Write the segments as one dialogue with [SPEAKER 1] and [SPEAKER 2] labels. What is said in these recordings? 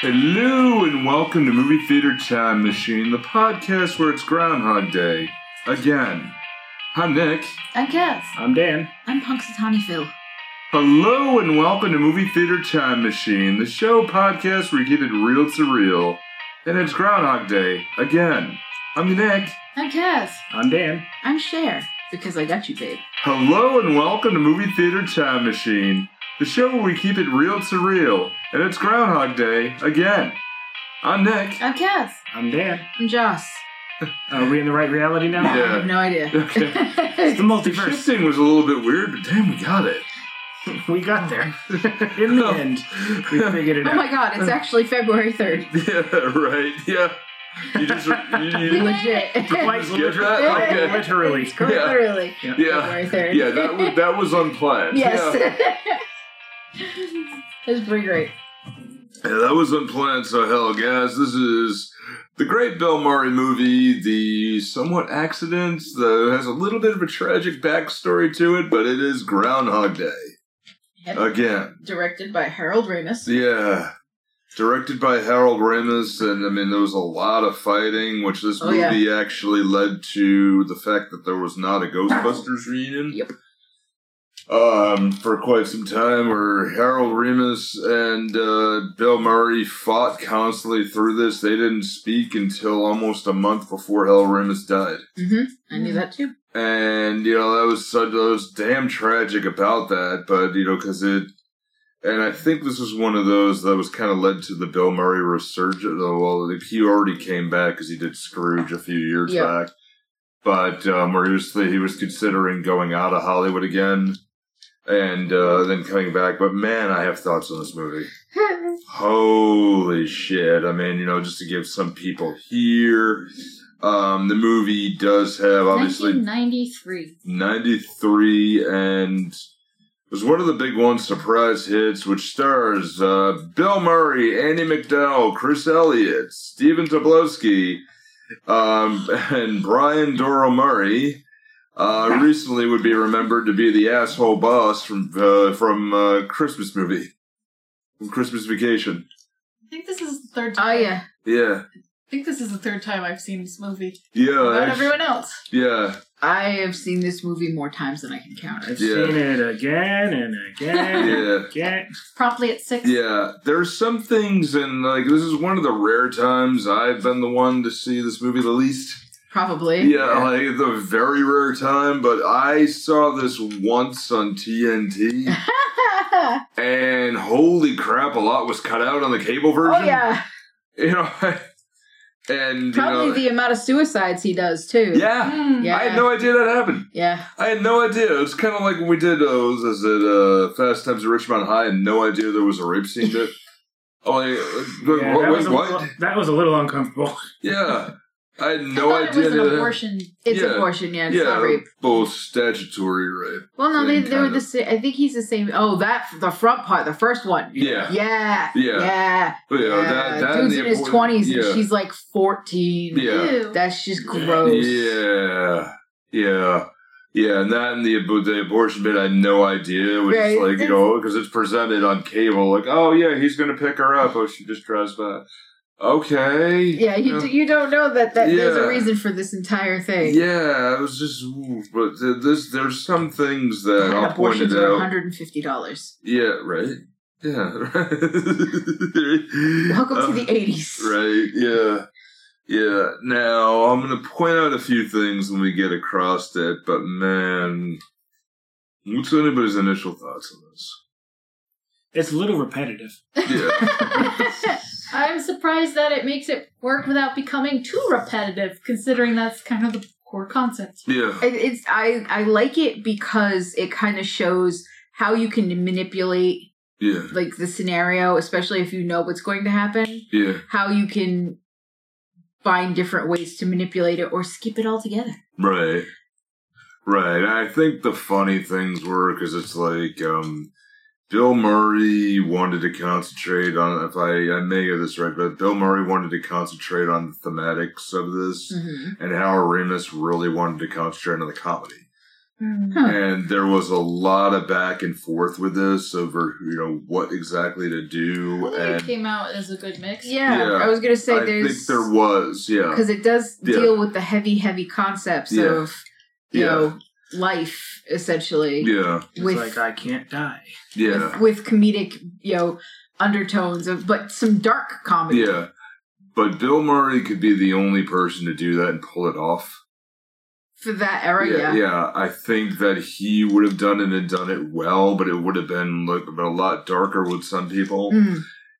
[SPEAKER 1] Hello and welcome to Movie Theater Time Machine, the podcast where it's Groundhog Day again. I'm Nick.
[SPEAKER 2] I'm Cass.
[SPEAKER 3] I'm Dan.
[SPEAKER 2] I'm Punxsutawney Phil.
[SPEAKER 1] Hello and welcome to Movie Theater Time Machine, the show podcast where you get it real to real, and it's Groundhog Day again. I'm Nick.
[SPEAKER 2] I'm Cass.
[SPEAKER 3] I'm Dan.
[SPEAKER 2] I'm Cher. Because I got you, babe.
[SPEAKER 1] Hello and welcome to Movie Theater Time Machine, the show where we keep it real to real, and it's Groundhog Day again. I'm
[SPEAKER 3] Uh,
[SPEAKER 1] Nick.
[SPEAKER 2] I'm Cass.
[SPEAKER 3] I'm Dan.
[SPEAKER 2] I'm Joss.
[SPEAKER 3] Are we in the right reality now?
[SPEAKER 1] Yeah.
[SPEAKER 2] I have no idea.
[SPEAKER 1] Okay.
[SPEAKER 3] It's the
[SPEAKER 1] The
[SPEAKER 3] multiverse.
[SPEAKER 1] shifting was a little bit weird, but damn, we got it.
[SPEAKER 3] we got there. In the end, we figured it
[SPEAKER 2] oh my
[SPEAKER 3] out.
[SPEAKER 2] god, it's actually February 3rd.
[SPEAKER 1] Yeah, right. Yeah. You just you,
[SPEAKER 2] We
[SPEAKER 1] you,
[SPEAKER 2] legit.
[SPEAKER 3] Quite
[SPEAKER 1] Just get
[SPEAKER 3] liter-
[SPEAKER 1] that?
[SPEAKER 3] quite
[SPEAKER 1] Okay.
[SPEAKER 3] literally.
[SPEAKER 2] It's quite
[SPEAKER 1] Yeah.
[SPEAKER 2] literally
[SPEAKER 3] Yeah.
[SPEAKER 1] yeah,
[SPEAKER 2] February 3rd.
[SPEAKER 1] yeah. That was that was unplanned. Yeah.
[SPEAKER 2] yes. That's pretty great.
[SPEAKER 1] Yeah, that was unplanned. So hell, guys, this is the great Bill Murray movie, the somewhat accident that has a little bit of a tragic backstory to it, but it is Groundhog Day
[SPEAKER 2] Yep.
[SPEAKER 1] again.
[SPEAKER 2] Directed by Harold Ramis.
[SPEAKER 1] Yeah. Directed by Harold Ramis, and I mean, there was a lot of fighting, which this
[SPEAKER 2] Oh, yeah.
[SPEAKER 1] movie actually led to the fact that there was not a Ghostbusters reunion.
[SPEAKER 2] Yep.
[SPEAKER 1] Um, for quite some time, where Harold Ramis and uh, Bill Murray fought constantly through this. They didn't speak until almost a month before Harold Ramis died.
[SPEAKER 2] hmm I
[SPEAKER 1] Mm-hmm.
[SPEAKER 2] knew that too.
[SPEAKER 1] And, you know, that was so, that was damn tragic about that, but, you know, because it, and I think this was one of those that was kind of led to the Bill Murray resurgence. though, Well, he already came back because he did Scrooge a few years
[SPEAKER 2] Yeah.
[SPEAKER 1] back, but um, where he was he was considering going out of Hollywood again, and uh, then coming back. But man, I have thoughts on this movie. Holy shit. I mean, you know, just to give some people here, um, the movie does have obviously
[SPEAKER 2] 1993.
[SPEAKER 1] 93 and it was one of the big ones surprise hits, which stars uh, Bill Murray, Andy McDowell, Chris Elliott, Stephen Tobolowsky, um, and Brian Doral Murray. Uh, recently would be remembered to be the asshole boss from uh, from uh, Christmas movie, from Christmas Vacation.
[SPEAKER 4] I think this is the third time.
[SPEAKER 2] Oh, yeah.
[SPEAKER 1] Yeah,
[SPEAKER 4] I think this is the third time I've seen this movie.
[SPEAKER 1] yeah,
[SPEAKER 4] About
[SPEAKER 1] actu-
[SPEAKER 4] everyone else.
[SPEAKER 1] yeah.
[SPEAKER 2] I have seen this movie more times than I can count.
[SPEAKER 3] I've
[SPEAKER 1] Yeah.
[SPEAKER 3] seen it again and again. and
[SPEAKER 1] Yeah.
[SPEAKER 3] Again.
[SPEAKER 4] Promptly at six.
[SPEAKER 1] Yeah, there's some things, and like this is one of the rare times I've been the one to see this movie the least.
[SPEAKER 2] Probably.
[SPEAKER 1] Yeah, like the very rare time, but I saw this once on TNT,
[SPEAKER 2] Oh,
[SPEAKER 1] and holy crap, a lot was cut out on the cable version.
[SPEAKER 2] oh yeah,
[SPEAKER 1] you know, and
[SPEAKER 2] probably
[SPEAKER 1] you know,
[SPEAKER 2] the amount of suicides he does too.
[SPEAKER 1] uh, yeah,
[SPEAKER 4] Mm.
[SPEAKER 2] yeah,
[SPEAKER 1] I had no idea that happened.
[SPEAKER 2] yeah.
[SPEAKER 1] I had no idea. It's kind of like when we did uh, was, is it uh, Fast Times at Richmond High? I had no idea there was a rape scene. There. Only like,
[SPEAKER 3] Yeah,
[SPEAKER 1] what?
[SPEAKER 3] that,
[SPEAKER 1] wait,
[SPEAKER 3] was a
[SPEAKER 1] what?
[SPEAKER 3] Little, that was a little uncomfortable.
[SPEAKER 1] Yeah, I had
[SPEAKER 4] I
[SPEAKER 1] no
[SPEAKER 4] thought
[SPEAKER 1] idea.
[SPEAKER 4] It was
[SPEAKER 1] that-
[SPEAKER 4] an abortion.
[SPEAKER 2] It's
[SPEAKER 1] Yeah.
[SPEAKER 2] abortion. Yeah, it's
[SPEAKER 1] yeah,
[SPEAKER 2] not rape.
[SPEAKER 1] both statutory rape.
[SPEAKER 2] Well, no, they
[SPEAKER 1] same
[SPEAKER 2] they were
[SPEAKER 1] kind
[SPEAKER 2] the
[SPEAKER 1] of-
[SPEAKER 2] same. I think he's the same. Oh, that the front part, the first one.
[SPEAKER 1] Yeah,
[SPEAKER 2] Yeah,
[SPEAKER 1] Yeah.
[SPEAKER 2] yeah.
[SPEAKER 1] But, yeah,
[SPEAKER 2] yeah.
[SPEAKER 1] that, that and
[SPEAKER 2] Dude's
[SPEAKER 1] the
[SPEAKER 2] in his
[SPEAKER 1] abort-
[SPEAKER 2] twenties
[SPEAKER 1] Yeah,
[SPEAKER 2] and she's like fourteen.
[SPEAKER 1] Yeah.
[SPEAKER 4] Ew.
[SPEAKER 2] That's just gross.
[SPEAKER 1] yeah, yeah, yeah, and that and the abo- the abortion bit. I had no idea. Which is
[SPEAKER 2] Right.
[SPEAKER 1] like you know because it's presented on cable. Like, oh yeah, he's gonna pick her up. Oh, she just drives by. Okay.
[SPEAKER 2] Yeah, you,
[SPEAKER 1] Yeah.
[SPEAKER 2] d you don't know that, that there's
[SPEAKER 1] Yeah.
[SPEAKER 2] a reason for this entire thing.
[SPEAKER 1] Yeah, it was just, ooh, but th- this there's some things that
[SPEAKER 2] And
[SPEAKER 1] I'll point it
[SPEAKER 2] abortions are one
[SPEAKER 1] out.
[SPEAKER 2] hundred and fifty dollars.
[SPEAKER 1] Yeah, right. Yeah.
[SPEAKER 2] Welcome
[SPEAKER 1] Welcome
[SPEAKER 2] to the eighties.
[SPEAKER 1] Uh, Right. Yeah. Yeah. Now I'm gonna point out a few things when we get across it, but man, what's anybody's initial thoughts on this?
[SPEAKER 3] It's a little repetitive.
[SPEAKER 1] Yeah.
[SPEAKER 4] I'm surprised that it makes it work without becoming too repetitive, considering that's kind of the core concept.
[SPEAKER 1] Yeah.
[SPEAKER 2] It, it's I I like it because it kind of shows how you can manipulate
[SPEAKER 1] Yeah.
[SPEAKER 2] like the scenario, especially if you know what's going to happen.
[SPEAKER 1] Yeah.
[SPEAKER 2] How you can find different ways to manipulate it or skip it altogether.
[SPEAKER 1] Right. Right. I think the funny things were because it's like um, Bill Murray wanted to concentrate on, if I, I may get this right, but Bill Murray wanted to concentrate on the thematics of this,
[SPEAKER 2] Mm-hmm.
[SPEAKER 1] and Howard Remus really wanted to concentrate on the comedy.
[SPEAKER 4] Mm.
[SPEAKER 2] Huh.
[SPEAKER 1] and there was a lot of back and forth with this over you know what exactly to do
[SPEAKER 4] I think it
[SPEAKER 1] and
[SPEAKER 4] came out as a good mix.
[SPEAKER 2] Yeah,
[SPEAKER 1] Yeah.
[SPEAKER 2] I was gonna say
[SPEAKER 1] i think
[SPEAKER 2] there's
[SPEAKER 1] there was yeah
[SPEAKER 2] because it does
[SPEAKER 1] Yeah.
[SPEAKER 2] deal with the heavy, heavy concepts
[SPEAKER 1] Yeah.
[SPEAKER 2] of you
[SPEAKER 1] Yeah.
[SPEAKER 2] know life essentially
[SPEAKER 1] yeah
[SPEAKER 3] It's
[SPEAKER 2] With-
[SPEAKER 3] like I can't die.
[SPEAKER 1] yeah
[SPEAKER 2] with, with comedic you know undertones of but some dark comedy.
[SPEAKER 1] yeah but bill murray could be the only person to do that and pull it off
[SPEAKER 2] for that era.
[SPEAKER 1] yeah,
[SPEAKER 2] Yeah,
[SPEAKER 1] yeah. i think that he would have done it and done it well but it would have been like a lot darker with some people
[SPEAKER 2] Mm.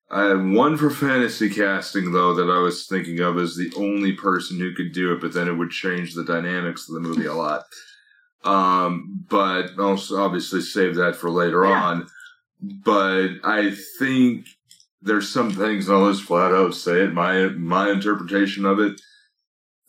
[SPEAKER 1] I had one for fantasy casting though that I was thinking of as the only person who could do it, but then it would change the dynamics of the movie a lot. Um, but I'll s- obviously save that for later
[SPEAKER 2] Yeah.
[SPEAKER 1] on. But I think there's some things and I'll just flat out say it. My my interpretation of it,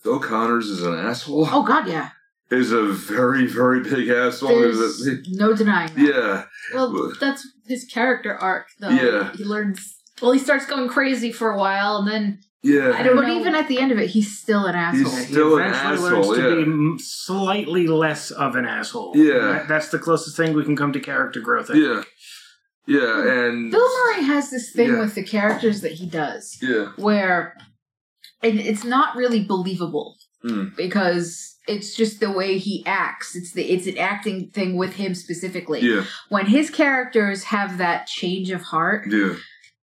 [SPEAKER 1] Phil Connors is an asshole.
[SPEAKER 2] Oh God, yeah.
[SPEAKER 1] Is a very very big asshole. Is
[SPEAKER 2] There's
[SPEAKER 1] a-
[SPEAKER 2] no denying that.
[SPEAKER 1] yeah,
[SPEAKER 4] Well, that's his character arc, though.
[SPEAKER 1] Yeah.
[SPEAKER 4] He learns. Well, he starts going crazy for a while, and then
[SPEAKER 1] yeah.
[SPEAKER 4] I don't
[SPEAKER 2] but
[SPEAKER 4] know.
[SPEAKER 2] even at the end of it, he's still an asshole.
[SPEAKER 1] He's
[SPEAKER 3] He
[SPEAKER 1] still an
[SPEAKER 3] eventually
[SPEAKER 1] asshole,
[SPEAKER 3] learns to
[SPEAKER 1] yeah.
[SPEAKER 3] be m- slightly less of an asshole.
[SPEAKER 1] Yeah.
[SPEAKER 3] That- that's the closest thing we can come to character growth. I think.
[SPEAKER 1] yeah, yeah, and
[SPEAKER 2] Bill Murray has this thing
[SPEAKER 1] Yeah.
[SPEAKER 2] with the characters that he does,
[SPEAKER 1] yeah.
[SPEAKER 2] where and it's not really believable
[SPEAKER 1] Mm.
[SPEAKER 2] because it's just the way he acts. It's the it's an acting thing with him specifically.
[SPEAKER 1] Yeah,
[SPEAKER 2] When his characters have that change of heart,
[SPEAKER 1] yeah,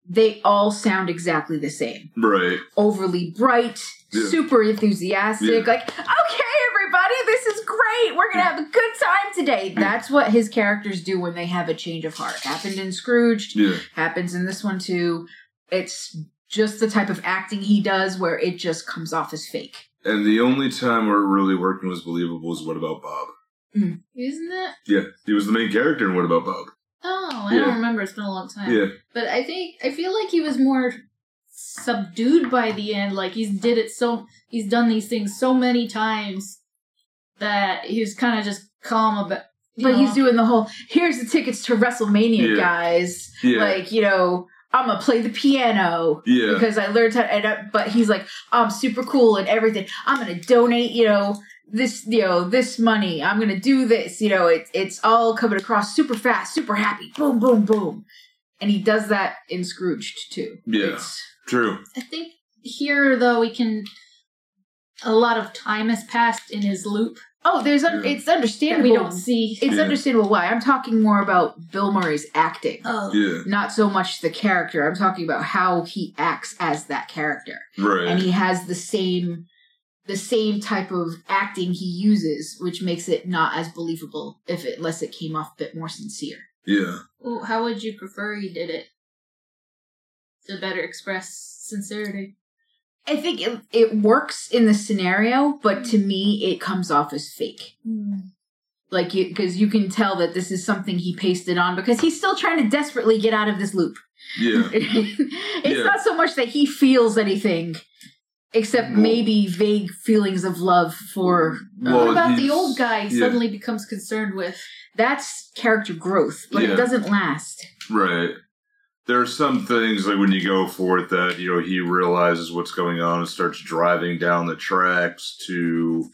[SPEAKER 2] they all sound exactly the same.
[SPEAKER 1] right.
[SPEAKER 2] Overly bright,
[SPEAKER 1] Yeah.
[SPEAKER 2] super enthusiastic, like, okay, everybody, this is great. We're gonna have a good time today.
[SPEAKER 1] Yeah.
[SPEAKER 2] That's what his characters do when they have a change of heart. Happened in Scrooge,
[SPEAKER 1] Yeah,
[SPEAKER 2] happens in this one too. It's just the type of acting he does where it just comes off as fake.
[SPEAKER 1] and the only time where it really worked and was believable was What About Bob?
[SPEAKER 4] isn't it?
[SPEAKER 1] Yeah, he was the main character in What About Bob?
[SPEAKER 4] Oh, I
[SPEAKER 1] Yeah.
[SPEAKER 4] don't remember. It's been a long time.
[SPEAKER 1] Yeah,
[SPEAKER 4] But I think I feel like he was more subdued by the end. Like he's did it so he's done these things so many times that he was kind of just calm about. you
[SPEAKER 2] But
[SPEAKER 4] know.
[SPEAKER 2] he's doing the whole here's the tickets to WrestleMania,
[SPEAKER 1] Yeah.
[SPEAKER 2] guys.
[SPEAKER 1] yeah,
[SPEAKER 2] Like, you know, I'm gonna play the piano.
[SPEAKER 1] yeah,
[SPEAKER 2] Because I learned how to, and I, but he's like, I'm super cool and everything. I'm gonna donate, you know, this, you know, this money. I'm gonna do this, you know. It, it's all coming across super fast, super happy. Boom, boom, boom. And he does that in Scrooged too.
[SPEAKER 1] Yeah.
[SPEAKER 2] It's-
[SPEAKER 1] true.
[SPEAKER 4] I think here though we can. A lot of time has passed in his loop
[SPEAKER 2] oh, there's un-
[SPEAKER 1] Yeah.
[SPEAKER 2] it's
[SPEAKER 4] that
[SPEAKER 2] understandable.
[SPEAKER 4] we don't see.
[SPEAKER 2] It's
[SPEAKER 1] Yeah.
[SPEAKER 2] understandable why. I'm talking more about Bill Murray's acting.
[SPEAKER 4] Oh,
[SPEAKER 1] Yeah,
[SPEAKER 2] not so much the character. I'm talking about how he acts as that character, and
[SPEAKER 1] right.
[SPEAKER 2] he has the same the same type of acting he uses, which makes it not as believable if it, unless it came off a bit more sincere.
[SPEAKER 1] Yeah,
[SPEAKER 4] Well, how would you prefer he did it? To better express sincerity.
[SPEAKER 2] I think it, it works in the scenario, but to me, it comes off as fake. Like, because you can tell that this is something he pasted on because he's still trying to desperately get out of this loop.
[SPEAKER 1] yeah,
[SPEAKER 2] it's
[SPEAKER 1] Yeah.
[SPEAKER 2] not so much that he feels anything except
[SPEAKER 1] Well- Mm-hmm.
[SPEAKER 2] maybe vague feelings of love for
[SPEAKER 1] Well,
[SPEAKER 4] what about the
[SPEAKER 1] he's-
[SPEAKER 4] old guy he
[SPEAKER 1] yeah.
[SPEAKER 4] suddenly becomes concerned with?
[SPEAKER 2] that's character growth but
[SPEAKER 1] Yeah.
[SPEAKER 2] it doesn't last
[SPEAKER 1] right. There are some things like when you go for it that you know he realizes what's going on and starts driving down the tracks to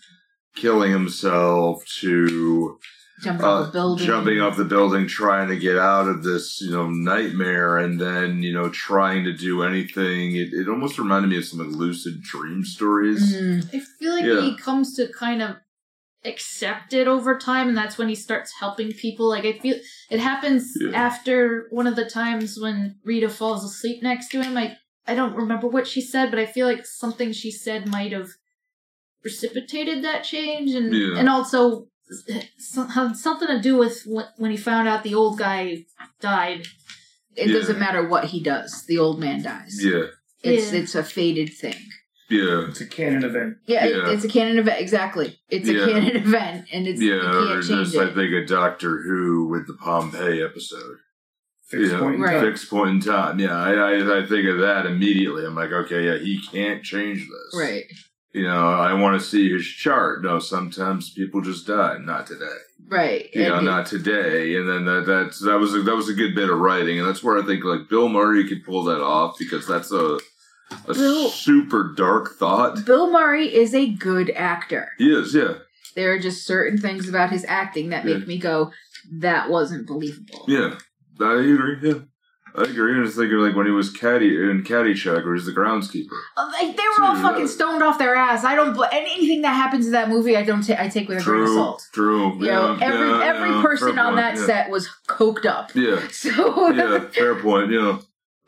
[SPEAKER 1] killing himself to
[SPEAKER 2] jumping
[SPEAKER 1] Uh,
[SPEAKER 2] off a building
[SPEAKER 1] jumping off the building trying to get out of this you know nightmare and then you know trying to do anything it, it almost reminded me of some like, lucid dream stories
[SPEAKER 2] Mm,
[SPEAKER 4] I feel like
[SPEAKER 1] Yeah.
[SPEAKER 4] he comes to kind of accept it over time, and that's when he starts helping people. Like I feel it happens
[SPEAKER 1] Yeah.
[SPEAKER 4] after one of the times when Rita falls asleep next to him. I I don't remember what she said, but I feel like something she said might have precipitated that change, and
[SPEAKER 1] Yeah.
[SPEAKER 4] and also some- had something to do with wh- when he found out the old guy died.
[SPEAKER 2] it
[SPEAKER 1] Yeah.
[SPEAKER 2] doesn't matter what he does the old man dies
[SPEAKER 1] yeah
[SPEAKER 2] it's
[SPEAKER 4] Yeah.
[SPEAKER 2] it's a faded thing
[SPEAKER 1] yeah
[SPEAKER 3] It's a canon event.
[SPEAKER 2] yeah, it-
[SPEAKER 1] Yeah.
[SPEAKER 2] it's a canon event exactly it's
[SPEAKER 1] Yeah.
[SPEAKER 2] a canon event and it's you
[SPEAKER 1] yeah or
[SPEAKER 2] can't change
[SPEAKER 1] just i
[SPEAKER 2] it
[SPEAKER 1] think a doctor who with the pompeii episode
[SPEAKER 3] Fixed
[SPEAKER 1] Yeah.
[SPEAKER 3] point in
[SPEAKER 2] Right.
[SPEAKER 3] time.
[SPEAKER 1] fixed point in time yeah I, I i think of that immediately i'm like okay yeah he can't change this
[SPEAKER 2] right
[SPEAKER 1] you know i want to see his chart no sometimes people just die not today
[SPEAKER 2] right
[SPEAKER 1] you know,
[SPEAKER 2] And
[SPEAKER 1] not today. And then that that's that was a, that was a good bit of writing, and that's where I think like Bill Murray could pull that off because that's a a
[SPEAKER 2] Bill-
[SPEAKER 1] super dark thought.
[SPEAKER 2] bill murray is a good actor
[SPEAKER 1] He is, yeah,
[SPEAKER 2] There are just certain things about his acting that make
[SPEAKER 1] Yeah.
[SPEAKER 2] me go, that wasn't believable.
[SPEAKER 1] Yeah, I agree. Yeah, I agree. I was thinking like when he was caddy in Caddyshack, where he's the groundskeeper.
[SPEAKER 2] Uh, Like they were all
[SPEAKER 1] Dude,
[SPEAKER 2] fucking
[SPEAKER 1] uh,
[SPEAKER 2] stoned off their ass. I don't. bl- and Anything that happens in that movie, I don't. ta- I take with a grain of
[SPEAKER 1] True,
[SPEAKER 2] salt.
[SPEAKER 1] true.
[SPEAKER 2] You
[SPEAKER 1] yeah,
[SPEAKER 2] know, every
[SPEAKER 1] yeah,
[SPEAKER 2] every
[SPEAKER 1] yeah,
[SPEAKER 2] person
[SPEAKER 1] fair
[SPEAKER 2] on
[SPEAKER 1] point,
[SPEAKER 2] that
[SPEAKER 1] yeah.
[SPEAKER 2] set was coked up.
[SPEAKER 1] Yeah,
[SPEAKER 2] So
[SPEAKER 1] yeah, fair point. Yeah,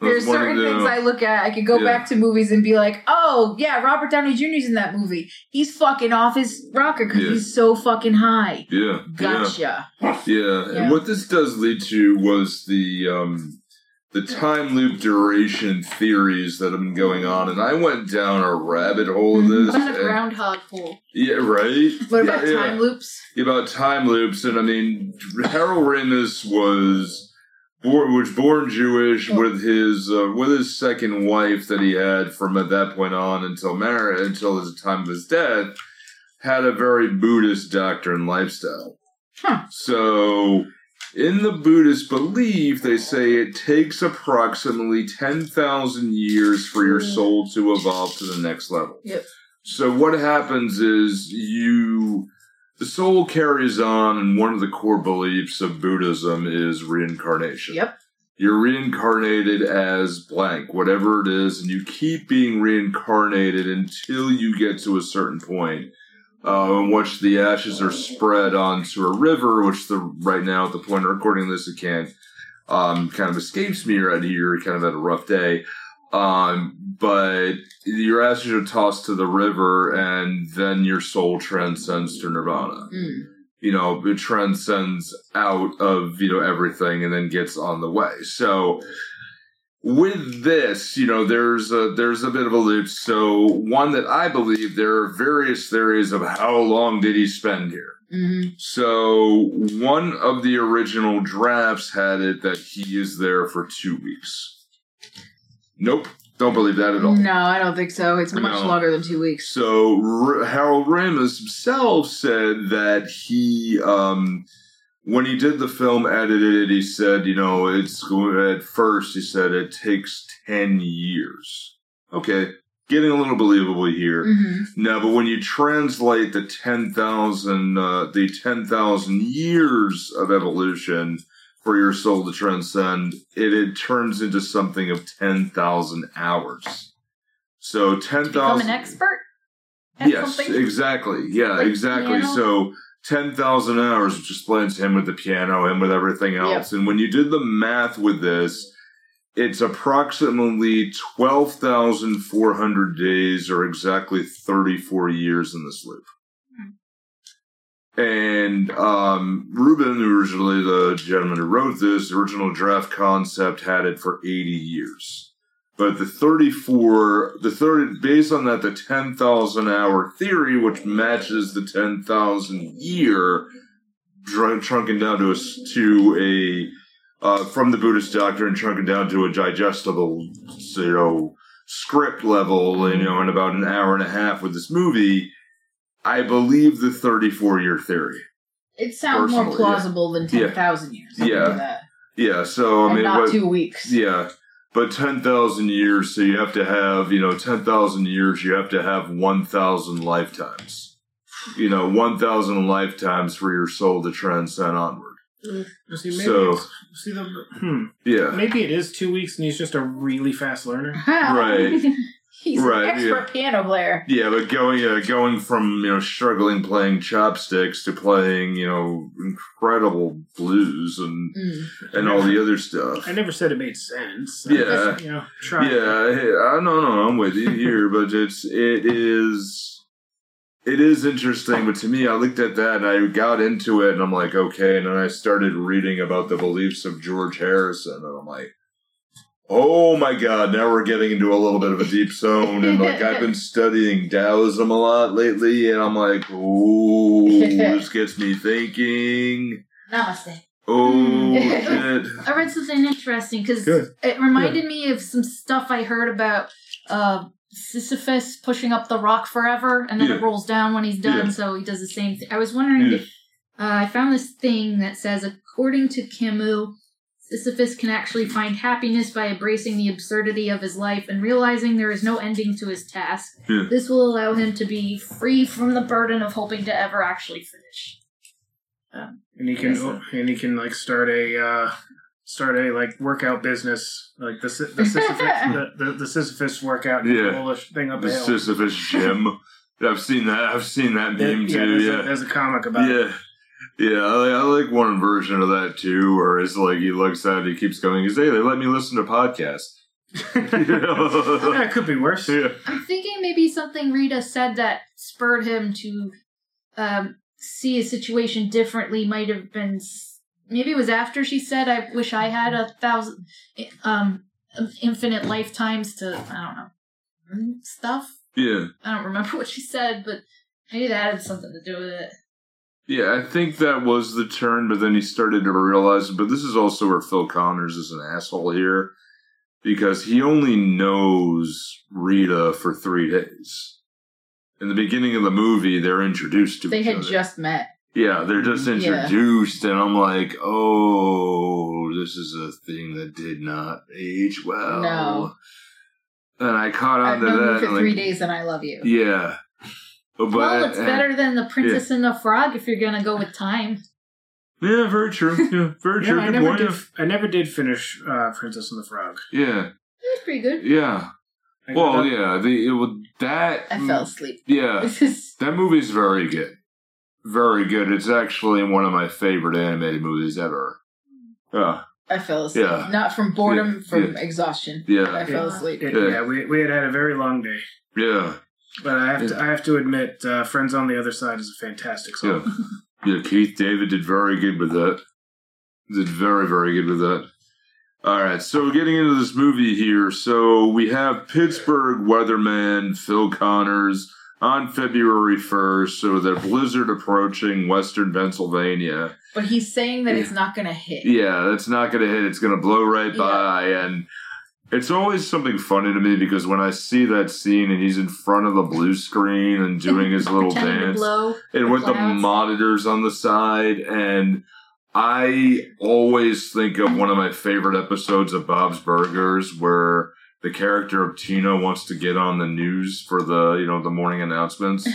[SPEAKER 2] there's
[SPEAKER 1] That's one of
[SPEAKER 2] certain
[SPEAKER 1] the-
[SPEAKER 2] things I look at. I could go
[SPEAKER 1] Yeah.
[SPEAKER 2] back to movies and be like, oh yeah, Robert Downey Jr.'s in that movie. He's fucking off his rocker because
[SPEAKER 1] Yeah.
[SPEAKER 2] he's so fucking high.
[SPEAKER 1] yeah, yeah.
[SPEAKER 2] Gotcha.
[SPEAKER 1] Yeah,
[SPEAKER 2] Yeah.
[SPEAKER 1] and what this does lead to was the um, the time loop duration theories that have been going on, and I went down a rabbit hole of
[SPEAKER 2] Mhm.
[SPEAKER 1] this.
[SPEAKER 4] Kind of
[SPEAKER 1] and-
[SPEAKER 4] groundhog hole.
[SPEAKER 1] yeah, right.
[SPEAKER 2] What about
[SPEAKER 1] yeah, yeah.
[SPEAKER 2] time loops?
[SPEAKER 1] about time loops, and I mean Harold Ramis was born, was born Jewish with his uh, with his second wife that he had from at that point on until marriage until his time of his death had a very Buddhist doctrine lifestyle.
[SPEAKER 2] Huh.
[SPEAKER 1] So. In the Buddhist belief, they say it takes approximately 10,000 years for your soul to evolve to the next level.
[SPEAKER 2] Mm. Yep.
[SPEAKER 1] So, what happens is you the soul carries on, and one of the core beliefs of Buddhism is reincarnation.
[SPEAKER 2] Yep.
[SPEAKER 1] You're reincarnated as blank, whatever it is, and you keep being reincarnated until you get to a certain point, uh, in which the ashes are spread onto a river, which the right now at the point of recording this, it can't um, kind of escapes me right here. Kind of had a rough day. Um, but your ashes are tossed to the river, and then your soul transcends to nirvana.
[SPEAKER 2] Mm.
[SPEAKER 1] You know, it transcends out of you know everything, and then gets on the way. So with this, you know, there's a there's a bit of a loop. So one that I believe there are various theories of how long did he spend here.
[SPEAKER 2] Mm-hmm.
[SPEAKER 1] So one of the original drafts had it that he is there for two weeks. Nope, don't believe that at all.
[SPEAKER 2] No, I don't think so. It's much
[SPEAKER 1] No.
[SPEAKER 2] longer than two weeks.
[SPEAKER 1] So R- Harold Ramis himself said that he, um, when he did the film, edited it. He said, you know, it's going at first. He said it takes ten years. Okay, getting a little believable
[SPEAKER 4] Mm.
[SPEAKER 1] here.
[SPEAKER 2] Mm-hmm.
[SPEAKER 1] No, but when you translate the ten thousand, uh, the ten thousand years of evolution for your soul to transcend, it, it turns into something of ten thousand hours. So ten
[SPEAKER 4] Become
[SPEAKER 1] thousand.
[SPEAKER 4] an expert? at
[SPEAKER 1] Yes,
[SPEAKER 4] something?
[SPEAKER 1] exactly. Yeah,
[SPEAKER 4] Like
[SPEAKER 1] exactly.
[SPEAKER 4] piano?
[SPEAKER 1] So ten thousand hours, which explains him with the piano, him with everything else. And when you did the math with this, it's approximately twelve thousand four hundred days, or exactly thirty-four years in this loop. And um, Ruben, originally the gentleman who wrote this original draft concept, had it for eighty years but the 34 the 30 based on that the 10,000 hour theory which matches the 10,000 year dr- trunking down to a s to a uh, from the Buddhist doctrine trunking down to a digestible you know script level you know in about an hour and a half with this movie I believe the 34 year theory
[SPEAKER 2] It sounds more
[SPEAKER 1] Personally,
[SPEAKER 2] plausible than
[SPEAKER 1] Yeah.
[SPEAKER 2] ten thousand years. I'll give you
[SPEAKER 1] Yeah.
[SPEAKER 2] that.
[SPEAKER 1] yeah so I
[SPEAKER 2] and
[SPEAKER 1] mean
[SPEAKER 2] not
[SPEAKER 1] what-
[SPEAKER 2] two weeks.
[SPEAKER 1] Yeah, but ten thousand years. So you have to have you know ten thousand years. You have to have one thousand lifetimes. You know, one thousand lifetimes for your soul to transcend onward.
[SPEAKER 3] See, maybe
[SPEAKER 1] So-
[SPEAKER 3] it's- see the, hmm,
[SPEAKER 1] Yeah,
[SPEAKER 3] maybe it is two weeks, and he's just a really fast learner.
[SPEAKER 1] right.
[SPEAKER 2] He's
[SPEAKER 1] Right,
[SPEAKER 2] an expert piano player.
[SPEAKER 1] Yeah, but going uh, going from you know struggling playing chopsticks to playing you know incredible blues and
[SPEAKER 2] Mm.
[SPEAKER 1] and all the other stuff.
[SPEAKER 3] I never said it made sense.
[SPEAKER 1] Yeah.
[SPEAKER 3] I just, you know, try.
[SPEAKER 1] Yeah, hey, I no no, I'm with you here, but it's it is it is interesting. But to me, I looked at that and I got into it, and I'm like, okay. And then I started reading about the beliefs of George Harrison, and I'm like, oh my god, now we're getting into a little bit of a deep zone. And like I've been studying Taoism a lot lately, and I'm like, ooh, this gets me thinking.
[SPEAKER 2] Namaste.
[SPEAKER 1] Oh shit.
[SPEAKER 4] I read something interesting because
[SPEAKER 1] Good.
[SPEAKER 4] it reminded me of some stuff I heard about uh, Sisyphus pushing up the rock forever, and then it
[SPEAKER 1] Yeah.
[SPEAKER 4] rolls down when he's done,
[SPEAKER 1] Yeah.
[SPEAKER 4] so he does the same thing. I was wondering.
[SPEAKER 1] Yeah.
[SPEAKER 4] If, uh, I found this thing that says, according to Camus, The sophist can actually find happiness by embracing the absurdity of his life and realizing there is no ending to his task.
[SPEAKER 1] Yeah.
[SPEAKER 4] This will allow him to be free from the burden of hoping to ever actually finish.
[SPEAKER 3] and he can
[SPEAKER 4] Yes, sir.
[SPEAKER 3] and he can like start a uh, start a like workout business like the Sy- the Sisyphus, the, the, the Sisyphus workout and
[SPEAKER 1] Yeah.
[SPEAKER 3] pull the thing up a
[SPEAKER 1] The
[SPEAKER 3] hill.
[SPEAKER 1] Sisyphus gym. I've seen that. I've seen that
[SPEAKER 3] There-
[SPEAKER 1] meme
[SPEAKER 3] yeah,
[SPEAKER 1] too.
[SPEAKER 3] there's,
[SPEAKER 1] Yeah.
[SPEAKER 3] A, there's a comic about it.
[SPEAKER 1] yeah. Yeah, I, li- I like one version of that too, where it's like he looks at it, he keeps going, he's, hey, they let me listen to podcasts. You know?
[SPEAKER 3] yeah, it could be worse.
[SPEAKER 1] yeah.
[SPEAKER 4] I'm thinking maybe something Rita said that spurred him to um, see a situation differently might have been. s- Maybe it was after she said, "I wish I had a thousand, um, infinite lifetimes to I don't know stuff."
[SPEAKER 1] Yeah.
[SPEAKER 4] I don't remember what she said, but maybe that had something to do with it.
[SPEAKER 1] Yeah, I think that was the turn, but then he started to realize, but this is also where Phil Connors is an asshole here because he only knows Rita for three days. In the beginning of the movie, they're introduced to
[SPEAKER 2] They
[SPEAKER 1] each
[SPEAKER 2] had
[SPEAKER 1] other.
[SPEAKER 2] just met.
[SPEAKER 1] Yeah, they're just
[SPEAKER 2] Mhm. Yeah.
[SPEAKER 1] introduced, and I'm like, oh, this is a thing that did not age well.
[SPEAKER 2] No.
[SPEAKER 1] And I caught on
[SPEAKER 2] I've
[SPEAKER 1] to
[SPEAKER 2] known
[SPEAKER 1] that.
[SPEAKER 2] you for
[SPEAKER 1] and
[SPEAKER 2] three
[SPEAKER 1] like,
[SPEAKER 2] days and I love you.
[SPEAKER 1] Yeah. But, uh, eh,
[SPEAKER 4] well, it's
[SPEAKER 1] and-
[SPEAKER 4] better than the Princess and the Frog if you're gonna go with time.
[SPEAKER 1] Yeah, very true. Yeah, very
[SPEAKER 3] Yeah,
[SPEAKER 1] true.
[SPEAKER 3] I
[SPEAKER 1] Good
[SPEAKER 3] never
[SPEAKER 1] point.
[SPEAKER 3] did. I never did finish uh, Princess and the Frog.
[SPEAKER 1] Yeah,
[SPEAKER 4] It was pretty good.
[SPEAKER 1] yeah.
[SPEAKER 3] I
[SPEAKER 1] Well,
[SPEAKER 3] got up-
[SPEAKER 1] yeah. The it, would that.
[SPEAKER 2] I fell asleep.
[SPEAKER 1] Yeah,
[SPEAKER 2] This is
[SPEAKER 1] that movie's very good. Very good. It's actually one of my favorite animated movies ever. Yeah,
[SPEAKER 2] I fell asleep.
[SPEAKER 1] Yeah.
[SPEAKER 2] Not from boredom,
[SPEAKER 1] Yeah,
[SPEAKER 2] from
[SPEAKER 1] yeah.
[SPEAKER 2] exhaustion. I
[SPEAKER 1] yeah,
[SPEAKER 2] fell asleep.
[SPEAKER 3] It-
[SPEAKER 1] yeah.
[SPEAKER 3] yeah, we, we had had a very long day,
[SPEAKER 1] yeah.
[SPEAKER 3] but I have to I have to admit, uh, Friends on the Other Side is a fantastic song.
[SPEAKER 1] Yeah. Yeah, Keith David did very good with that. Did very, very good with that. All right, so getting into this movie here. So we have Pittsburgh weatherman Phil Connors on February 1st. So the blizzard approaching Western Pennsylvania.
[SPEAKER 2] But he's saying that it's not going to hit.
[SPEAKER 1] Yeah, that's not going to hit. It's going to blow right
[SPEAKER 2] Yeah.
[SPEAKER 1] by. And it's always something funny to me because when I see that scene and he's in front of the blue screen and doing his little
[SPEAKER 4] Pretending to
[SPEAKER 1] dance
[SPEAKER 4] blow.
[SPEAKER 1] and with the
[SPEAKER 4] clouds.
[SPEAKER 1] monitors on the side. And I always think of one of my favorite episodes of Bob's Burgers where the character of Tina wants to get on the news for the, you know, the morning announcements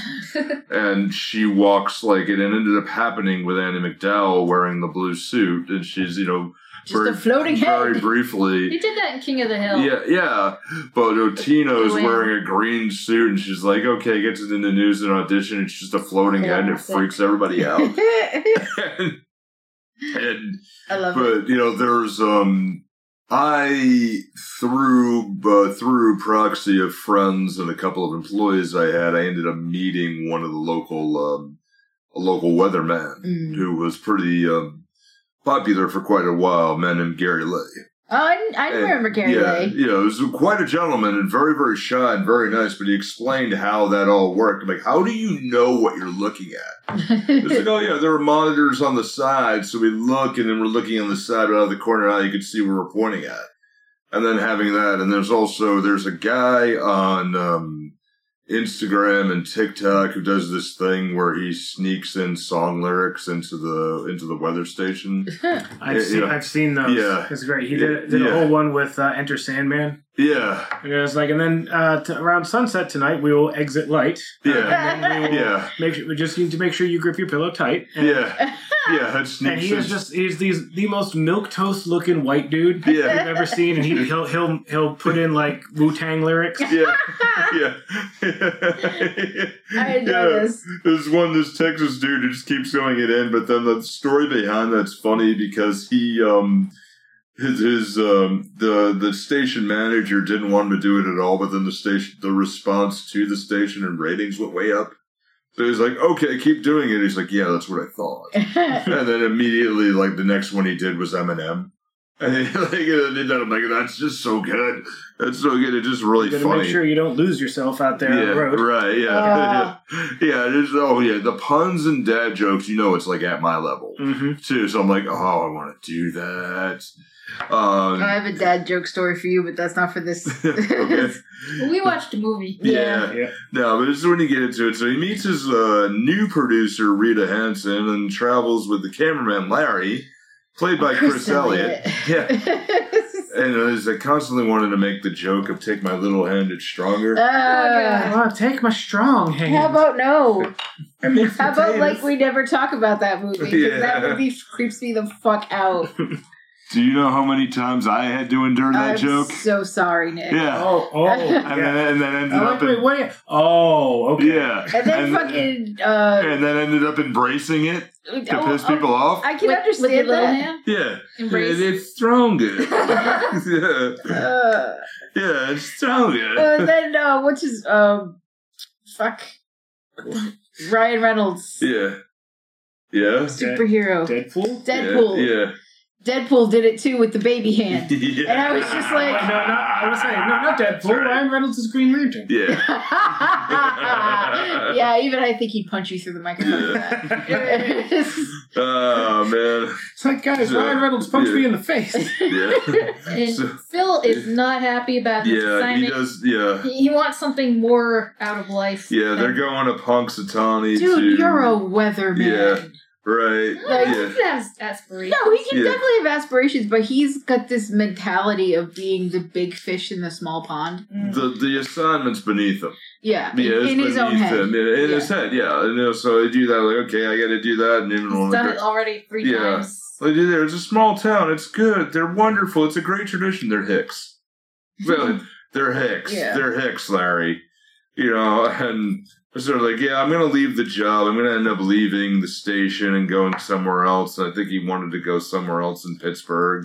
[SPEAKER 1] and she walks like it ended up happening with Annie McDowell wearing the blue suit, and she's you know
[SPEAKER 2] Just
[SPEAKER 1] very,
[SPEAKER 2] a floating
[SPEAKER 1] very
[SPEAKER 2] head.
[SPEAKER 1] briefly.
[SPEAKER 4] They did that in King of the Hill.
[SPEAKER 1] Yeah, yeah. But Otino's
[SPEAKER 4] Blue
[SPEAKER 1] wearing a green suit, and she's like, "Okay, gets it in the news and audition. It's just a floating head, and it
[SPEAKER 2] Classic.
[SPEAKER 1] freaks everybody out."
[SPEAKER 2] I
[SPEAKER 1] and, and-
[SPEAKER 2] love it.
[SPEAKER 1] but you know, there's um, I through uh, through proxy of friends and a couple of employees I had, I ended up meeting one of the local um, a local weatherman
[SPEAKER 2] Mm.
[SPEAKER 1] who was pretty um, popular for quite a while, a man named Gary Lay.
[SPEAKER 2] Oh, I, I
[SPEAKER 1] And-
[SPEAKER 2] remember Gary
[SPEAKER 1] yeah,
[SPEAKER 2] Lay.
[SPEAKER 1] Yeah, he was quite a gentleman and very, very shy and very nice, but he explained how that all worked. I'm like, how do you know what you're looking at? It's like, oh, yeah, there are monitors on the side, so we look, and then we're looking on the side out of the corner, now you can see where we're pointing at. And then having that, and there's also, there's a guy on um, Instagram and TikTok who does this thing where he sneaks in song lyrics into the into the weather station.
[SPEAKER 3] I've
[SPEAKER 1] Yeah,
[SPEAKER 3] seen
[SPEAKER 1] yeah.
[SPEAKER 3] I've seen those.
[SPEAKER 1] Yeah.
[SPEAKER 3] it's great. He did, did
[SPEAKER 1] Yeah.
[SPEAKER 3] a whole one with uh, Enter Sandman.
[SPEAKER 1] Yeah,
[SPEAKER 3] And it was like, and then uh, t- around sunset tonight, we will exit light. Uh,
[SPEAKER 1] Yeah.
[SPEAKER 3] and then we will
[SPEAKER 1] yeah,
[SPEAKER 3] Make sure, we just need to make sure you grip your pillow tight. And,
[SPEAKER 1] yeah, yeah. It
[SPEAKER 3] And
[SPEAKER 1] sneaks
[SPEAKER 3] he
[SPEAKER 1] in.
[SPEAKER 3] is just he's these the most milk toast looking white dude
[SPEAKER 1] yeah,
[SPEAKER 3] I've ever seen, and he, he'll he'll he'll put in like Wu Tang lyrics.
[SPEAKER 1] yeah, yeah.
[SPEAKER 2] I know
[SPEAKER 1] yeah.
[SPEAKER 2] this.
[SPEAKER 1] There's one, this Texas dude who just keeps going it in, but then the story behind that's funny because he, um, his, his, um, the, the station manager didn't want him to do it at all, but then the station, the response to the station and ratings went way up. So he's like, okay, keep doing it. He's like, yeah, that's what I thought. and then immediately, like the next one he did was Eminem. And he, like, and did that. I'm like, that's just so good. That's so good. It's just really
[SPEAKER 3] you gotta
[SPEAKER 1] funny.
[SPEAKER 3] make sure you don't lose yourself out there on
[SPEAKER 1] yeah,
[SPEAKER 3] the road.
[SPEAKER 1] right. Yeah,
[SPEAKER 2] Ah.
[SPEAKER 1] yeah, yeah. It is. Oh, yeah. The puns and dad jokes. You know, it's like at my level
[SPEAKER 3] hmm
[SPEAKER 1] too. So I'm like, oh, I want to do that. Um,
[SPEAKER 2] I have a dad joke story for you, but that's not for this.
[SPEAKER 1] okay.
[SPEAKER 4] We watched a movie.
[SPEAKER 1] Yeah.
[SPEAKER 3] Yeah.
[SPEAKER 1] No, but it's when you get into it. So he meets his uh, new producer, Rita Hansen, and travels with the cameraman, Larry,
[SPEAKER 3] Oh,
[SPEAKER 1] played by Chris, Elliott. Yeah.
[SPEAKER 2] oh,
[SPEAKER 1] And it was, I constantly wanted to make the joke of take my little hand, it's stronger.
[SPEAKER 2] God.
[SPEAKER 3] Well, take my strong hand.
[SPEAKER 2] How Uh, about no?
[SPEAKER 3] I mix
[SPEAKER 2] How about like
[SPEAKER 3] potatoes.
[SPEAKER 2] we never talk about that movie? 'Cause That
[SPEAKER 1] Yeah.
[SPEAKER 2] movie creeps me the fuck out.
[SPEAKER 1] Do you know how many times I had to endure that
[SPEAKER 2] I'm
[SPEAKER 1] joke?
[SPEAKER 2] so sorry, Nick.
[SPEAKER 1] Yeah.
[SPEAKER 3] Oh, oh,
[SPEAKER 1] And,
[SPEAKER 3] yeah.
[SPEAKER 1] then, and then ended
[SPEAKER 3] Oh,
[SPEAKER 1] up
[SPEAKER 3] wait, wait,
[SPEAKER 1] in,
[SPEAKER 3] wait. Oh, okay.
[SPEAKER 1] yeah.
[SPEAKER 2] And then fucking uh,
[SPEAKER 1] and then ended up embracing it to
[SPEAKER 2] oh,
[SPEAKER 1] piss
[SPEAKER 2] oh,
[SPEAKER 1] people off.
[SPEAKER 2] I can
[SPEAKER 4] with, with your
[SPEAKER 2] understand
[SPEAKER 4] little
[SPEAKER 2] that.
[SPEAKER 4] hand
[SPEAKER 1] yeah.
[SPEAKER 4] embrace.
[SPEAKER 1] It- it's stronger. yeah.
[SPEAKER 2] Uh,
[SPEAKER 1] yeah, it's stronger.
[SPEAKER 2] uh, then uh, what's his um, fuck Ryan Reynolds
[SPEAKER 1] yeah. Yeah.
[SPEAKER 2] superhero
[SPEAKER 3] Deadpool?
[SPEAKER 2] Deadpool.
[SPEAKER 1] Yeah.
[SPEAKER 2] Deadpool did it too with the baby hand.
[SPEAKER 1] yeah.
[SPEAKER 2] And I was just
[SPEAKER 3] No,
[SPEAKER 2] like-
[SPEAKER 3] no, I was saying, no, not Deadpool.
[SPEAKER 1] Sorry.
[SPEAKER 3] Ryan Reynolds is Green Lantern.
[SPEAKER 1] Yeah.
[SPEAKER 2] yeah, even I think he'd punch you through the microphone. for that.
[SPEAKER 1] Oh man.
[SPEAKER 3] It's like, guys,
[SPEAKER 1] Yeah.
[SPEAKER 3] Ryan Reynolds punched
[SPEAKER 1] Yeah.
[SPEAKER 3] me in the face.
[SPEAKER 1] Yeah.
[SPEAKER 4] And
[SPEAKER 1] So-
[SPEAKER 4] Phil is not happy about this
[SPEAKER 1] Yeah, he
[SPEAKER 4] assignment.
[SPEAKER 1] does yeah.
[SPEAKER 4] He, he wants something more out of life.
[SPEAKER 1] Yeah, they're
[SPEAKER 4] than-
[SPEAKER 1] going to Punxsutawney
[SPEAKER 2] Dude,
[SPEAKER 1] to
[SPEAKER 2] you're a weatherman.
[SPEAKER 1] right.
[SPEAKER 4] No, he
[SPEAKER 1] Yeah.
[SPEAKER 4] doesn't have aspirations.
[SPEAKER 2] No, he can
[SPEAKER 1] Yeah.
[SPEAKER 2] definitely have aspirations, but he's got this mentality of being the big fish in the small pond.
[SPEAKER 1] The the assignment's beneath him.
[SPEAKER 2] Yeah,
[SPEAKER 1] Yeah,
[SPEAKER 2] in,
[SPEAKER 1] it's
[SPEAKER 2] in his
[SPEAKER 1] beneath
[SPEAKER 2] own head.
[SPEAKER 1] him. In, in his head, yeah. You know, so I do that. Like, okay, I got to do that, and even
[SPEAKER 4] He's
[SPEAKER 1] when
[SPEAKER 4] done it already three
[SPEAKER 1] Yeah.
[SPEAKER 4] times.
[SPEAKER 1] They do there. It's a small town. It's good. They're wonderful. It's a great tradition. They're Hicks.
[SPEAKER 4] Hmm.
[SPEAKER 1] Well, they're Hicks.
[SPEAKER 2] Yeah.
[SPEAKER 1] They're Hicks, Larry. You know, and sort of like, yeah, I'm going to leave the job. I'm going to end up leaving the station and going somewhere else. And I think he wanted to go somewhere else in Pittsburgh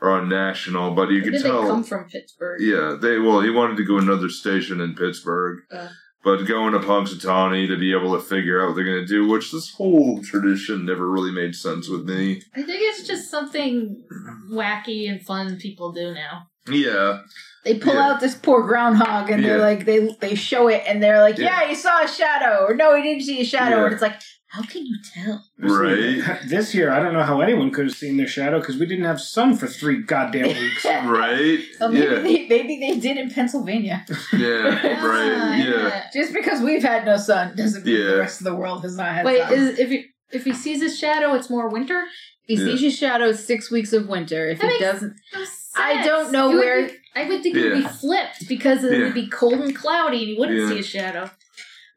[SPEAKER 1] or on National, but you
[SPEAKER 4] Where
[SPEAKER 1] could
[SPEAKER 4] did they
[SPEAKER 1] tell.
[SPEAKER 4] come from Pittsburgh?
[SPEAKER 1] Yeah, they well, he wanted to go another station in Pittsburgh,
[SPEAKER 4] Uh.
[SPEAKER 1] but going to Punxsutawney to be able to figure out what they're going to do, which this whole tradition never really made sense with me.
[SPEAKER 4] I think it's just something wacky and fun people do now.
[SPEAKER 1] Yeah,
[SPEAKER 2] They pull
[SPEAKER 1] Yeah.
[SPEAKER 2] out this poor groundhog and they're
[SPEAKER 1] Yeah.
[SPEAKER 2] like, they they show it and they're like, yeah.
[SPEAKER 1] Yeah.
[SPEAKER 2] you saw a shadow, or no, he didn't see a shadow,
[SPEAKER 1] Yeah.
[SPEAKER 2] and it's like, how can you tell?
[SPEAKER 1] Right.
[SPEAKER 3] This year, I don't know how anyone could have seen their shadow because we didn't have sun for three goddamn weeks.
[SPEAKER 1] Right?
[SPEAKER 2] So maybe,
[SPEAKER 1] yeah.
[SPEAKER 2] they, maybe they did in Pennsylvania.
[SPEAKER 1] Yeah.
[SPEAKER 4] Ah,
[SPEAKER 1] Right. Yeah.
[SPEAKER 2] Just because we've had no sun doesn't mean
[SPEAKER 1] Yeah.
[SPEAKER 2] the rest of the world has not had
[SPEAKER 4] Wait,
[SPEAKER 2] sun.
[SPEAKER 4] is if he, if he sees a shadow, it's more winter.
[SPEAKER 2] He
[SPEAKER 1] Yeah.
[SPEAKER 2] sees your shadow six weeks of winter. If
[SPEAKER 4] That
[SPEAKER 2] he
[SPEAKER 4] makes-
[SPEAKER 2] doesn't,
[SPEAKER 4] No
[SPEAKER 2] I
[SPEAKER 4] sense.
[SPEAKER 2] don't know
[SPEAKER 4] It would
[SPEAKER 2] where-
[SPEAKER 4] be- I would think it would be
[SPEAKER 1] Yeah.
[SPEAKER 4] flipped because it
[SPEAKER 1] Yeah.
[SPEAKER 4] would be cold and cloudy, and you wouldn't
[SPEAKER 1] Yeah.
[SPEAKER 4] see a shadow.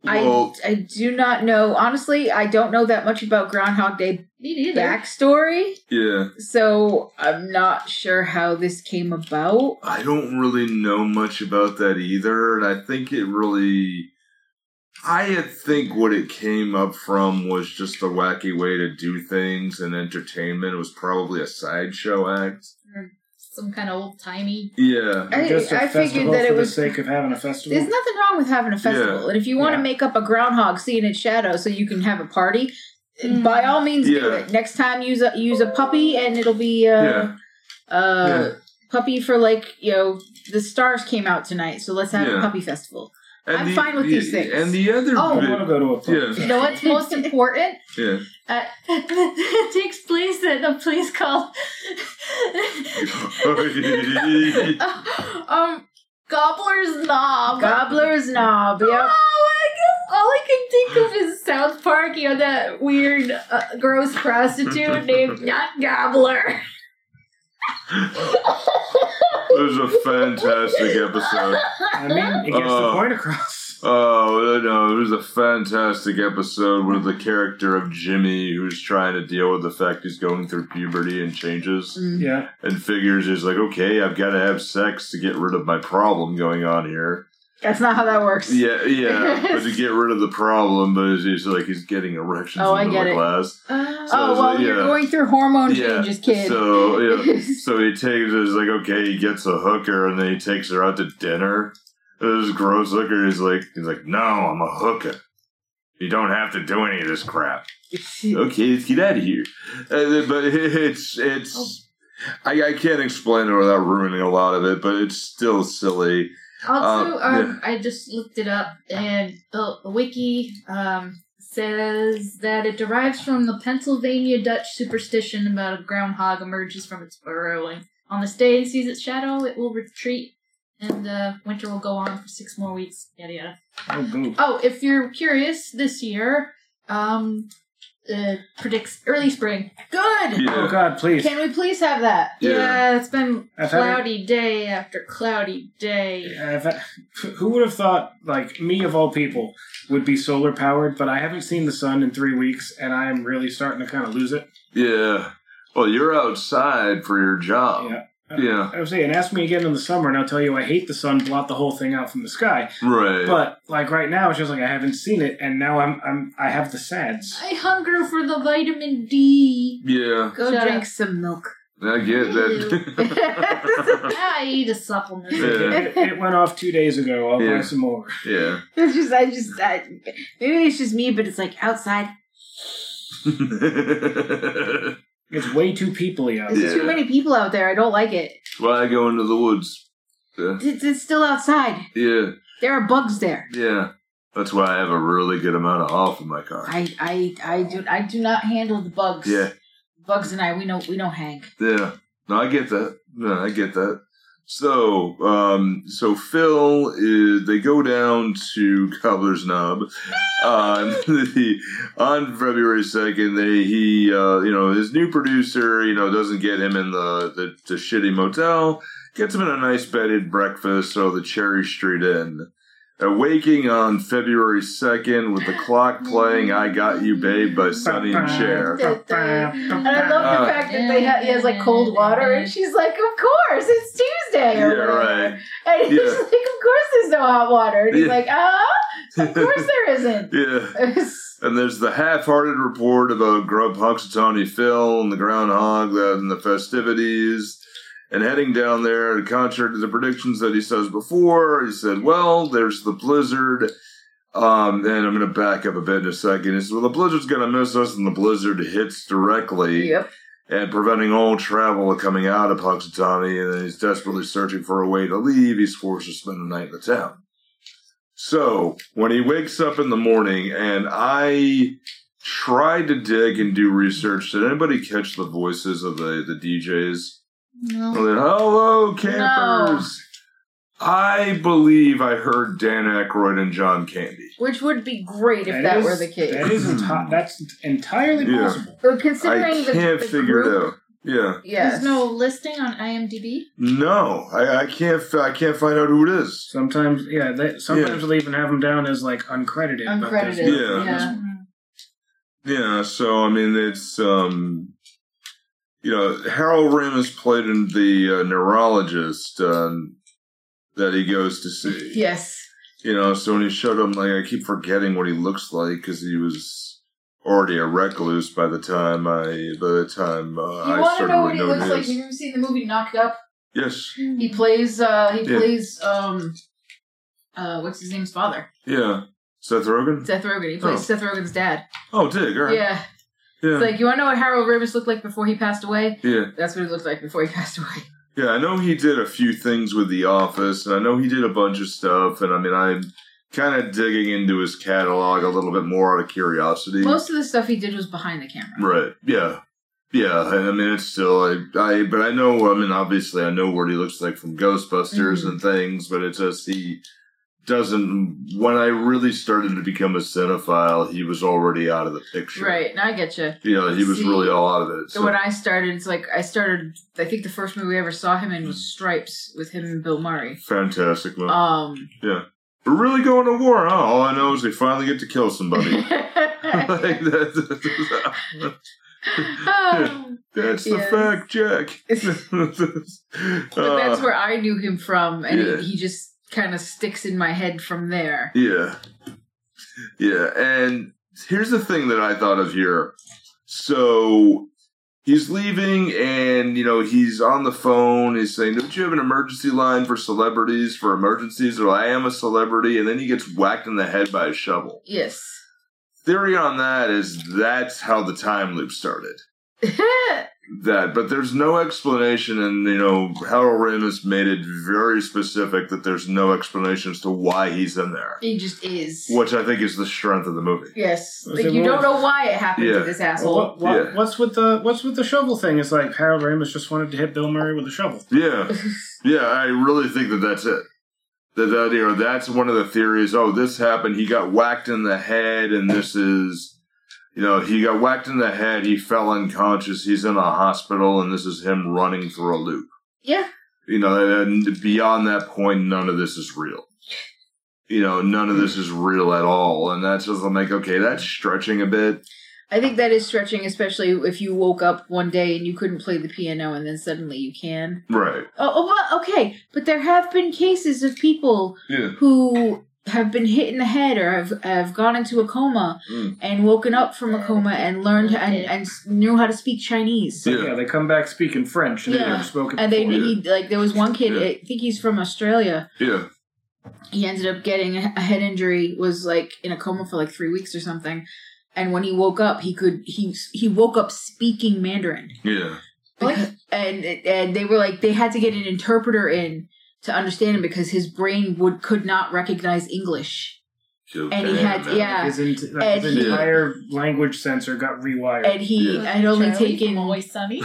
[SPEAKER 1] Well,
[SPEAKER 2] I I do not know. Honestly, I don't know that much about Groundhog Day
[SPEAKER 4] Me neither.
[SPEAKER 2] backstory,
[SPEAKER 1] yeah.
[SPEAKER 2] so I'm not sure how this came about.
[SPEAKER 1] I don't really know much about that either. And I think it really. I had think what it came up from was just a wacky way to do things and entertainment. It was probably a sideshow act.
[SPEAKER 4] Some kind of old timey.
[SPEAKER 1] Yeah.
[SPEAKER 2] I,
[SPEAKER 3] Just a
[SPEAKER 2] I figured
[SPEAKER 3] festival
[SPEAKER 2] that
[SPEAKER 3] for
[SPEAKER 2] it was.
[SPEAKER 3] the sake of having a festival.
[SPEAKER 2] There's nothing wrong with having a festival, and if you want to
[SPEAKER 3] Yeah.
[SPEAKER 2] make up a groundhog seeing its shadow so you can have a party,
[SPEAKER 4] Mm.
[SPEAKER 2] by all means do
[SPEAKER 1] Yeah.
[SPEAKER 2] it. Next time, use a use a puppy, and it'll be uh,
[SPEAKER 1] Yeah.
[SPEAKER 2] uh,
[SPEAKER 1] Yeah.
[SPEAKER 2] puppy for like you know the stars came out tonight, so let's have a
[SPEAKER 1] Yeah.
[SPEAKER 2] puppy festival. I'm fine with these things.
[SPEAKER 1] And the other
[SPEAKER 2] Oh.
[SPEAKER 3] I want to
[SPEAKER 1] bit.
[SPEAKER 3] go to a
[SPEAKER 1] Yeah.
[SPEAKER 3] party.
[SPEAKER 4] You know what's most important?
[SPEAKER 1] Yeah.
[SPEAKER 4] Uh, it takes place at a place called um Gobbler's Knob.
[SPEAKER 2] Gobbler's knob.
[SPEAKER 4] Oh,
[SPEAKER 2] Yep.
[SPEAKER 4] I guess all I can think of is South Park. You know that weird, uh, gross prostitute named Not Gobbler.
[SPEAKER 1] it was a fantastic episode.
[SPEAKER 3] I mean, it gets the
[SPEAKER 1] Oh.
[SPEAKER 3] point across.
[SPEAKER 1] Oh no! It was a fantastic episode with the character of Jimmy, who's trying to deal with the fact he's going through puberty and changes
[SPEAKER 2] Mm.
[SPEAKER 3] Yeah.
[SPEAKER 1] and figures he's like, okay, I've got to have sex to get rid of my problem going on here.
[SPEAKER 2] That's not how that works.
[SPEAKER 1] Yeah, yeah, but to get rid of the problem, but he's, he's like he's getting erections
[SPEAKER 2] Oh, I
[SPEAKER 1] in the
[SPEAKER 2] get it.
[SPEAKER 1] glass.
[SPEAKER 4] Um,
[SPEAKER 1] So
[SPEAKER 2] oh
[SPEAKER 1] it's
[SPEAKER 2] well,
[SPEAKER 1] like,
[SPEAKER 2] you're
[SPEAKER 1] yeah.
[SPEAKER 2] going through hormone
[SPEAKER 1] Yeah.
[SPEAKER 2] changes, kid.
[SPEAKER 1] So yeah, so he takes it's like okay, he gets a hooker and then he takes her out to dinner. And This gross hooker, he's like he's like, no, I'm a hooker. You don't have to do any of this crap. okay, let's get out of here. Uh, but it's it's I, I can't explain it without ruining a lot of it, but it's still silly. Um,
[SPEAKER 4] Also, um, I just looked it up, and the the wiki um, says that it derives from the Pennsylvania Dutch superstition about a groundhog emerges from its burrow, and on this day it sees its shadow, it will retreat, and uh, winter will go on for six more weeks. Yada yada.
[SPEAKER 3] Oh, boo.
[SPEAKER 4] Oh, if you're curious, this year, um, uh, predicts early spring.
[SPEAKER 2] Good.
[SPEAKER 3] Oh
[SPEAKER 1] Yeah.
[SPEAKER 3] God, please.
[SPEAKER 2] Can we please have that?
[SPEAKER 1] Yeah.
[SPEAKER 4] Yeah, it's been
[SPEAKER 3] I've had it-
[SPEAKER 4] cloudy day after cloudy day.
[SPEAKER 3] I've, who would have thought, like me of all people, would be solar powered? But I haven't seen the sun in three weeks, and I am really starting to kind of lose it.
[SPEAKER 1] Yeah. Well, you're outside for your job.
[SPEAKER 3] Yeah.
[SPEAKER 1] Yeah.
[SPEAKER 3] I was saying, ask me again in the summer, and I'll tell you I hate the sun. Blot the whole thing out from the sky.
[SPEAKER 1] Right.
[SPEAKER 3] But like right now, it's just like I haven't seen it, and now I'm I'm I have the sads.
[SPEAKER 4] I hunger for the vitamin D.
[SPEAKER 1] yeah.
[SPEAKER 2] Go
[SPEAKER 4] Shut
[SPEAKER 2] drink
[SPEAKER 4] up.
[SPEAKER 2] some milk.
[SPEAKER 1] I get that.
[SPEAKER 4] I eat a supplement.
[SPEAKER 1] Yeah.
[SPEAKER 3] It, it went off two days ago. I'll
[SPEAKER 1] Yeah.
[SPEAKER 3] buy some more.
[SPEAKER 1] yeah.
[SPEAKER 2] It's just, I just, I, maybe it's just me, but it's like outside.
[SPEAKER 3] It's way too peoply out.
[SPEAKER 2] There's
[SPEAKER 1] Yeah.
[SPEAKER 2] too many people out there. I don't like it.
[SPEAKER 1] Why I go into the woods? Yeah.
[SPEAKER 2] It's, it's still outside.
[SPEAKER 1] yeah.
[SPEAKER 2] There are bugs there.
[SPEAKER 1] Yeah. That's why I have a really good amount of off in my car.
[SPEAKER 2] I, I, I do, I do not handle the bugs.
[SPEAKER 1] Yeah.
[SPEAKER 2] Bugs and I, we know, we know hang.
[SPEAKER 1] Yeah. No, I get that. No, I get that. So, um, so Phil is, they go down to Cobbler's Knob on the, on February 2nd. They, he, uh, you know, his new producer, you know, doesn't get him in the, the, the shitty motel, gets him in a nice bedded breakfast. So the Cherry Street Inn. Uh, waking on February 2nd with the clock playing I Got You Babe by Sonny and Cher.
[SPEAKER 2] And I love the
[SPEAKER 1] Uh,
[SPEAKER 2] fact that they ha- he has like cold water, and she's like, "Of course, it's Tuesday."
[SPEAKER 1] Yeah,
[SPEAKER 2] Or whatever.
[SPEAKER 1] right.
[SPEAKER 2] And he's
[SPEAKER 1] Yeah.
[SPEAKER 2] like, "Of course, there's no hot water." And he's
[SPEAKER 1] Yeah.
[SPEAKER 2] like, "Ah, of course there isn't."
[SPEAKER 1] yeah.
[SPEAKER 2] It's-
[SPEAKER 1] And there's the half-hearted report about Grub Punxsutawney Phil and the groundhog that- and the festivities. And heading down there, contrary to the predictions that he says before, he said, "Well, there's the blizzard." Um, and I'm going to back up a bit in a second. He says, "Well, the blizzard's going to miss us, and the blizzard hits directly."
[SPEAKER 2] yep.
[SPEAKER 1] and preventing all travel coming out of Puxatani, and then he's desperately searching for a way to leave. He's forced to spend the night in the town. So when he wakes up in the morning, and I tried to dig and do research, did anybody catch the voices of the, the DJs?
[SPEAKER 4] No.
[SPEAKER 1] Well, then, Hello, campers! I believe I heard Dan Aykroyd and John Candy.
[SPEAKER 2] Which would be great if that,
[SPEAKER 3] is-
[SPEAKER 2] were the case.
[SPEAKER 3] that is enti- that's entirely
[SPEAKER 1] Yeah.
[SPEAKER 3] possible.
[SPEAKER 2] Well,
[SPEAKER 1] I
[SPEAKER 2] considering the,
[SPEAKER 1] can't
[SPEAKER 2] the
[SPEAKER 1] figure
[SPEAKER 2] group,
[SPEAKER 1] it out. Yeah,
[SPEAKER 2] Yes.
[SPEAKER 4] There's no listing on IMDb.
[SPEAKER 1] no, I, I can't. f- I can't find out who it is.
[SPEAKER 3] Sometimes, yeah. They, sometimes they'll even have them down as like uncredited. but there's
[SPEAKER 2] uncredited.
[SPEAKER 1] Yeah.
[SPEAKER 3] no-
[SPEAKER 2] yeah.
[SPEAKER 4] Hmm.
[SPEAKER 1] Yeah, so I mean, it's um, you know, Harold Ramis played in the uh, neurologist um, that he goes to see.
[SPEAKER 2] Yes.
[SPEAKER 1] You know, so when he showed him, like, I keep forgetting what he looks like because he was already a recluse by the time I by the time uh,
[SPEAKER 2] you
[SPEAKER 1] I
[SPEAKER 2] want to
[SPEAKER 1] started
[SPEAKER 2] know
[SPEAKER 1] with
[SPEAKER 2] what he
[SPEAKER 1] no
[SPEAKER 2] looks like?
[SPEAKER 1] news.
[SPEAKER 2] Have you ever seen the movie Knocked Up?
[SPEAKER 1] Yes,
[SPEAKER 2] He plays. uh He
[SPEAKER 1] Yeah.
[SPEAKER 2] plays. um uh, what's his name's father?
[SPEAKER 1] yeah. Seth Rogen.
[SPEAKER 2] Seth Rogen. He plays
[SPEAKER 1] Oh.
[SPEAKER 2] Seth Rogen's dad.
[SPEAKER 1] Oh, dig. All right.
[SPEAKER 2] Yeah.
[SPEAKER 1] Yeah.
[SPEAKER 2] It's like, you want to know what Harold Ramis looked like before he passed away?
[SPEAKER 1] yeah.
[SPEAKER 2] That's what he looked like before he passed away.
[SPEAKER 1] Yeah, I know he did a few things with The Office, and I know he did a bunch of stuff. And I mean, I'm kind of digging into his catalog a little bit more out of curiosity.
[SPEAKER 2] Most of the stuff he did was behind the camera.
[SPEAKER 1] right? Yeah, yeah. I I mean, it's still I, I, but I know. I mean, obviously, I know what he looks like from Ghostbusters
[SPEAKER 2] Mhm.
[SPEAKER 1] and things, but it's just he doesn't. When I really started to become a cinephile, he was already out of the picture.
[SPEAKER 2] Right. Now I get you.
[SPEAKER 1] Yeah, he was
[SPEAKER 2] See,
[SPEAKER 1] really all out of it. So,
[SPEAKER 2] when I started, it's like I started. I think the first movie I ever saw him in was Stripes with him and Bill Murray.
[SPEAKER 1] fantastic movie.
[SPEAKER 2] Um,
[SPEAKER 1] We're really going to war, huh? All I know is they finally get to kill somebody. like
[SPEAKER 2] um,
[SPEAKER 1] that,
[SPEAKER 2] Oh,
[SPEAKER 1] that's the
[SPEAKER 2] Yes.
[SPEAKER 1] fact, Jack.
[SPEAKER 2] but that's
[SPEAKER 1] Uh,
[SPEAKER 2] where I knew him from, and
[SPEAKER 1] yeah.
[SPEAKER 2] he, he just kind of sticks in my head from there.
[SPEAKER 1] yeah, yeah. And here's the thing that I thought of here. So he's leaving, and you know he's on the phone. He's saying, "Don't you have an emergency line for celebrities for emergencies?" Or I am a celebrity, and then he gets whacked in the head by a shovel.
[SPEAKER 2] Yes.
[SPEAKER 1] Theory on that is that's how the time loop started. that, but there's no explanation, and you know, Harold Ramis made it very specific that there's no explanation as to why he's in there,
[SPEAKER 2] he just is.
[SPEAKER 1] which I think is the strength of the movie.
[SPEAKER 2] Yes.
[SPEAKER 3] Was
[SPEAKER 2] Like
[SPEAKER 3] it
[SPEAKER 2] you
[SPEAKER 3] more-
[SPEAKER 2] don't know why it happened
[SPEAKER 1] Yeah.
[SPEAKER 2] to this
[SPEAKER 3] Well,
[SPEAKER 2] asshole.
[SPEAKER 3] what, what,
[SPEAKER 1] Yeah.
[SPEAKER 3] What's with the what's with the shovel thing? It's like Harold Ramis just wanted to hit Bill Murray with a shovel.
[SPEAKER 1] Yeah, yeah, I really think that that's it. That, that you know, that's one of the theories. Oh, this happened. He got whacked in the head, and this is you know, he got whacked in the head. He fell unconscious. He's in a hospital, and this is him running through a loop.
[SPEAKER 2] Yeah.
[SPEAKER 1] You know, and beyond that point, none of this is real. You know, none of this is real at all. And that's just I'm like, okay, that's stretching a bit.
[SPEAKER 2] I think that is stretching, especially if you woke up one day and you couldn't play the piano and then suddenly you can.
[SPEAKER 1] Right.
[SPEAKER 2] Oh, oh but, okay. But there have been cases of people
[SPEAKER 1] Yeah.
[SPEAKER 2] who have been hit in the head or have, have gone into a coma
[SPEAKER 1] Mm.
[SPEAKER 2] and woken up from a coma and learned and, and s- knew how to speak Chinese.
[SPEAKER 1] Yeah.
[SPEAKER 3] Yeah. they come back speaking French and
[SPEAKER 2] Yeah.
[SPEAKER 3] they never spoken
[SPEAKER 2] And they,
[SPEAKER 3] before.
[SPEAKER 2] he, like, there was one kid,
[SPEAKER 1] Yeah.
[SPEAKER 2] I think he's from Australia.
[SPEAKER 1] Yeah.
[SPEAKER 2] He ended up getting a a head injury, was like in a coma for like three weeks or something. And when he woke up, he could, he, he woke up speaking Mandarin.
[SPEAKER 1] Yeah.
[SPEAKER 4] What?
[SPEAKER 2] Because- and and they were like they had to get an interpreter in to understand him because his brain would could not recognize English. And he had- yeah.
[SPEAKER 3] His, ent- like, his
[SPEAKER 2] And
[SPEAKER 1] he-
[SPEAKER 3] entire language sensor got rewired.
[SPEAKER 2] And he
[SPEAKER 1] Yeah.
[SPEAKER 2] had only
[SPEAKER 4] Charlie
[SPEAKER 2] taken
[SPEAKER 4] from Always Sunny.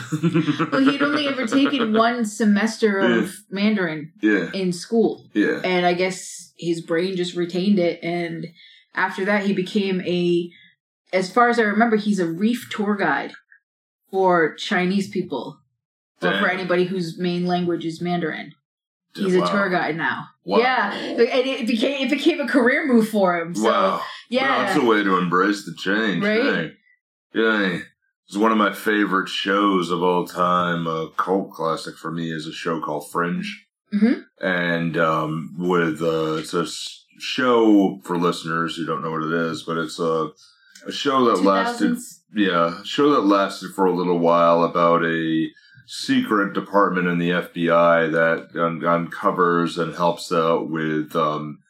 [SPEAKER 2] well, he had only ever taken one semester of Mandarin
[SPEAKER 1] Yeah.
[SPEAKER 2] in school,
[SPEAKER 1] Yeah.
[SPEAKER 2] and I guess his brain just retained it. And after that, he became a, as far as I remember, he's a reef tour guide for Chinese people, or for
[SPEAKER 1] Damn.
[SPEAKER 2] anybody whose main language is Mandarin. He's a
[SPEAKER 1] Wow.
[SPEAKER 2] tour guide now.
[SPEAKER 1] Wow.
[SPEAKER 2] Yeah, and it became it became a career move for him. So
[SPEAKER 1] wow. Well,
[SPEAKER 2] yeah,
[SPEAKER 1] that's a way to embrace the change.
[SPEAKER 2] Right?
[SPEAKER 1] Yeah. Yeah. It's one of my favorite shows of all time. A cult classic for me is a show called Fringe.
[SPEAKER 2] Mhm.
[SPEAKER 1] And um, with uh, it's a s- show for listeners who don't know what it is, but it's a, a show that lasted
[SPEAKER 4] 2000s.
[SPEAKER 1] yeah, show that lasted for a little while about a secret department in the FBI that un- uncovers and helps out with um,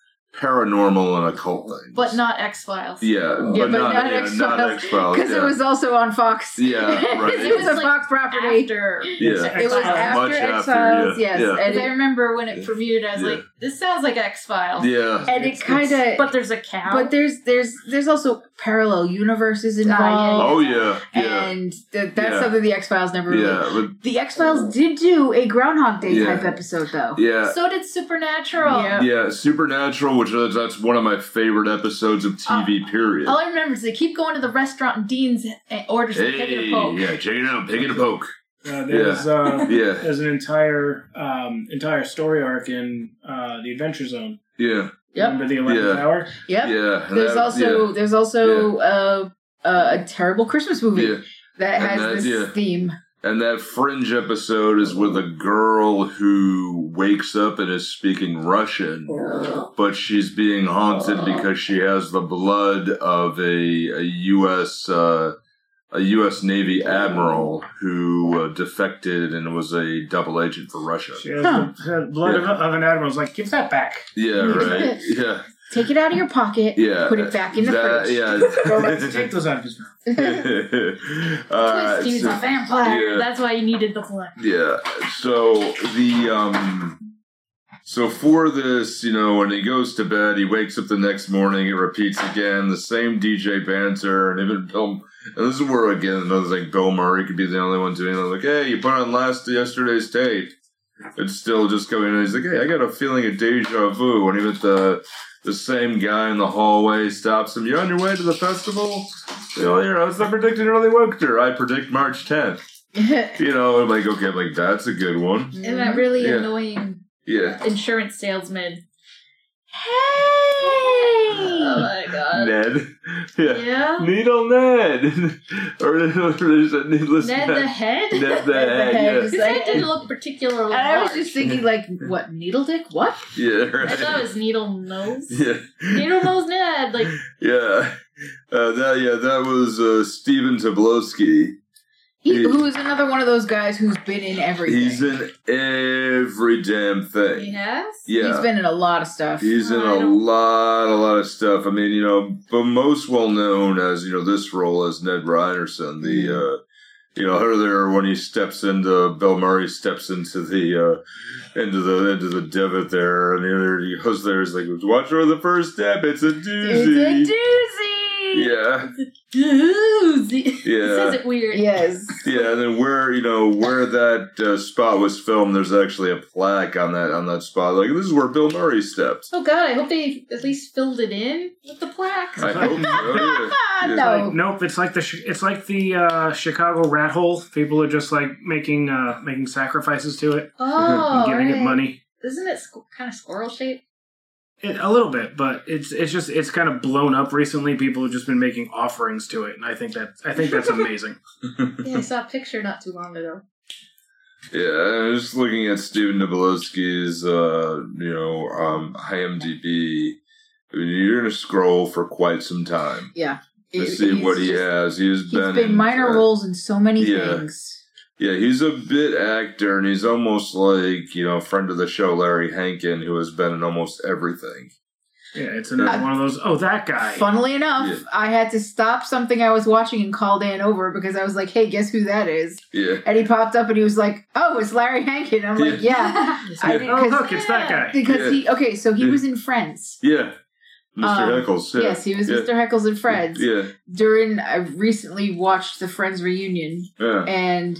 [SPEAKER 1] paranormal and occult things.
[SPEAKER 4] but not X Files.
[SPEAKER 1] Yeah,
[SPEAKER 2] Yeah,
[SPEAKER 1] but, not, yeah, not
[SPEAKER 2] X-Files.
[SPEAKER 1] X Files.
[SPEAKER 2] because
[SPEAKER 1] Yeah.
[SPEAKER 2] it was also on Fox.
[SPEAKER 1] Yeah, right.
[SPEAKER 2] it was a
[SPEAKER 4] Like,
[SPEAKER 2] Fox property.
[SPEAKER 4] After.
[SPEAKER 1] yeah.
[SPEAKER 2] it was
[SPEAKER 3] Much
[SPEAKER 2] after
[SPEAKER 1] after,
[SPEAKER 2] X Files.
[SPEAKER 1] yeah,
[SPEAKER 2] Yes,
[SPEAKER 1] yeah.
[SPEAKER 2] and
[SPEAKER 4] Because I
[SPEAKER 2] it,
[SPEAKER 4] remember when it premiered, I was
[SPEAKER 1] Yeah.
[SPEAKER 4] like, "This sounds like X Files."
[SPEAKER 1] Yeah,
[SPEAKER 2] and it
[SPEAKER 3] It's-
[SPEAKER 2] kind of.
[SPEAKER 4] But
[SPEAKER 2] But,
[SPEAKER 4] there's a cow.
[SPEAKER 2] there's there's there's also parallel universes
[SPEAKER 4] yeah,
[SPEAKER 2] involved.
[SPEAKER 1] Oh yeah, yeah,
[SPEAKER 2] And th- that's
[SPEAKER 1] Yeah.
[SPEAKER 2] something the X Files never. really
[SPEAKER 1] yeah, but
[SPEAKER 2] The X Files did do a Groundhog Day
[SPEAKER 1] Yeah.
[SPEAKER 2] type episode though.
[SPEAKER 1] yeah,
[SPEAKER 4] so did Supernatural.
[SPEAKER 2] Yeah.
[SPEAKER 1] yeah. Supernatural, which is, that's one of my favorite episodes of TV. period.
[SPEAKER 4] All I remember is they keep going to the restaurant and Dean's and orders a pig and
[SPEAKER 1] hey,
[SPEAKER 4] a poke.
[SPEAKER 1] yeah, check it out, pig and a poke.
[SPEAKER 3] Uh, there's, uh,
[SPEAKER 1] Yeah,
[SPEAKER 3] there's an entire um, entire story arc in uh, the Adventure Zone.
[SPEAKER 1] yeah,
[SPEAKER 2] Yep.
[SPEAKER 3] Remember the 11th
[SPEAKER 1] Yeah.
[SPEAKER 3] hour?
[SPEAKER 2] Yep.
[SPEAKER 1] yeah. and
[SPEAKER 2] There's
[SPEAKER 1] that-
[SPEAKER 2] also there's also uh, a, a terrible Christmas
[SPEAKER 1] yeah,
[SPEAKER 2] movie
[SPEAKER 1] yeah.
[SPEAKER 2] that
[SPEAKER 1] And
[SPEAKER 2] has
[SPEAKER 1] that-
[SPEAKER 2] this
[SPEAKER 1] yeah.
[SPEAKER 2] theme.
[SPEAKER 1] And that fringe episode is with a girl who wakes up and is speaking Russian, but she's being
[SPEAKER 3] Uh.
[SPEAKER 1] haunted because she has the blood of a, a U.S. Uh, a U.S. Navy admiral who uh, defected and was a double agent for Russia.
[SPEAKER 3] She has
[SPEAKER 2] Huh.
[SPEAKER 3] the, the blood of, of an admiral. It's like, give that back.
[SPEAKER 1] Yeah, right. Yeah,
[SPEAKER 2] Take it out of your pocket.
[SPEAKER 1] yeah.
[SPEAKER 2] Put it back in the
[SPEAKER 1] That-
[SPEAKER 2] fridge.
[SPEAKER 3] Go right, take those out of his mouth.
[SPEAKER 2] Yeah.
[SPEAKER 1] Yeah. All right,
[SPEAKER 4] Twist, he was
[SPEAKER 1] so-
[SPEAKER 4] a vampire.
[SPEAKER 1] yeah.
[SPEAKER 4] That's why he needed the blood.
[SPEAKER 1] Yeah. So the um so for this, you know, when he goes to bed, he wakes up the next morning, it repeats again, the same DJ banter, and even Bill and this is where again another thing Bill Murray could be the only one doing it. Like, hey, you put on last yesterday's tape. It's still just going in. He's like, hey, I got a feeling of deja vu. And even the the same guy in the hallway stops him. You on your way to the festival? Oh, yeah, I was not predicting early winter. I predict March 10th you know, I'm like, okay, I'm like, that's a good one.
[SPEAKER 4] And that really
[SPEAKER 1] Yeah.
[SPEAKER 4] annoying
[SPEAKER 1] Yeah.
[SPEAKER 4] insurance salesman. Hey!
[SPEAKER 1] Oh
[SPEAKER 4] my god.
[SPEAKER 1] Ned. Yeah.
[SPEAKER 4] Yeah.
[SPEAKER 1] Needle Ned. or there's a needless
[SPEAKER 4] Ned the head?
[SPEAKER 1] Ned the
[SPEAKER 2] Ned the
[SPEAKER 1] head.
[SPEAKER 2] head.
[SPEAKER 4] His head didn't look particularly
[SPEAKER 2] And I was
[SPEAKER 4] large.
[SPEAKER 2] just thinking, like, what needle dick? What?
[SPEAKER 1] Yeah. Yeah,
[SPEAKER 4] I
[SPEAKER 1] right.
[SPEAKER 4] thought it was needle nose.
[SPEAKER 1] yeah.
[SPEAKER 4] needle nose Ned. Like,
[SPEAKER 1] Yeah. Uh, that, yeah, that was uh, Steven Tobolowsky.
[SPEAKER 2] He,
[SPEAKER 1] He-
[SPEAKER 2] who's another one of those guys who's been in everything.
[SPEAKER 1] He's in every damn thing.
[SPEAKER 4] yes?
[SPEAKER 1] Yeah.
[SPEAKER 2] He's been in a lot of stuff.
[SPEAKER 1] He's in
[SPEAKER 4] I
[SPEAKER 1] a
[SPEAKER 4] don't-
[SPEAKER 1] lot, a lot of stuff. I mean, you know, but most well known as you know this role as Ned Ryerson, the uh, you know earlier when he steps into Bill Murray steps into the uh, into the into the divot there, and the other he goes there is like, watch her the first step, it's a
[SPEAKER 2] It's
[SPEAKER 1] doozy.
[SPEAKER 2] a doozy.
[SPEAKER 1] Yeah, Yeah,
[SPEAKER 4] It says
[SPEAKER 1] yeah,
[SPEAKER 4] it weird.
[SPEAKER 2] Yes.
[SPEAKER 1] yeah. And then where you know where that uh, spot was filmed, there's actually a plaque on that on that spot. Like this is where Bill Murray stepped.
[SPEAKER 4] Oh god, I hope they at least filled it in with the plaque.
[SPEAKER 1] I hope. so,
[SPEAKER 2] Ah,
[SPEAKER 1] Yeah.
[SPEAKER 3] Like,
[SPEAKER 2] no.
[SPEAKER 3] nope, it's like the Chi- it's like the uh, Chicago rat hole. People are just like making uh, making sacrifices to it
[SPEAKER 4] Oh,
[SPEAKER 3] and giving it
[SPEAKER 4] right.
[SPEAKER 3] money.
[SPEAKER 4] Isn't it squ- kind of squirrel shaped?
[SPEAKER 3] It, a little bit, but it's it's just it's kind of blown up recently. People have just been making offerings to it, and I think that I think that's amazing.
[SPEAKER 4] Yeah, I saw a picture not too long ago.
[SPEAKER 1] Yeah, I was just looking at Steven Nobolowski's, uh, you know, um, IMDb. I mean, you're gonna scroll for quite some time
[SPEAKER 2] Yeah.
[SPEAKER 1] to
[SPEAKER 2] It-
[SPEAKER 1] see
[SPEAKER 2] he's
[SPEAKER 1] what he
[SPEAKER 2] just-
[SPEAKER 1] has. He's
[SPEAKER 2] He's
[SPEAKER 1] been,
[SPEAKER 2] been,
[SPEAKER 1] in,
[SPEAKER 2] minor
[SPEAKER 1] uh,
[SPEAKER 2] roles in so many
[SPEAKER 1] yeah.
[SPEAKER 2] things.
[SPEAKER 1] Yeah, he's a bit actor, and he's almost like you know, friend of the show, Larry Hankin, who has been in almost everything.
[SPEAKER 3] Yeah, it's another one of those. Oh, that guy.
[SPEAKER 2] Funnily enough,
[SPEAKER 1] Yeah.
[SPEAKER 2] I had to stop something I was watching and called Dan over because I was like, "Hey, guess who that is?"
[SPEAKER 1] Yeah,
[SPEAKER 2] And he popped up and he was like, "Oh, it's Larry Hankin." I'm like, "Yeah." I
[SPEAKER 1] Yeah.
[SPEAKER 2] did-
[SPEAKER 3] Oh,
[SPEAKER 2] 'cause-
[SPEAKER 3] look, it's that guy.
[SPEAKER 2] Because
[SPEAKER 1] Yeah.
[SPEAKER 2] he okay, so he
[SPEAKER 1] Yeah.
[SPEAKER 2] was in Friends.
[SPEAKER 1] yeah, Mr.
[SPEAKER 2] Um,
[SPEAKER 1] Heckles. Yeah.
[SPEAKER 2] Yes, he was
[SPEAKER 1] yeah.
[SPEAKER 2] Mr. Heckles and Friends.
[SPEAKER 1] Yeah,
[SPEAKER 2] During I recently watched the Friends reunion
[SPEAKER 1] yeah,
[SPEAKER 2] and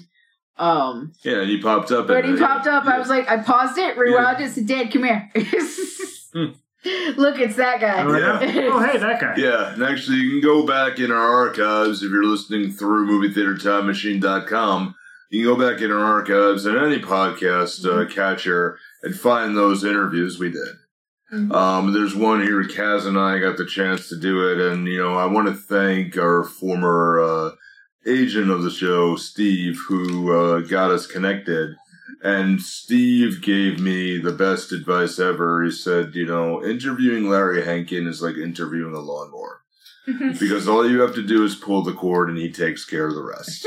[SPEAKER 2] um
[SPEAKER 1] yeah. And he popped up.
[SPEAKER 2] when
[SPEAKER 1] in
[SPEAKER 2] he
[SPEAKER 1] it.
[SPEAKER 2] popped up, I
[SPEAKER 1] Yeah.
[SPEAKER 2] was like, I paused it, rewound it, said, Dad, come here. Look, it's that guy.
[SPEAKER 3] Oh,
[SPEAKER 1] Hmm. Yeah.
[SPEAKER 3] Oh, hey, that guy.
[SPEAKER 1] Yeah, and actually, you can go back in our archives if you're listening through movietheatertimemachine.com. You can go back in our archives and any podcast uh, catcher and find those interviews we did.
[SPEAKER 2] Mhm.
[SPEAKER 1] Um, there's one here, Kaz and I got the chance to do it, and you know, I want to thank our former uh, agent of the show, Steve, who uh, got us connected. And Steve gave me the best advice ever. He said, you know, interviewing Larry Hankin is like interviewing a lawnmower because all you have to do is pull the cord and he takes care of the rest.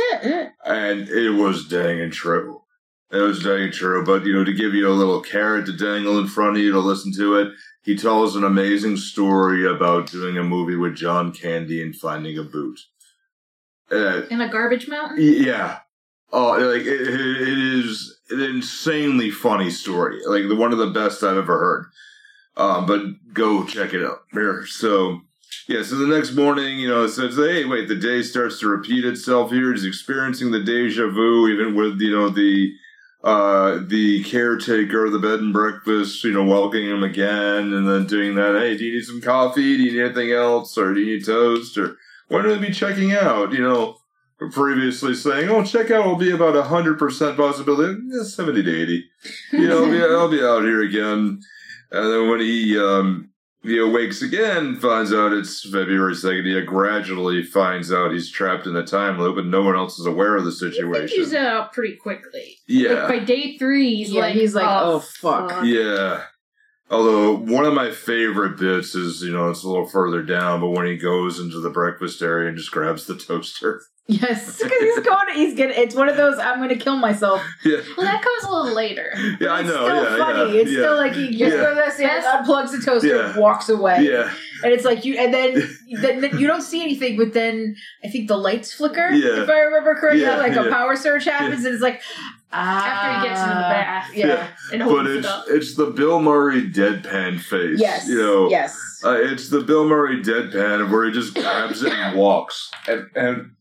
[SPEAKER 1] And it was dang and true. It was dang and true. But, you know, to give you a little carrot to dangle in front of you to listen to it, he tells an amazing story about doing a movie with John Candy and finding a boot. Uh,
[SPEAKER 4] In a garbage mountain?
[SPEAKER 1] yeah. Oh, like it, it it is an insanely funny story. Like the one of the best I've ever heard. Um, but go check it out. Here. So yeah, so the next morning, you know, it says, "Hey, wait, the day starts to repeat itself here. He's experiencing the deja vu, even with you know the uh the caretaker of the bed and breakfast, you know, welcoming him again, and then doing that. Hey, do you need some coffee? Do you need anything else, or do you need toast, or when will they be checking out? You know, previously saying, "Oh, checkout will be about a hundred percent possibility, yeah, seventy to eighty. You know, I'll be, I'll be out here again." And then when he um, he awakes again, finds out it's February second. He gradually finds out he's trapped in a time loop, and no one else is aware of the
[SPEAKER 4] I think he's
[SPEAKER 1] situation.
[SPEAKER 4] out pretty quickly. Like
[SPEAKER 1] Yeah,
[SPEAKER 4] by day three, he's
[SPEAKER 2] Yeah,
[SPEAKER 4] like,
[SPEAKER 2] he's like, oh, fuck.
[SPEAKER 1] yeah. Although one of my favorite bits is, you know, it's a little further down, but when he goes into the breakfast area and just grabs the toaster.
[SPEAKER 2] Yes, because he's going. To, he's gonna. It's one of those. I'm gonna kill myself.
[SPEAKER 1] Yeah,
[SPEAKER 4] Well, that comes a little later.
[SPEAKER 1] yeah, I
[SPEAKER 2] it's
[SPEAKER 1] know.
[SPEAKER 2] Still
[SPEAKER 1] yeah,
[SPEAKER 2] funny.
[SPEAKER 1] yeah,
[SPEAKER 2] it's
[SPEAKER 1] yeah.
[SPEAKER 2] still like he just
[SPEAKER 1] Yeah.
[SPEAKER 2] goes upstairs, unplugs the toaster,
[SPEAKER 1] Yeah.
[SPEAKER 2] and walks away.
[SPEAKER 1] yeah,
[SPEAKER 2] And it's like you, and then, then, then you don't see anything. But then I think the lights flicker.
[SPEAKER 1] Yeah.
[SPEAKER 2] If I remember correctly,
[SPEAKER 1] Yeah,
[SPEAKER 2] like a
[SPEAKER 1] yeah.
[SPEAKER 2] power surge happens, and it's like ah,
[SPEAKER 4] After he gets in the bath.
[SPEAKER 2] Yeah.
[SPEAKER 1] Yeah.
[SPEAKER 4] And
[SPEAKER 1] but
[SPEAKER 4] holds it
[SPEAKER 1] it's
[SPEAKER 4] up.
[SPEAKER 1] it's the Bill Murray deadpan face.
[SPEAKER 2] Yes.
[SPEAKER 1] you know,
[SPEAKER 2] yes.
[SPEAKER 1] uh, it's the Bill Murray deadpan where he just grabs it and walks, and, and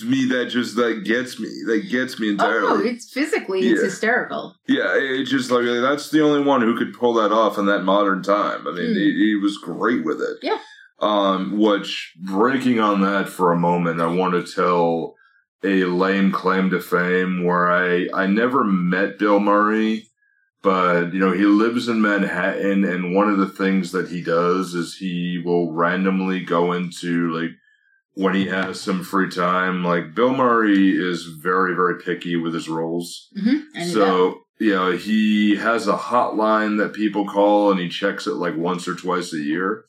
[SPEAKER 1] to me that just that gets me. That gets me
[SPEAKER 2] Oh,
[SPEAKER 1] entirely.
[SPEAKER 2] it's physically it's
[SPEAKER 1] Yeah.
[SPEAKER 2] hysterical.
[SPEAKER 1] yeah, it it's just like that's the only one who could pull that off in that modern time. I mean,
[SPEAKER 2] Hmm.
[SPEAKER 1] he, he was great with it.
[SPEAKER 2] Yeah.
[SPEAKER 1] Um, which breaking on that for a moment, I want to tell a lame claim to fame where I I never met Bill Murray but you know he lives in manhattan and one of the things that he does is he will randomly go into like when he has some free time like bill murray is very very picky with his roles
[SPEAKER 2] Mhm. I knew that.
[SPEAKER 1] so you know he has a hotline that people call and he checks it like once or twice a year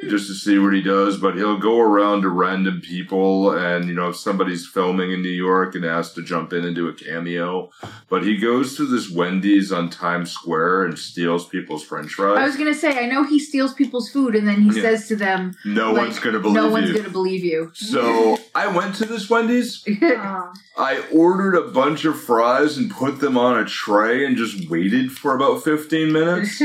[SPEAKER 2] Hmm.
[SPEAKER 1] just to see what he does but he'll go around to random people and you know if somebody's filming in new york and asked to jump in and do a cameo but he goes to this wendy's on times square and steals people's french
[SPEAKER 2] I
[SPEAKER 1] fries
[SPEAKER 2] was gonna say, I know he steals people's food, and then he
[SPEAKER 1] Yeah.
[SPEAKER 2] says to them,
[SPEAKER 1] no
[SPEAKER 2] like,
[SPEAKER 1] one's gonna believe
[SPEAKER 2] "No one's
[SPEAKER 1] you
[SPEAKER 2] gonna believe you."
[SPEAKER 1] so i went to this wendy's
[SPEAKER 4] Aw.
[SPEAKER 1] I ordered a bunch of fries and put them on a tray and just waited for about 15 minutes.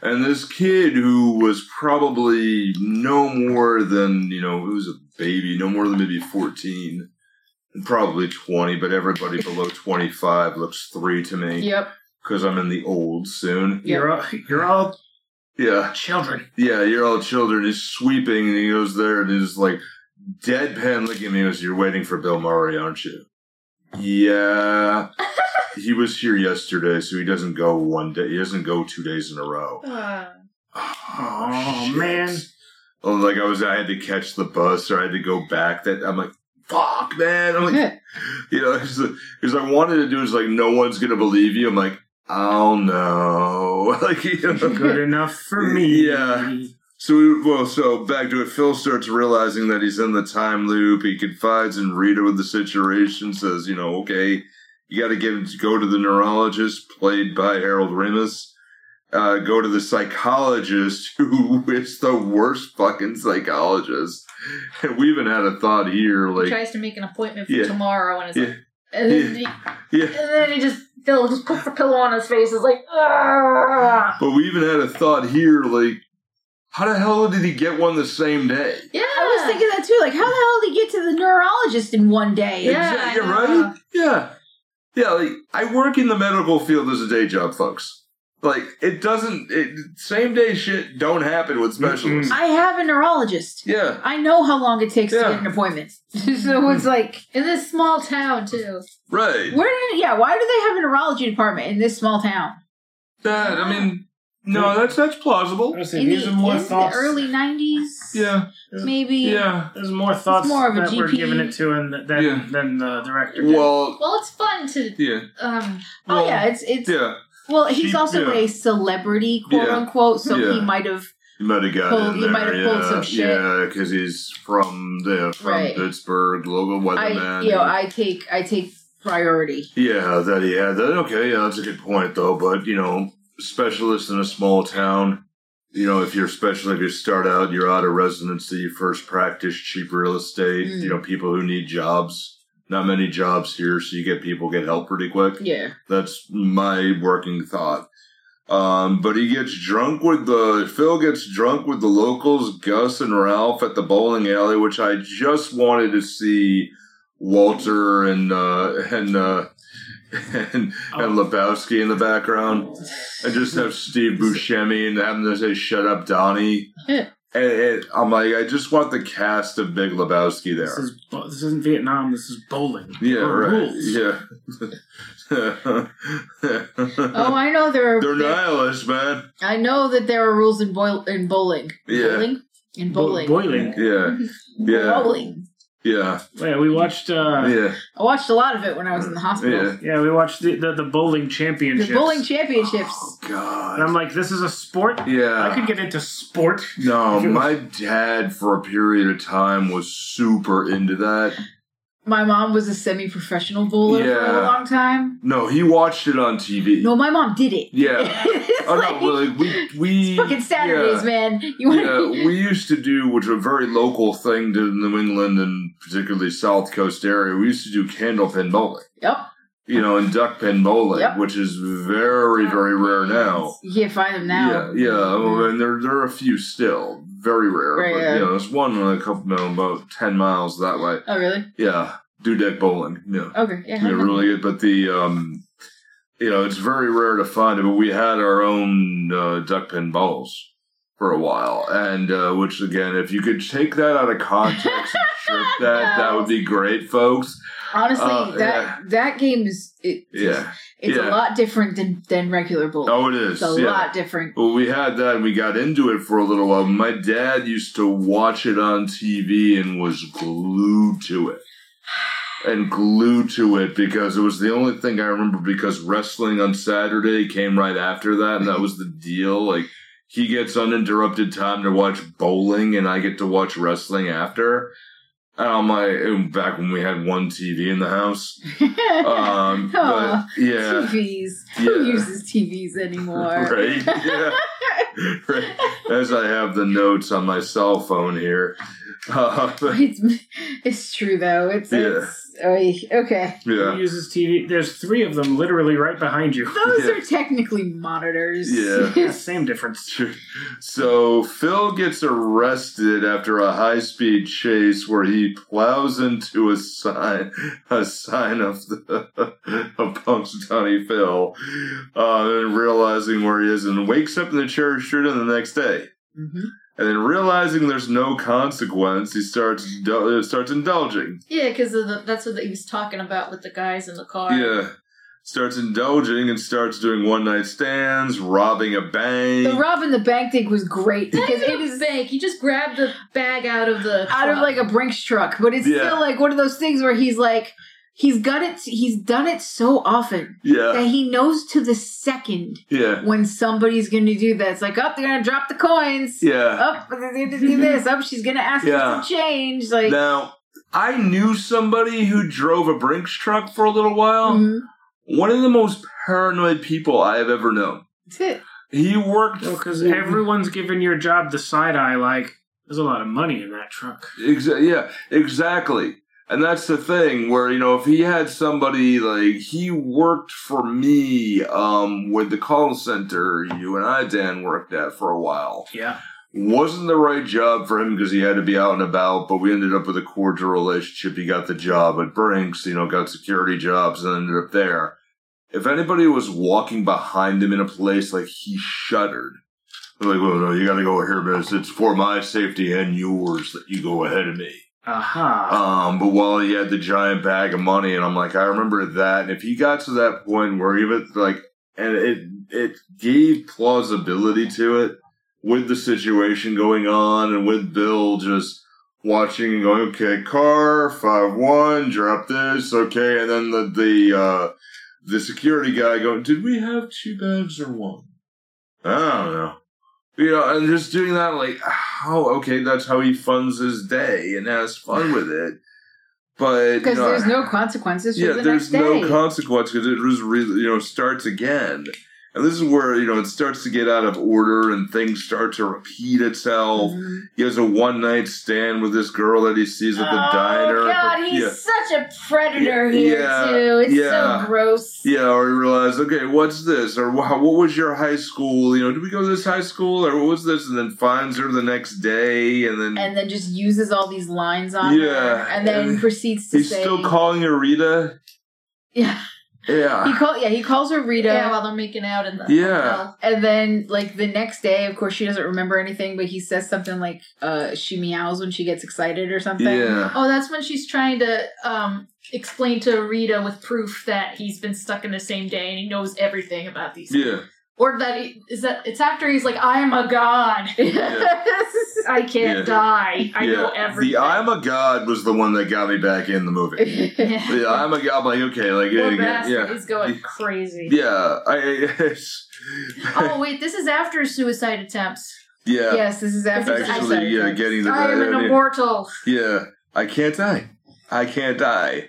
[SPEAKER 1] And this kid who was probably no more than, you know, it was a baby, no more than maybe 14, probably 20, but everybody below 25 looks three to me
[SPEAKER 2] Yep.
[SPEAKER 1] because I'm in the old soon.
[SPEAKER 3] You're all, you're all
[SPEAKER 1] Yeah.
[SPEAKER 3] children.
[SPEAKER 1] Yeah. You're all children. He's sweeping and he goes there and he's like deadpan looking at me and goes, You're waiting for Bill Murray, aren't you? Yeah. he was here yesterday, so he doesn't go one day. He doesn't go two days in a row.
[SPEAKER 4] Uh,
[SPEAKER 3] Oh, man.
[SPEAKER 1] Oh, like I was, I had to catch the bus or I had to go back. That I'm like, fuck, man. I'm like, you know, because I wanted to do is like, no one's gonna believe you. I'm like, oh no, like you know.
[SPEAKER 3] Good enough for me.
[SPEAKER 1] Yeah. So we, well, so back to it. Phil starts realizing that he's in the time loop. He confides in Rita with the situation. Says, you know, okay, you got to get go to the neurologist, played by Harold Ramis. Uh, go to the psychologist, who is the worst fucking psychologist. And we even had a thought here,
[SPEAKER 4] he
[SPEAKER 1] like,
[SPEAKER 4] tries to make an appointment for
[SPEAKER 1] Yeah.
[SPEAKER 4] tomorrow, and it's
[SPEAKER 1] Yeah.
[SPEAKER 4] like, and then, He,
[SPEAKER 1] Yeah.
[SPEAKER 4] and then he just Phil just puts the pillow on his face. It's like, "Ah." "Ugh."
[SPEAKER 1] but we even had a thought here, like, how the hell did he get one the same day?
[SPEAKER 4] yeah.
[SPEAKER 2] I was thinking that too. Like, how the hell did he get to the neurologist in one day?
[SPEAKER 1] Exa- yeah,
[SPEAKER 4] Yeah. I know.
[SPEAKER 1] right? Yeah. Yeah, like I work in the medical field as a day job, folks. Like it doesn't it, same day shit don't happen with specialists.
[SPEAKER 2] I have a neurologist.
[SPEAKER 1] Yeah.
[SPEAKER 2] I know how long it takes
[SPEAKER 1] Yeah.
[SPEAKER 2] to get an appointment. so it's like,
[SPEAKER 4] in this small town too.
[SPEAKER 1] Right.
[SPEAKER 2] where did, yeah, why do they have a neurology department in this small town?
[SPEAKER 1] That I mean no, that's that's plausible.
[SPEAKER 3] Honestly,
[SPEAKER 2] In the,
[SPEAKER 3] these are more
[SPEAKER 2] in the
[SPEAKER 3] thoughts.
[SPEAKER 2] early 90s?
[SPEAKER 1] Yeah.
[SPEAKER 2] Maybe.
[SPEAKER 1] Yeah.
[SPEAKER 3] There's more thoughts
[SPEAKER 2] more of a
[SPEAKER 3] that we're
[SPEAKER 2] GP.
[SPEAKER 3] giving it to him than,
[SPEAKER 1] Yeah.
[SPEAKER 3] than the director. did.
[SPEAKER 1] Well,
[SPEAKER 4] Well, it's fun to
[SPEAKER 1] yeah.
[SPEAKER 4] um.
[SPEAKER 2] Oh,
[SPEAKER 1] Well,
[SPEAKER 2] yeah. It's, it's,
[SPEAKER 1] Yeah.
[SPEAKER 2] well, he's
[SPEAKER 1] She-
[SPEAKER 2] also
[SPEAKER 1] yeah.
[SPEAKER 2] a celebrity, quote
[SPEAKER 1] Yeah.
[SPEAKER 2] unquote, so
[SPEAKER 1] Yeah.
[SPEAKER 2] he might have,
[SPEAKER 1] You might have got
[SPEAKER 2] Pulled-
[SPEAKER 1] in
[SPEAKER 2] you
[SPEAKER 1] there.
[SPEAKER 2] might have
[SPEAKER 1] yeah,
[SPEAKER 2] pulled some shit.
[SPEAKER 1] yeah, because he's from the from
[SPEAKER 2] Right.
[SPEAKER 1] Pittsburgh, local
[SPEAKER 2] I,
[SPEAKER 1] weatherman.
[SPEAKER 2] you know, I take, I take priority.
[SPEAKER 1] Yeah, that he had that. Okay, yeah, that's a good point though. But you know, specialist in a small town. You know, if you're special, if you start out, you're out of residency, first practice, cheap real estate.
[SPEAKER 2] Mm.
[SPEAKER 1] You know, people who need jobs. Not many jobs here, so you get people get help pretty quick.
[SPEAKER 2] Yeah.
[SPEAKER 1] That's my working thought. Um, but he gets drunk with the Phil gets drunk with the locals, Gus and Ralph at the bowling alley, which I just wanted to see Walter and uh, and uh, and,
[SPEAKER 3] Oh.
[SPEAKER 1] and Lebowski in the background, and just have Steve Buscemi and have him to say "Shut up, Donnie."
[SPEAKER 2] Yeah.
[SPEAKER 1] And, and I'm like, I just want the cast of Big Lebowski there.
[SPEAKER 3] Oh, This, is, bo- this isn't Vietnam. This is bowling.
[SPEAKER 1] yeah,
[SPEAKER 3] There are
[SPEAKER 1] right.
[SPEAKER 3] rules.
[SPEAKER 1] Yeah.
[SPEAKER 2] Oh, I know there are.
[SPEAKER 1] They're
[SPEAKER 2] there-
[SPEAKER 1] nihilists, man.
[SPEAKER 2] I know that there are rules in boil in bowling.
[SPEAKER 1] Yeah.
[SPEAKER 2] Bowling? In
[SPEAKER 3] Bo-
[SPEAKER 2] bowling.
[SPEAKER 3] boiling.
[SPEAKER 1] Yeah, yeah,
[SPEAKER 2] Bowling.
[SPEAKER 1] yeah,
[SPEAKER 3] Yeah, we watched. Uh, yeah.
[SPEAKER 1] yeah,
[SPEAKER 2] I watched a lot of it when I was in the hospital.
[SPEAKER 1] yeah.
[SPEAKER 3] we watched the, the, the bowling
[SPEAKER 2] The
[SPEAKER 3] championships.
[SPEAKER 2] bowling championships.
[SPEAKER 3] and I'm
[SPEAKER 1] Oh, God,
[SPEAKER 3] like, this is a sport. I
[SPEAKER 1] yeah.
[SPEAKER 3] could get into sport.
[SPEAKER 1] No, my dad for a period of time was super into that.
[SPEAKER 2] My mom was a semi-professional bowler for a
[SPEAKER 1] Yeah.
[SPEAKER 2] long time.
[SPEAKER 1] No, he watched it on TV.
[SPEAKER 2] No, my mom did it.
[SPEAKER 1] Yeah.
[SPEAKER 2] it's
[SPEAKER 1] Oh
[SPEAKER 2] like,
[SPEAKER 1] no, well, like we we
[SPEAKER 2] it's fucking Saturdays, man. You want
[SPEAKER 1] yeah,
[SPEAKER 2] to
[SPEAKER 1] we used to do, which was a very local thing to New England and particularly South Coast area. We used to do candlepin bowling.
[SPEAKER 2] Yep.
[SPEAKER 1] You know, and duckpin bowling,
[SPEAKER 2] Yep.
[SPEAKER 1] which is very, very rare now.
[SPEAKER 2] You can't find them now.
[SPEAKER 1] Yeah, yeah. Well, and there there are a few still, very rare.
[SPEAKER 2] Right,
[SPEAKER 1] but
[SPEAKER 2] yeah.
[SPEAKER 1] you know, there's one uh, a couple no, about ten miles that way.
[SPEAKER 2] Oh, really?
[SPEAKER 1] Yeah, Dudek Bowling. Yeah,
[SPEAKER 2] Okay. Yeah.
[SPEAKER 1] yeah, really good. But the um, you know, it's very rare to find it. But we had our own uh, duckpin balls for a while, and uh, which again, if you could take that out of context and strip that, that would be great, folks.
[SPEAKER 2] Honestly,
[SPEAKER 1] Uh,
[SPEAKER 2] that
[SPEAKER 1] yeah.
[SPEAKER 2] that game is it,
[SPEAKER 1] Yeah.
[SPEAKER 2] it's
[SPEAKER 1] yeah.
[SPEAKER 2] a lot different than than regular bowling.
[SPEAKER 1] Oh, it is.
[SPEAKER 2] it's a
[SPEAKER 1] yeah.
[SPEAKER 2] lot different.
[SPEAKER 1] Well, we had that and we got into it for a little while. My dad used to watch it on TV and was glued to it. And glued to it because it was the only thing I remember because wrestling on Saturday came right after that and that was the deal. Like he gets uninterrupted time to watch bowling and I get to watch wrestling after. Um, And I'm like and back when we had one TV in the house. Um
[SPEAKER 2] Aw,
[SPEAKER 1] but yeah.
[SPEAKER 2] TVs.
[SPEAKER 1] Yeah.
[SPEAKER 2] Who uses TVs anymore?
[SPEAKER 1] Right. Yeah. right. As I have the notes on my cell phone here. Uh,
[SPEAKER 2] It's, it's true though. It's,
[SPEAKER 1] Yeah.
[SPEAKER 2] it's oy, okay.
[SPEAKER 3] Who
[SPEAKER 1] yeah.
[SPEAKER 3] uses TV? There's three of them literally right behind you.
[SPEAKER 2] Those
[SPEAKER 1] Yeah.
[SPEAKER 2] are technically monitors.
[SPEAKER 1] Yeah.
[SPEAKER 3] Yeah, Same difference.
[SPEAKER 1] So Phil gets arrested after a high speed chase where he plows into a sign, a sign of the of Punk's Donny Phil, uh, and realizing where he is, and wakes up in the cherry street on the next day.
[SPEAKER 2] Mhm.
[SPEAKER 1] And then realizing there's no consequence, he starts indul- starts indulging.
[SPEAKER 4] Yeah, because that's what he was talking about with the guys in the car.
[SPEAKER 1] Yeah. Starts indulging and starts doing one night stands, robbing a bank.
[SPEAKER 2] The robbing the bank thing was great
[SPEAKER 4] Not
[SPEAKER 2] because
[SPEAKER 4] even
[SPEAKER 2] it
[SPEAKER 4] a
[SPEAKER 2] is
[SPEAKER 4] bank. He just grabbed the bag out of the
[SPEAKER 2] out of
[SPEAKER 4] truck.
[SPEAKER 2] like a Brinks truck, but it's
[SPEAKER 1] Yeah.
[SPEAKER 2] still like one of those things where he's like, he's got it, he's done it so often
[SPEAKER 1] yeah,
[SPEAKER 2] that he knows to the second
[SPEAKER 1] yeah,
[SPEAKER 2] when somebody's going to do that. It's like, oh, they're going to drop the coins.
[SPEAKER 1] yeah.
[SPEAKER 2] Up, oh, they're going to do this. Up, she's going to ask
[SPEAKER 1] Yeah.
[SPEAKER 2] for some change. Like,
[SPEAKER 1] Now, I knew somebody who drove a Brinks truck for a little while.
[SPEAKER 2] mhm.
[SPEAKER 1] One of the most paranoid people I have ever known.
[SPEAKER 2] that's it.
[SPEAKER 1] He worked
[SPEAKER 3] Because everyone's giving your job the side eye. Like there's a lot of money in that truck.
[SPEAKER 1] Exa- yeah, exactly. And that's the thing where, you know, if he had somebody like he worked for me um, with the call center you and I, Dan, worked at for a while.
[SPEAKER 3] Yeah.
[SPEAKER 1] wasn't the right job for him because he had to be out and about, but we ended up with a cordial relationship. He got the job at Brinks, you know, got security jobs and ended up there. If anybody was walking behind him in a place, like he shuddered. They're like, well, no, you gotta go here, but it's, it's for my safety and yours that you go ahead of me.
[SPEAKER 3] Aha.
[SPEAKER 1] Um, but while he had the giant bag of money, and I'm like, I remember that. And if he got to that point where even like, and it it gave plausibility to it with the situation going on, and with Bill just watching and going, okay, car five one, drop this, okay, and then the the uh, the security guy going, did we have two bags or one? I don't know. You know, and just doing that, like, how, okay, that's how he funds his day and has fun with it. But, you
[SPEAKER 2] Because
[SPEAKER 1] know,
[SPEAKER 2] there's no consequences for
[SPEAKER 1] yeah,
[SPEAKER 2] the
[SPEAKER 1] there's
[SPEAKER 2] next
[SPEAKER 1] no
[SPEAKER 2] day.
[SPEAKER 1] consequence because it was really, you know, starts again. And this is where, you know, it starts to get out of order and things start to repeat itself.
[SPEAKER 2] Mhm.
[SPEAKER 1] He has a one night stand with this girl that he sees at the
[SPEAKER 2] oh,
[SPEAKER 1] diner.
[SPEAKER 2] God, he's
[SPEAKER 1] yeah.
[SPEAKER 2] such a predator here
[SPEAKER 1] Yeah,
[SPEAKER 2] too. It's
[SPEAKER 1] yeah.
[SPEAKER 2] so gross.
[SPEAKER 1] Yeah, or he realized, okay, what's this? Or wow, what was your high school? You know, did we go to this high school? Or what was this? And then finds her the next day. And then
[SPEAKER 2] And then just uses all these lines on
[SPEAKER 1] Yeah,
[SPEAKER 2] her, and then
[SPEAKER 1] and
[SPEAKER 2] proceeds to
[SPEAKER 1] He's
[SPEAKER 2] say,
[SPEAKER 1] still calling her Rita.
[SPEAKER 2] "Yeah, he
[SPEAKER 1] Yeah.
[SPEAKER 2] call, yeah, he calls her Rita."
[SPEAKER 4] Yeah, while they're making out in the
[SPEAKER 1] Yeah.
[SPEAKER 4] hotel.
[SPEAKER 2] and then, like the next day, of course, she doesn't remember anything, but he says something like, "Uh, she meows when she gets excited or something."
[SPEAKER 1] Yeah.
[SPEAKER 4] Oh, that's when she's trying to um, explain to Rita with proof that he's been stuck in the same day and he knows everything about these.
[SPEAKER 1] Yeah.
[SPEAKER 4] Or that he, is that it's after he's like, I am a god. I can't
[SPEAKER 1] Yeah.
[SPEAKER 4] die. I
[SPEAKER 1] yeah.
[SPEAKER 4] know everything.
[SPEAKER 1] The I'm a god was the one that got me back in the movie.
[SPEAKER 4] yeah.
[SPEAKER 1] the I'm a god. I'm like okay, like
[SPEAKER 4] Poor
[SPEAKER 1] yeah,
[SPEAKER 4] bastard
[SPEAKER 1] yeah,
[SPEAKER 4] is going
[SPEAKER 1] Yeah.
[SPEAKER 4] crazy.
[SPEAKER 1] yeah. I, it's-
[SPEAKER 4] Oh wait, this is after suicide attempts.
[SPEAKER 1] yeah.
[SPEAKER 2] yes, this is after
[SPEAKER 4] This is
[SPEAKER 2] she
[SPEAKER 4] actually,
[SPEAKER 2] said it.
[SPEAKER 1] Actually, yeah, getting to
[SPEAKER 4] I
[SPEAKER 1] that.
[SPEAKER 4] am an
[SPEAKER 1] yeah.
[SPEAKER 4] immortal.
[SPEAKER 1] Yeah, I can't die. I can't die.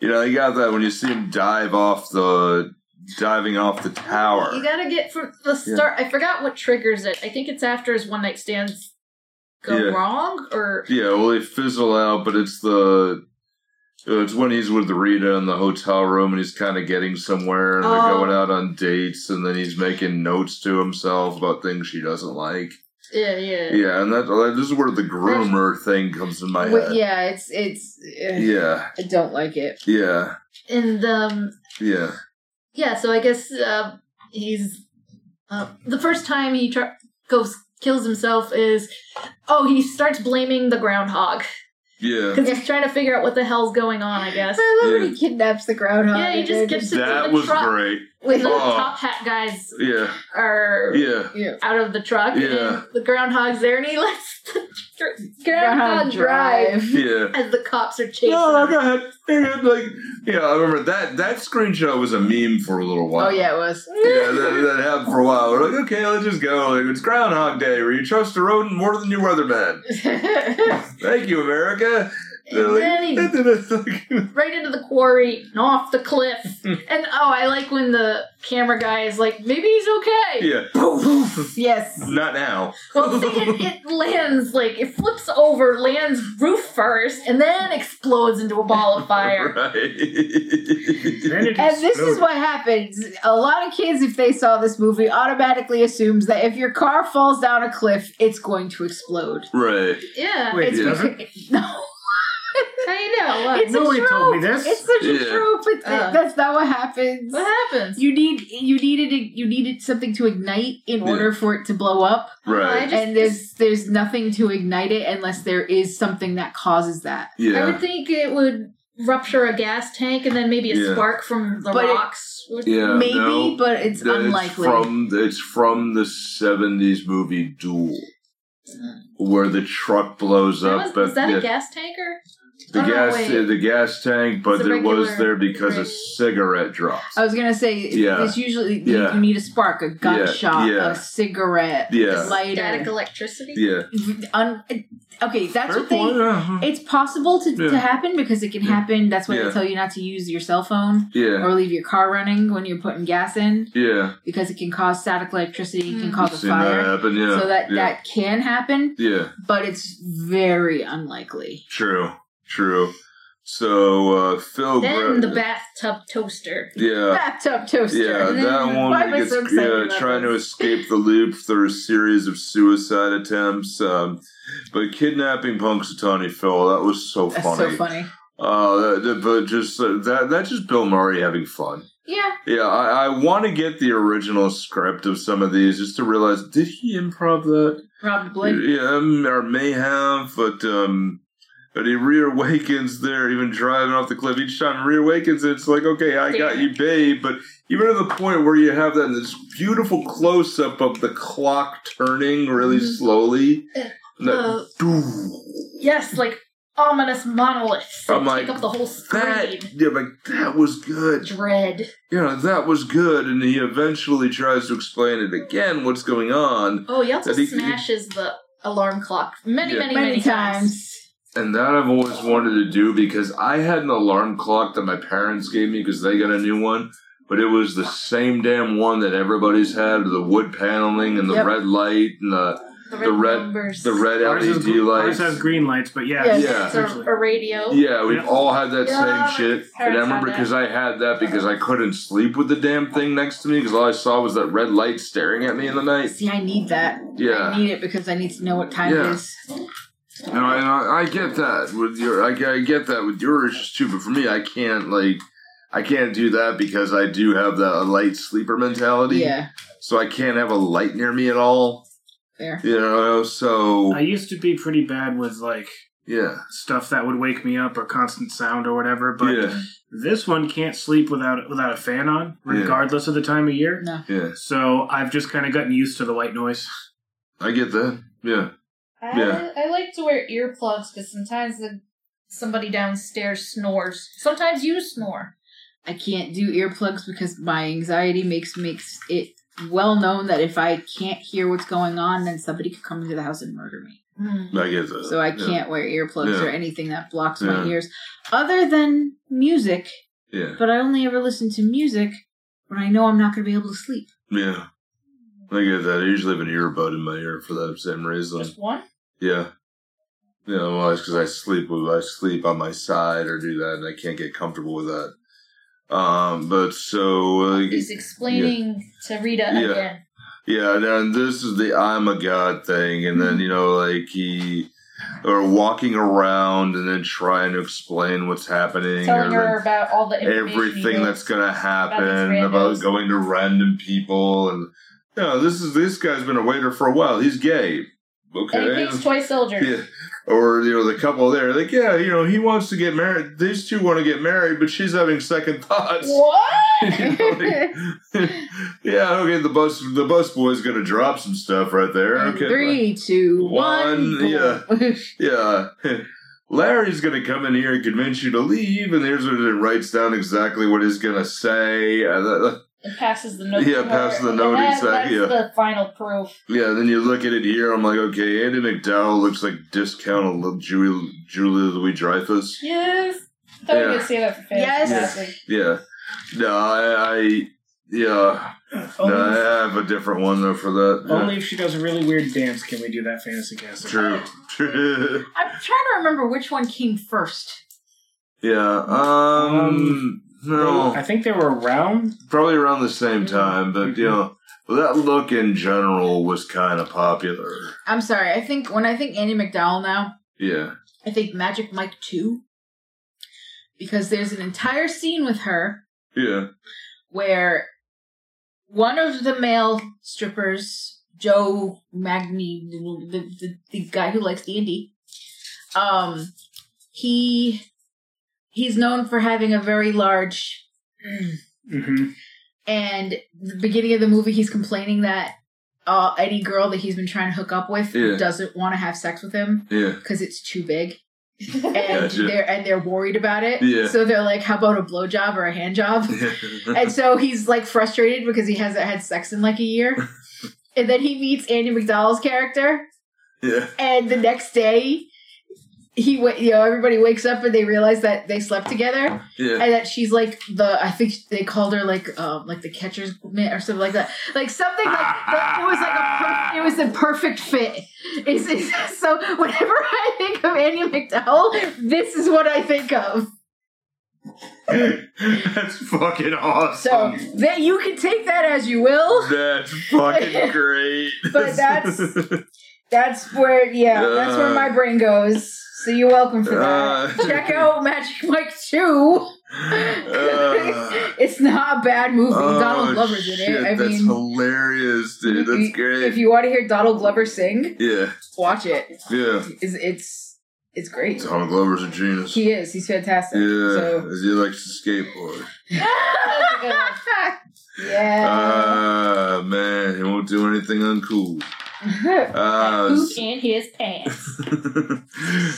[SPEAKER 1] You know, you got that when you see him dive off the diving off the tower.
[SPEAKER 4] You gotta get from the
[SPEAKER 1] Yeah.
[SPEAKER 4] start. I forgot what triggers it. I think it's after his one night stands go
[SPEAKER 1] Yeah.
[SPEAKER 4] wrong, or
[SPEAKER 1] Yeah, well, they fizzle out, but it's the uh, it's when he's with Rita in the hotel room and he's kind of getting somewhere and they're
[SPEAKER 4] Oh.
[SPEAKER 1] going out on dates and then he's making notes to himself about things she doesn't like.
[SPEAKER 4] yeah, yeah,
[SPEAKER 1] Yeah, and that uh, this is where the groomer thing comes in my
[SPEAKER 2] Wait,
[SPEAKER 1] head.
[SPEAKER 2] yeah, it's it's. ugh,
[SPEAKER 1] Yeah,
[SPEAKER 2] I don't like it.
[SPEAKER 1] yeah,
[SPEAKER 4] and um,
[SPEAKER 1] yeah,
[SPEAKER 4] yeah. So I guess uh, he's uh, the first time he tr- goes kills himself is oh he starts blaming the groundhog
[SPEAKER 1] yeah.
[SPEAKER 4] because he's trying to figure out what the hell's going on. I guess.
[SPEAKER 2] I love when
[SPEAKER 1] Yeah.
[SPEAKER 2] he kidnaps the groundhog.
[SPEAKER 4] Yeah, he
[SPEAKER 2] and
[SPEAKER 4] just
[SPEAKER 2] they're
[SPEAKER 4] gets it in
[SPEAKER 1] That
[SPEAKER 4] the
[SPEAKER 1] was
[SPEAKER 4] truck
[SPEAKER 1] great.
[SPEAKER 4] when the
[SPEAKER 1] Oh.
[SPEAKER 4] top hat guys
[SPEAKER 1] Yeah,
[SPEAKER 4] are
[SPEAKER 1] yeah,
[SPEAKER 2] yeah.
[SPEAKER 4] out of the truck
[SPEAKER 1] Yeah.
[SPEAKER 4] and the groundhog's there and he lets the tr-
[SPEAKER 2] Groundhog
[SPEAKER 4] groundhog drive Oh,
[SPEAKER 1] yeah.
[SPEAKER 4] as the cops are chasing
[SPEAKER 1] No, no,
[SPEAKER 4] him.
[SPEAKER 1] go ahead. Go ahead. Like, yeah, I remember that. That screenshot was a meme for a little while.
[SPEAKER 2] Oh yeah, it was.
[SPEAKER 1] yeah, that, that happened for a while. We're like, okay, let's just go. Like, it's Groundhog Day, where you trust a rodent more than your weatherman. Thank you, America. They're
[SPEAKER 4] And then he-
[SPEAKER 1] like,
[SPEAKER 4] right into the quarry and off the cliff. and oh, I like when the camera guy is like, maybe he's okay.
[SPEAKER 1] yeah,
[SPEAKER 2] Yes.
[SPEAKER 1] not now.
[SPEAKER 4] Well, see, it, it lands like it flips over, lands roof first, and then explodes into a ball of fire.
[SPEAKER 1] Right.
[SPEAKER 3] Then it
[SPEAKER 2] And this is
[SPEAKER 3] exploded.
[SPEAKER 2] what happens. A lot of kids, if they saw this movie, automatically assumes that if your car falls down a cliff, it's going to explode.
[SPEAKER 1] right.
[SPEAKER 4] yeah,
[SPEAKER 3] Wait,
[SPEAKER 2] It's
[SPEAKER 1] yeah.
[SPEAKER 2] because, no,
[SPEAKER 4] I know. What,
[SPEAKER 2] it's
[SPEAKER 3] Nobody
[SPEAKER 2] a trope.
[SPEAKER 3] told me this.
[SPEAKER 2] It's such a
[SPEAKER 1] Yeah.
[SPEAKER 2] trope. It's,
[SPEAKER 4] Uh.
[SPEAKER 2] that's not what happens.
[SPEAKER 4] what happens?
[SPEAKER 2] You need you needed a- you needed something to ignite in
[SPEAKER 1] Yeah.
[SPEAKER 2] order for it to blow up,
[SPEAKER 4] I
[SPEAKER 1] Right.
[SPEAKER 4] just-
[SPEAKER 2] and there's there's nothing to ignite it unless there is something that causes that.
[SPEAKER 4] I
[SPEAKER 1] Yeah.
[SPEAKER 4] would think it would rupture a gas tank and then maybe a
[SPEAKER 1] Yeah.
[SPEAKER 4] spark from the
[SPEAKER 2] But it-
[SPEAKER 4] rocks. would-
[SPEAKER 1] Yeah.
[SPEAKER 2] Maybe,
[SPEAKER 1] no.
[SPEAKER 2] but it's
[SPEAKER 1] That it's
[SPEAKER 2] unlikely.
[SPEAKER 1] From it's from the seventies movie Duel, where the truck blows
[SPEAKER 4] That
[SPEAKER 1] up.
[SPEAKER 4] was,
[SPEAKER 1] but
[SPEAKER 4] was that
[SPEAKER 1] yeah,
[SPEAKER 4] a gas tanker?
[SPEAKER 1] the
[SPEAKER 4] oh, no,
[SPEAKER 1] gas
[SPEAKER 4] wait.
[SPEAKER 1] the gas tank, but
[SPEAKER 4] It's a
[SPEAKER 1] it was
[SPEAKER 4] regular-
[SPEAKER 1] there because a
[SPEAKER 4] right.
[SPEAKER 1] cigarette drops.
[SPEAKER 2] I was gonna say
[SPEAKER 1] Yeah.
[SPEAKER 2] this usually you-
[SPEAKER 1] Yeah.
[SPEAKER 2] you need a spark, a gunshot,
[SPEAKER 1] Yeah.
[SPEAKER 2] a cigarette,
[SPEAKER 1] Yeah.
[SPEAKER 2] a lighter.
[SPEAKER 4] Static electricity.
[SPEAKER 1] yeah.
[SPEAKER 2] Un- okay, that's
[SPEAKER 1] Fair
[SPEAKER 2] what they.
[SPEAKER 1] point, yeah.
[SPEAKER 2] It's possible to,
[SPEAKER 1] Yeah.
[SPEAKER 2] to happen because it can
[SPEAKER 1] Yeah.
[SPEAKER 2] happen. That's why
[SPEAKER 1] Yeah.
[SPEAKER 2] they tell you not to use your cell phone
[SPEAKER 1] yeah.
[SPEAKER 2] or leave your car running when you're putting gas in
[SPEAKER 1] Yeah.
[SPEAKER 2] because it can cause static electricity, it can
[SPEAKER 4] Mm.
[SPEAKER 1] I've
[SPEAKER 2] cause a
[SPEAKER 1] seen that
[SPEAKER 2] fire.
[SPEAKER 1] happen. Yeah.
[SPEAKER 2] so that
[SPEAKER 1] yeah.
[SPEAKER 2] that can happen,
[SPEAKER 1] Yeah.
[SPEAKER 2] but it's very unlikely.
[SPEAKER 1] True. True. So uh, Phil. Gre-
[SPEAKER 4] Then the bathtub toaster.
[SPEAKER 1] yeah.
[SPEAKER 2] Bathtub toaster.
[SPEAKER 1] Yeah,
[SPEAKER 4] And then-
[SPEAKER 1] that
[SPEAKER 2] Why
[SPEAKER 1] woman
[SPEAKER 2] am I
[SPEAKER 1] gets
[SPEAKER 2] so excited
[SPEAKER 1] yeah,
[SPEAKER 2] about
[SPEAKER 1] trying to
[SPEAKER 2] this?
[SPEAKER 1] escape the loop through a series of suicide attempts. Um, but kidnapping Punxsutawney Phil, that was so
[SPEAKER 2] That's
[SPEAKER 1] funny.
[SPEAKER 2] so funny.
[SPEAKER 1] Uh, that- that- but just uh, that that's just Bill Murray having fun.
[SPEAKER 4] Yeah,
[SPEAKER 1] Yeah, I, I want to get the original script of some of these just to realize did he improv that?
[SPEAKER 2] Probably.
[SPEAKER 1] yeah, um, or may have, but um. But he reawakens there, even driving off the cliff. Each time he reawakens, it's like, okay, I got you, babe. But even to the point where you have that this beautiful close up of the clock turning really
[SPEAKER 4] Mhm.
[SPEAKER 1] slowly. And that
[SPEAKER 4] Uh,
[SPEAKER 1] doo-
[SPEAKER 4] yes, like ominous monoliths that
[SPEAKER 1] I'm like,
[SPEAKER 4] take up the whole screen.
[SPEAKER 1] that, yeah, like, that was good.
[SPEAKER 4] Dread.
[SPEAKER 1] You know, that was good. And he eventually tries to explain it again, what's going on.
[SPEAKER 4] Oh, he also
[SPEAKER 1] That he-
[SPEAKER 4] smashes the alarm clock many,
[SPEAKER 1] Yeah.
[SPEAKER 4] many,
[SPEAKER 2] Many
[SPEAKER 4] many, times.
[SPEAKER 2] times.
[SPEAKER 1] And that I've always wanted to do because I had an alarm clock that my parents gave me because they got a new one, but it was the same damn one that everybody's had with the wood paneling and the
[SPEAKER 2] Yep.
[SPEAKER 1] red light and the
[SPEAKER 4] The
[SPEAKER 1] The red-
[SPEAKER 4] numbers.
[SPEAKER 1] the red
[SPEAKER 3] Ours is
[SPEAKER 1] LED
[SPEAKER 3] gr-
[SPEAKER 1] lights.
[SPEAKER 3] Ours has green lights, but yeah.
[SPEAKER 2] Yes.
[SPEAKER 1] Yeah.
[SPEAKER 4] It's a,
[SPEAKER 3] er-
[SPEAKER 4] a radio.
[SPEAKER 1] Yeah, we've
[SPEAKER 3] Yeah.
[SPEAKER 1] all had that
[SPEAKER 4] Yeah, my
[SPEAKER 1] same shit. And
[SPEAKER 4] parents
[SPEAKER 1] I
[SPEAKER 4] had
[SPEAKER 1] remember
[SPEAKER 4] that.
[SPEAKER 1] because I had that because I couldn't sleep with the damn thing next to me because all I saw was that red light staring at me in the night.
[SPEAKER 2] See, I need that. I
[SPEAKER 1] Yeah.
[SPEAKER 2] need it because I need to know what time
[SPEAKER 1] Yeah.
[SPEAKER 2] it is.
[SPEAKER 1] And I, and I, I get that with your, I, I get that with yours it's too, but for me, I can't like, I can't do that because I do have that a light sleeper mentality.
[SPEAKER 2] Yeah,
[SPEAKER 1] So I can't have a light near me at all.
[SPEAKER 2] there.
[SPEAKER 1] You know, so
[SPEAKER 3] I used to be pretty bad with like
[SPEAKER 1] yeah,
[SPEAKER 3] stuff that would wake me up or constant sound or whatever, but
[SPEAKER 1] yeah,
[SPEAKER 3] this one can't sleep without without a fan on,
[SPEAKER 1] Yeah.
[SPEAKER 3] regardless of the time of year.
[SPEAKER 2] No.
[SPEAKER 1] yeah.
[SPEAKER 3] So I've just kind of gotten used to the white noise.
[SPEAKER 1] I get that. Yeah,
[SPEAKER 4] I,
[SPEAKER 1] Yeah.
[SPEAKER 4] I like to wear earplugs because sometimes the, somebody downstairs snores. Sometimes you snore.
[SPEAKER 2] I can't do earplugs because my anxiety makes makes it well known that if I can't hear what's going on, then somebody could come into the house and murder me.
[SPEAKER 4] Hmm.
[SPEAKER 1] I get that.
[SPEAKER 2] So I
[SPEAKER 1] Yeah.
[SPEAKER 2] can't wear earplugs
[SPEAKER 1] Yeah.
[SPEAKER 2] or anything that blocks my
[SPEAKER 1] Yeah.
[SPEAKER 2] ears, other than music.
[SPEAKER 1] Yeah,
[SPEAKER 2] But I only ever listen to music when I know I'm not going to be able to sleep.
[SPEAKER 1] yeah. I get that. I usually have an earbud in my ear for that same reason.
[SPEAKER 4] Just one?
[SPEAKER 1] Yeah. You know, well, it's because I sleep with I sleep on my side or do that, and I can't get comfortable with that. Um, but so uh,
[SPEAKER 4] He's explaining to Rita
[SPEAKER 1] Yeah.
[SPEAKER 4] again.
[SPEAKER 1] yeah, and then this is the I'm a god thing, and then you
[SPEAKER 4] Mm-hmm.
[SPEAKER 1] know, like he or walking around and then trying to explain what's happening or
[SPEAKER 4] Telling
[SPEAKER 1] like,
[SPEAKER 4] her about all the information he
[SPEAKER 1] everything
[SPEAKER 4] knows.
[SPEAKER 1] that's gonna happen
[SPEAKER 4] randos.
[SPEAKER 1] about going to random people and you know, this is this guy's been a waiter for a while. He's gay.
[SPEAKER 4] And he
[SPEAKER 1] Okay.
[SPEAKER 4] thinks toy soldiers.
[SPEAKER 1] Yeah. Or, you know, the couple there, like, yeah, you know, he wants to get married. These two want to get married, but she's having second thoughts.
[SPEAKER 4] What?
[SPEAKER 1] You know, like, yeah, okay, the bus the bus boy's gonna drop some stuff right there.
[SPEAKER 2] In
[SPEAKER 1] Okay.
[SPEAKER 2] Three, two, one.
[SPEAKER 1] One, yeah.
[SPEAKER 2] boom.
[SPEAKER 1] Yeah. Larry's gonna come in here and convince you to leave, and there's what it writes down exactly what he's gonna say. And that-
[SPEAKER 4] It passes the note.
[SPEAKER 1] Yeah, passes the
[SPEAKER 4] And
[SPEAKER 1] note
[SPEAKER 4] that-
[SPEAKER 1] exact-
[SPEAKER 4] That's
[SPEAKER 1] yeah.
[SPEAKER 4] the final proof.
[SPEAKER 1] Yeah, then you look at it here. I'm like, okay, Andy McDowell looks like discount of Julie, Julie Louis Dreyfus.
[SPEAKER 4] Yes. Thought we
[SPEAKER 1] Yeah.
[SPEAKER 4] could say that for fans.
[SPEAKER 2] Yes.
[SPEAKER 1] Yeah. No, I, I yeah.
[SPEAKER 3] Only,
[SPEAKER 1] No, I have a different one though for that. Yeah.
[SPEAKER 3] only if she does a really weird dance can we do that fantasy casting.
[SPEAKER 1] True. True.
[SPEAKER 2] I'm trying to remember which one came first.
[SPEAKER 1] yeah. Um. No.
[SPEAKER 3] I think they were around.
[SPEAKER 1] Probably around the same time, but you know, that look in general was kind of popular.
[SPEAKER 2] I'm sorry. I think when I think Andy McDowell now,
[SPEAKER 1] Yeah.
[SPEAKER 2] I think Magic Mike 2. Because there's an entire scene with her
[SPEAKER 1] Yeah.
[SPEAKER 2] where one of the male strippers, Joe Magni, the, the- the, the guy who likes D&D, um, he, he's known for having a very large
[SPEAKER 3] hmm
[SPEAKER 2] and the beginning of the movie he's complaining that uh, any girl that he's been trying to hook up with
[SPEAKER 1] Yeah.
[SPEAKER 2] doesn't want to have sex with him
[SPEAKER 1] Yeah.
[SPEAKER 2] because it's too big and
[SPEAKER 4] Exactly.
[SPEAKER 1] Gotcha.
[SPEAKER 2] they're and they're worried about it
[SPEAKER 1] Yeah.
[SPEAKER 2] so they're like how about a blowjob or a hand job and so he's like frustrated because he hasn't had sex in like a year and then he meets andy mcdowell's character
[SPEAKER 1] yeah.
[SPEAKER 2] and the next day he wa- you know everybody wakes up and they realize that they slept together
[SPEAKER 1] Yeah.
[SPEAKER 2] and that she's like the I think they called her like um like the catcher's mitt or something like that, like something like that, it was like a per- it was a perfect fit. It's, it's, so whenever I think of Annie McDowell, this is what I think of.
[SPEAKER 1] That's fucking
[SPEAKER 2] So
[SPEAKER 1] awesome.
[SPEAKER 2] that you can take that as you will,
[SPEAKER 1] That's fucking great.
[SPEAKER 2] but that's that's where yeah, that's where my brain goes. So you're welcome for that.
[SPEAKER 1] Uh,
[SPEAKER 2] Check out Magic Mike Two.
[SPEAKER 1] uh,
[SPEAKER 2] it's not a bad movie.
[SPEAKER 1] oh,
[SPEAKER 2] Donald Glover's in
[SPEAKER 1] shit,
[SPEAKER 2] it. I
[SPEAKER 1] that's
[SPEAKER 2] mean.
[SPEAKER 1] hilarious, dude.
[SPEAKER 2] If
[SPEAKER 1] That's
[SPEAKER 2] you-
[SPEAKER 1] great.
[SPEAKER 2] If you want to hear Donald Glover sing,
[SPEAKER 1] yeah,
[SPEAKER 2] watch it.
[SPEAKER 1] yeah.
[SPEAKER 2] It's it's, it's great.
[SPEAKER 1] Tom Glover's a genius.
[SPEAKER 2] He is. He's fantastic.
[SPEAKER 1] yeah,
[SPEAKER 2] So.
[SPEAKER 1] he likes to skateboard.
[SPEAKER 4] That's a good one.
[SPEAKER 2] yeah.
[SPEAKER 1] Ah, man, he won't do anything uncool.
[SPEAKER 4] That
[SPEAKER 1] Uh,
[SPEAKER 4] poop in his pants.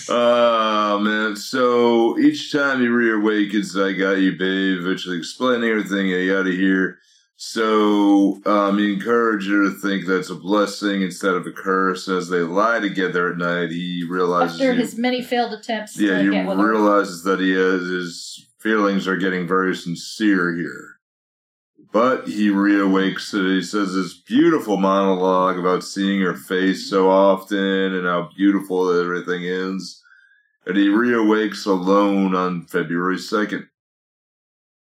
[SPEAKER 1] oh man! So each time he reawakens, I got you, babe. Eventually, explaining everything I got to hear. So um, you encourage her to think that's a blessing instead of a curse. As they lie together at night, he realizes.
[SPEAKER 4] After
[SPEAKER 1] he-
[SPEAKER 4] his many failed attempts
[SPEAKER 1] yeah,
[SPEAKER 4] to
[SPEAKER 1] he
[SPEAKER 4] get with her.
[SPEAKER 1] realizes that he has his feelings are getting very sincere here. But he reawakes and he says this beautiful monologue about seeing her face so often and how beautiful everything is. And he reawakes alone on February 2nd.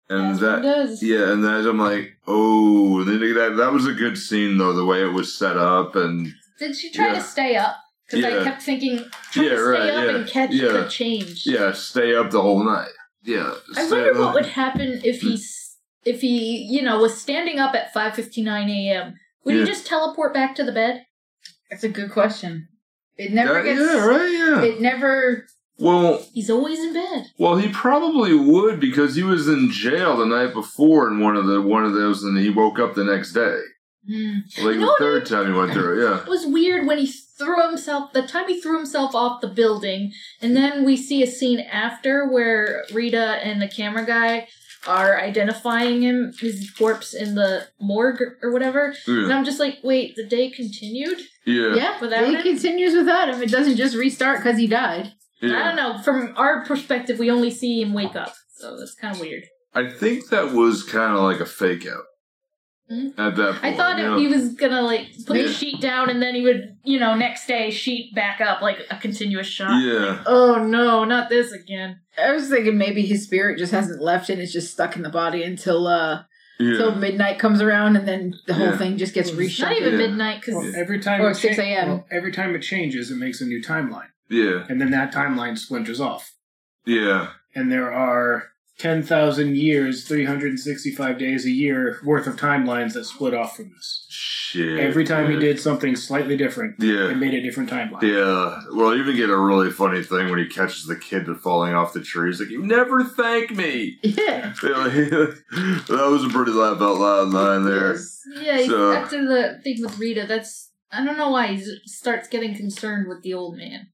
[SPEAKER 1] And
[SPEAKER 4] That's what
[SPEAKER 1] that,
[SPEAKER 4] he does.
[SPEAKER 1] yeah, and then I'm like, oh, and then that, that was a good scene though, the way it was set up and
[SPEAKER 4] Did she try
[SPEAKER 1] Yeah.
[SPEAKER 4] to stay up? Because
[SPEAKER 1] Yeah.
[SPEAKER 4] I kept thinking, try
[SPEAKER 1] yeah,
[SPEAKER 4] to stay
[SPEAKER 1] right,
[SPEAKER 4] up
[SPEAKER 1] yeah,
[SPEAKER 4] and catch
[SPEAKER 1] yeah.
[SPEAKER 4] the change.
[SPEAKER 1] yeah, stay up the whole night. Yeah,
[SPEAKER 4] I
[SPEAKER 1] stay
[SPEAKER 4] wonder
[SPEAKER 1] up.
[SPEAKER 4] what would happen if he, s- if he, you know, was standing up at five fifty nine a.m. Would
[SPEAKER 1] Yeah.
[SPEAKER 4] he just teleport back to the bed?
[SPEAKER 2] That's a good question. It never
[SPEAKER 1] Yeah,
[SPEAKER 2] gets.
[SPEAKER 1] yeah, right, yeah.
[SPEAKER 2] It never.
[SPEAKER 1] well,
[SPEAKER 4] He's always in bed.
[SPEAKER 1] well, he probably would because he was in jail the night before in one of the one of those, and he woke up the next day.
[SPEAKER 4] Hmm.
[SPEAKER 1] Like
[SPEAKER 4] No,
[SPEAKER 1] the third time he went through, it, yeah.
[SPEAKER 4] It was weird when he threw himself. The time he threw himself off the building, and then we see a scene after where Rita and the camera guy are identifying him, his corpse in the morgue or whatever. And
[SPEAKER 1] Yeah,
[SPEAKER 4] I'm just like, wait, the day continued.
[SPEAKER 1] yeah, yeah.
[SPEAKER 2] Yeah.
[SPEAKER 4] Without
[SPEAKER 2] it
[SPEAKER 4] it?
[SPEAKER 2] continues without him. It doesn't just restart because he died.
[SPEAKER 4] I don't know. From our perspective, we only see him wake up, so that's kind of weird.
[SPEAKER 1] I think that was kind of like a fake out
[SPEAKER 4] Mhm.
[SPEAKER 1] at that point.
[SPEAKER 4] I thought
[SPEAKER 1] you
[SPEAKER 4] if
[SPEAKER 1] know?
[SPEAKER 4] he was gonna like put
[SPEAKER 1] Yeah.
[SPEAKER 4] the sheet down and then he would, you know, next day sheet back up like a continuous shot.
[SPEAKER 1] Yeah,
[SPEAKER 4] Oh no, not this again.
[SPEAKER 2] I was thinking maybe his spirit just hasn't left and it's just stuck in the body until uh until
[SPEAKER 1] yeah,
[SPEAKER 2] midnight comes around and then the whole
[SPEAKER 1] Yeah.
[SPEAKER 2] thing just gets reshuffled.
[SPEAKER 4] Not even
[SPEAKER 1] Yeah.
[SPEAKER 4] midnight because
[SPEAKER 3] Well, every time
[SPEAKER 2] Or
[SPEAKER 3] it
[SPEAKER 2] 6 a.m..
[SPEAKER 3] well, every time it changes, it makes a new timeline,
[SPEAKER 1] yeah,
[SPEAKER 3] and then that timeline splinters off.
[SPEAKER 1] yeah.
[SPEAKER 3] And there are ten thousand years, three hundred and sixty-five days a year worth of timelines that split off from this.
[SPEAKER 1] Shit.
[SPEAKER 3] Every time he
[SPEAKER 1] yeah.
[SPEAKER 3] did something slightly different,
[SPEAKER 1] Yeah.
[SPEAKER 3] it made a different timeline.
[SPEAKER 1] Yeah, well, you even get a really funny thing when he catches the kid that's falling off the tree. He's like, "You never thank me."
[SPEAKER 2] Yeah.
[SPEAKER 1] that was a pretty laugh out loud line there.
[SPEAKER 4] yeah, he's-
[SPEAKER 1] So-
[SPEAKER 4] after the thing with Rita, that's I don't know why he s- starts getting concerned with the old man.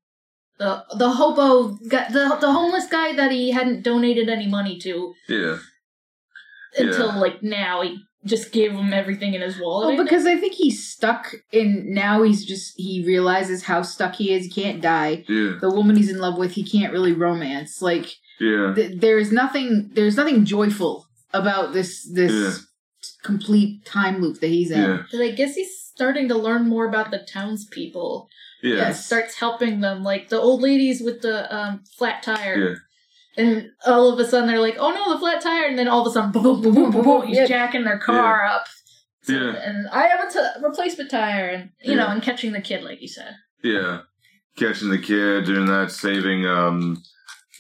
[SPEAKER 4] The the hobo got the the homeless guy that he hadn't donated any money to.
[SPEAKER 1] Yeah.
[SPEAKER 4] until
[SPEAKER 1] Yeah.
[SPEAKER 4] like now. He just gave him everything in his wallet. I
[SPEAKER 2] Well,
[SPEAKER 4] think.
[SPEAKER 2] Oh, because I think he's stuck in now he's just he realizes how stuck he is. He can't die.
[SPEAKER 1] Yeah.
[SPEAKER 2] The woman he's in love with, he can't really romance. Like
[SPEAKER 1] Yeah.
[SPEAKER 2] th- there is nothing there's nothing joyful about this this
[SPEAKER 1] Yeah.
[SPEAKER 2] complete time loop that he's in.
[SPEAKER 1] Yeah.
[SPEAKER 4] But I guess he's starting to learn more about the townspeople.
[SPEAKER 1] Yeah.
[SPEAKER 4] Starts helping them, like the old ladies with the um, flat tire.
[SPEAKER 1] Yeah.
[SPEAKER 4] And all of a sudden they're like, "Oh no, the flat tire!" And then all of a sudden, boom, boom, boom, boom, boom, boom he's
[SPEAKER 5] Yeah.
[SPEAKER 4] jacking their car up. So-
[SPEAKER 1] Yeah.
[SPEAKER 4] And I have a t- replacement tire, and you know,
[SPEAKER 1] Yeah.
[SPEAKER 4] and catching the kid, like you said.
[SPEAKER 1] Yeah. Catching the kid, doing that, saving um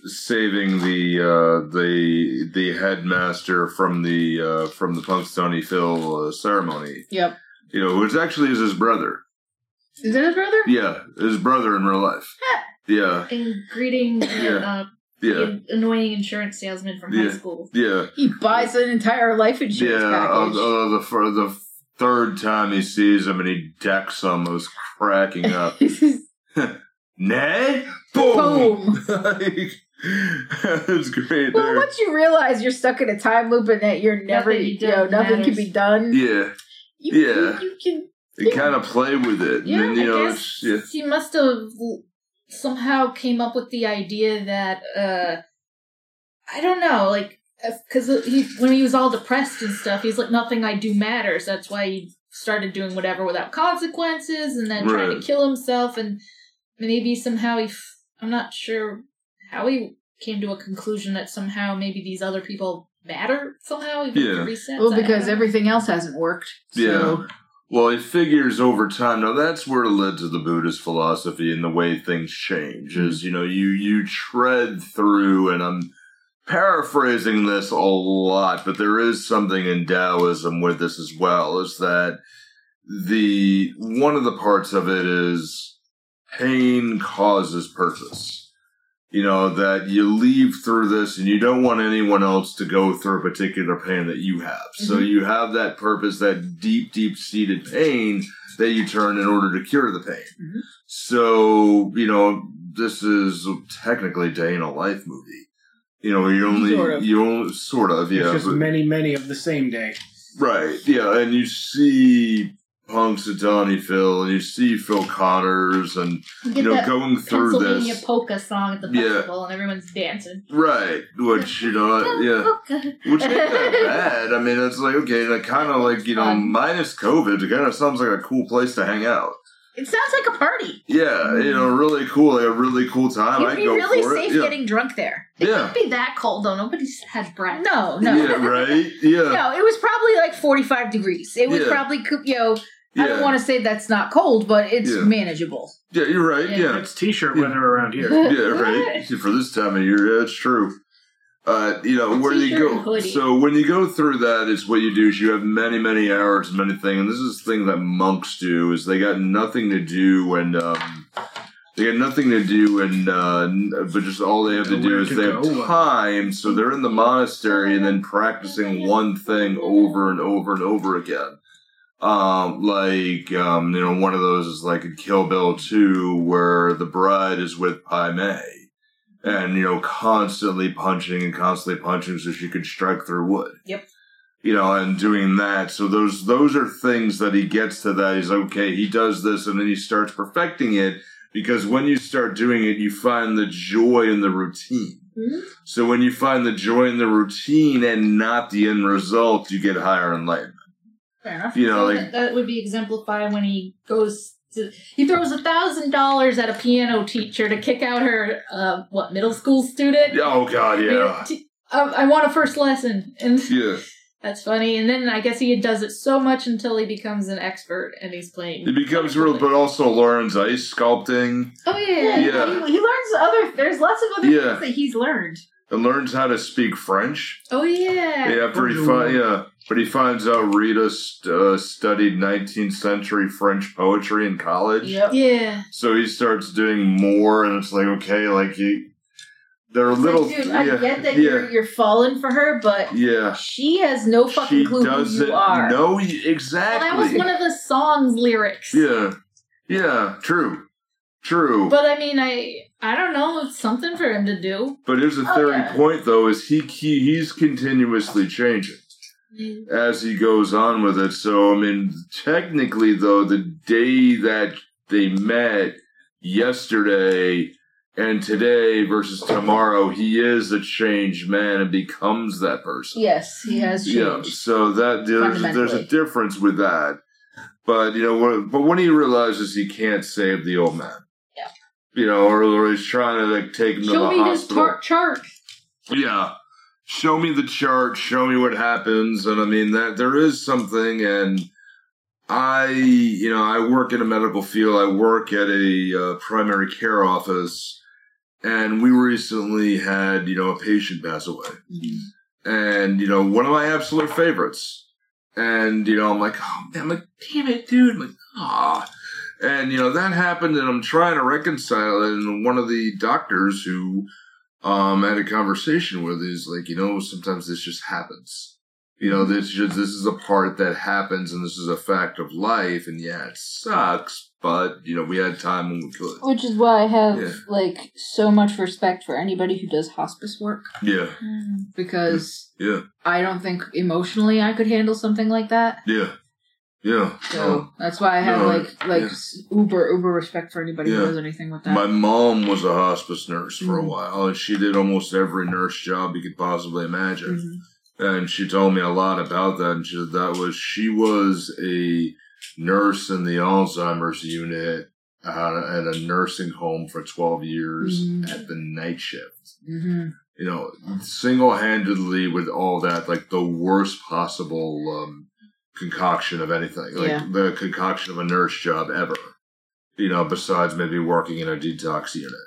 [SPEAKER 1] saving the uh the the headmaster from the uh from the Punk Stony Phil uh, ceremony.
[SPEAKER 2] Yep.
[SPEAKER 1] You know, which actually is his brother.
[SPEAKER 2] Is that his brother?
[SPEAKER 1] Yeah, his brother in real life. Yeah,
[SPEAKER 4] And greeting the, uh,
[SPEAKER 1] yeah,
[SPEAKER 4] the annoying insurance salesman from
[SPEAKER 1] Yeah.
[SPEAKER 4] high school.
[SPEAKER 1] yeah,
[SPEAKER 2] He buys an entire life
[SPEAKER 1] yeah.
[SPEAKER 2] insurance
[SPEAKER 1] Uh,
[SPEAKER 2] package.
[SPEAKER 1] uh, the fir- the third time he sees him and he decks him, I was cracking up.
[SPEAKER 2] this is
[SPEAKER 1] Ned, boom.
[SPEAKER 2] boom.
[SPEAKER 1] like, it's great.
[SPEAKER 2] Well,
[SPEAKER 1] there.
[SPEAKER 2] once you realize you're stuck in a time loop and that you're never,
[SPEAKER 5] Nothing you
[SPEAKER 2] you know,
[SPEAKER 5] do
[SPEAKER 2] nothing can
[SPEAKER 5] matters.
[SPEAKER 2] be done.
[SPEAKER 1] yeah.
[SPEAKER 2] You, you-
[SPEAKER 1] Yeah.
[SPEAKER 2] you can.
[SPEAKER 1] You kind of play with it.
[SPEAKER 4] Yeah,
[SPEAKER 1] and then, you know,
[SPEAKER 4] I guess
[SPEAKER 1] it's- yeah.
[SPEAKER 4] he must have somehow came up with the idea that uh I don't know, like because he when he was all depressed and stuff, he's like nothing I do matters. That's why he started doing whatever without consequences, and then trying
[SPEAKER 1] Right.
[SPEAKER 4] to kill himself, and maybe somehow he. F- I'm not sure how he came to a conclusion that somehow maybe these other people matter somehow. even if
[SPEAKER 1] Yeah.
[SPEAKER 4] it resets,
[SPEAKER 2] Well,
[SPEAKER 4] I don't
[SPEAKER 2] because
[SPEAKER 4] know.
[SPEAKER 2] everything else hasn't worked. So.
[SPEAKER 1] Yeah. Well, it figures over time. Now that's where it led to the Buddhist philosophy and the way things change. Is you know you you tread through, and I'm paraphrasing this a lot, but there is something in Taoism with this as well. Is that the one of the parts of it is pain causes purpose. You know that you leave through this, and you don't want anyone else to go through a particular pain that you have. So
[SPEAKER 3] Mm-hmm.
[SPEAKER 1] you have that purpose, that deep, deep seated pain that you turn in order to cure the pain.
[SPEAKER 3] Mm-hmm.
[SPEAKER 2] Mhm.
[SPEAKER 1] So you know this is technically a day in a life movie. You know you only
[SPEAKER 2] Sort of.
[SPEAKER 1] you only sort of yeah
[SPEAKER 3] it's just
[SPEAKER 1] but-
[SPEAKER 3] many, many of the same day.
[SPEAKER 1] Right. Yeah, and you see Punk Donnie Phil, and you see Phil Connors, and
[SPEAKER 4] You
[SPEAKER 1] you
[SPEAKER 4] get
[SPEAKER 1] know
[SPEAKER 4] that
[SPEAKER 1] going through
[SPEAKER 4] Pennsylvania
[SPEAKER 1] this.
[SPEAKER 4] polka song at the
[SPEAKER 1] Yeah.
[SPEAKER 4] festival, and everyone's dancing.
[SPEAKER 1] Right. Which you know, yeah. Which ain't that bad. I mean, it's like okay, that kind of like you know,
[SPEAKER 4] Fun.
[SPEAKER 1] minus COVID, it kind of sounds like a cool place to hang out.
[SPEAKER 2] It sounds like a party.
[SPEAKER 1] Yeah, you know, really cool, like a really cool time.
[SPEAKER 2] Mm. You'd
[SPEAKER 1] I'd
[SPEAKER 2] be
[SPEAKER 1] go
[SPEAKER 2] really
[SPEAKER 1] for
[SPEAKER 2] safe
[SPEAKER 1] it. Yeah.
[SPEAKER 2] getting drunk there.
[SPEAKER 1] yeah.
[SPEAKER 4] be that cold though. Nobody has breath.
[SPEAKER 2] No, no.
[SPEAKER 1] Yeah. Right. Yeah.
[SPEAKER 2] No, it was probably like 45 degrees. It was
[SPEAKER 1] Yeah.
[SPEAKER 2] probably, co- you know, I
[SPEAKER 1] Yeah.
[SPEAKER 2] don't want to say that's not cold, but it's
[SPEAKER 1] Yeah.
[SPEAKER 2] manageable.
[SPEAKER 1] yeah. You're right.
[SPEAKER 4] Yeah.
[SPEAKER 1] yeah.
[SPEAKER 3] It's t-shirt weather around here.
[SPEAKER 1] yeah, right. For this time of year, yeah, it's true. Uh, you know where you
[SPEAKER 4] T-shirt and
[SPEAKER 1] go.
[SPEAKER 4] hoodie.
[SPEAKER 1] So when you go through that, it's what you do. Is you have many, many hours, and many things. And this is the thing that monks do is they got nothing to do, and um, they got nothing to do, and uh, n- but just all they have to do
[SPEAKER 3] Nowhere
[SPEAKER 1] is
[SPEAKER 3] to
[SPEAKER 1] they
[SPEAKER 3] go.
[SPEAKER 1] have time. So they're in the monastery and then practicing one thing over and over and over again. Um, like um, you know, one of those is like in Kill Bill Two, where the bride is with Pai Mei and you know constantly punching and constantly punching so she could strike through wood
[SPEAKER 2] Yep.
[SPEAKER 1] you know and doing that so those those are things that he gets to that he's okay he does this and then he starts perfecting it because when you start doing it you find the joy in the routine
[SPEAKER 2] Mhm.
[SPEAKER 1] so when you find the joy in the routine and not the end result you get higher enlightenment
[SPEAKER 2] Fair enough.
[SPEAKER 1] you know
[SPEAKER 4] So
[SPEAKER 1] like
[SPEAKER 4] that, that would be exemplified when he goes to he throws a thousand dollars at a piano teacher to kick out her uh, what middle school student.
[SPEAKER 1] oh god yeah
[SPEAKER 4] T- I I want a first lesson, and
[SPEAKER 1] yeah
[SPEAKER 4] that's funny. And then I guess he does it so much until he becomes an expert and he's playing.
[SPEAKER 1] it becomes real but also learns ice sculpting
[SPEAKER 4] Oh yeah,
[SPEAKER 2] Yeah,
[SPEAKER 4] yeah.
[SPEAKER 1] Yeah.
[SPEAKER 2] He, he learns other, there's lots of other
[SPEAKER 1] Yeah.
[SPEAKER 2] things that he's learned.
[SPEAKER 1] and learns how to speak french
[SPEAKER 4] oh yeah.
[SPEAKER 1] Yeah, after he
[SPEAKER 3] Bonjour.
[SPEAKER 1] fi- yeah, but he finds out Rita st- uh, studied 19th century French poetry in college.
[SPEAKER 2] Yep.
[SPEAKER 4] Yeah.
[SPEAKER 1] So he starts doing more, and it's like okay, like he, there are
[SPEAKER 2] It's like,
[SPEAKER 1] little,
[SPEAKER 2] dude,
[SPEAKER 1] yeah,
[SPEAKER 2] I get that
[SPEAKER 1] yeah,
[SPEAKER 2] you're, you're falling for her, but
[SPEAKER 1] yeah.
[SPEAKER 2] she has no fucking
[SPEAKER 1] she
[SPEAKER 2] clue who
[SPEAKER 1] doesn't
[SPEAKER 2] you are.
[SPEAKER 1] know y-
[SPEAKER 4] Well,
[SPEAKER 1] exactly.
[SPEAKER 4] that was one of the song's lyrics.
[SPEAKER 1] yeah, yeah, true, true. But,
[SPEAKER 4] But I mean, I I don't know. It's something for him to do.
[SPEAKER 1] here's the
[SPEAKER 2] Oh,
[SPEAKER 1] third
[SPEAKER 2] yeah.
[SPEAKER 1] point, though, is he, he he's continuously changing. as he goes on with it. So, I mean, technically, though, the day that they met yesterday and today versus tomorrow, he is a changed man and becomes that person.
[SPEAKER 2] Yes, he has changed.
[SPEAKER 1] Yeah, so that there's there's a
[SPEAKER 2] Fundamentally.
[SPEAKER 1] difference with that, but you know, wh- but when he realizes he can't save the old man,
[SPEAKER 6] Yeah.
[SPEAKER 1] you know, or, or he's trying to like take him to
[SPEAKER 4] Show
[SPEAKER 1] the
[SPEAKER 4] me his
[SPEAKER 1] hospital.
[SPEAKER 4] tar- chart.
[SPEAKER 1] Yeah. Show me the chart, show me what happens. And I mean that there is something and I, you know, I work in a medical field. I work at a uh, primary care office and we recently had, you know, a patient pass away. And you know, one of my absolute favorites. And you know, I'm like, oh man, I'm like, damn it, dude, I'm like, ah. And you know, that happened and I'm trying to reconcile it and one of the doctors who um, I had a conversation with is like, you know, sometimes this just happens. You know, this just this is a part that happens, and this is a fact of life. And yeah, it sucks, but you know, we had time when we could.
[SPEAKER 2] Oh.
[SPEAKER 6] Which is why I have
[SPEAKER 1] Yeah.
[SPEAKER 6] like so much respect for anybody who does hospice work.
[SPEAKER 1] Yeah,
[SPEAKER 6] Mm.
[SPEAKER 2] because
[SPEAKER 1] yeah,
[SPEAKER 2] I don't think emotionally I could handle something like that.
[SPEAKER 1] yeah, yeah. Oh.
[SPEAKER 2] So that's why I have
[SPEAKER 1] No,
[SPEAKER 2] like like
[SPEAKER 1] yeah.
[SPEAKER 2] s- uber uber respect for anybody
[SPEAKER 1] Yeah.
[SPEAKER 2] who does anything with that. Mm-hmm.
[SPEAKER 1] My mom was a hospice nurse for a while, and she did almost every nurse job you could possibly imagine.
[SPEAKER 2] Mhm.
[SPEAKER 1] and she told me a lot about that. And she said that was she was a nurse in the Alzheimer's unit uh, at a nursing home for twelve years
[SPEAKER 2] Mhm.
[SPEAKER 1] at the night shift.
[SPEAKER 2] Mhm.
[SPEAKER 1] You know, single handedly with all that, like the worst possible um, concoction of anything, like
[SPEAKER 2] Yeah.
[SPEAKER 1] the concoction of a nurse job ever. You know, besides maybe working in a detox unit.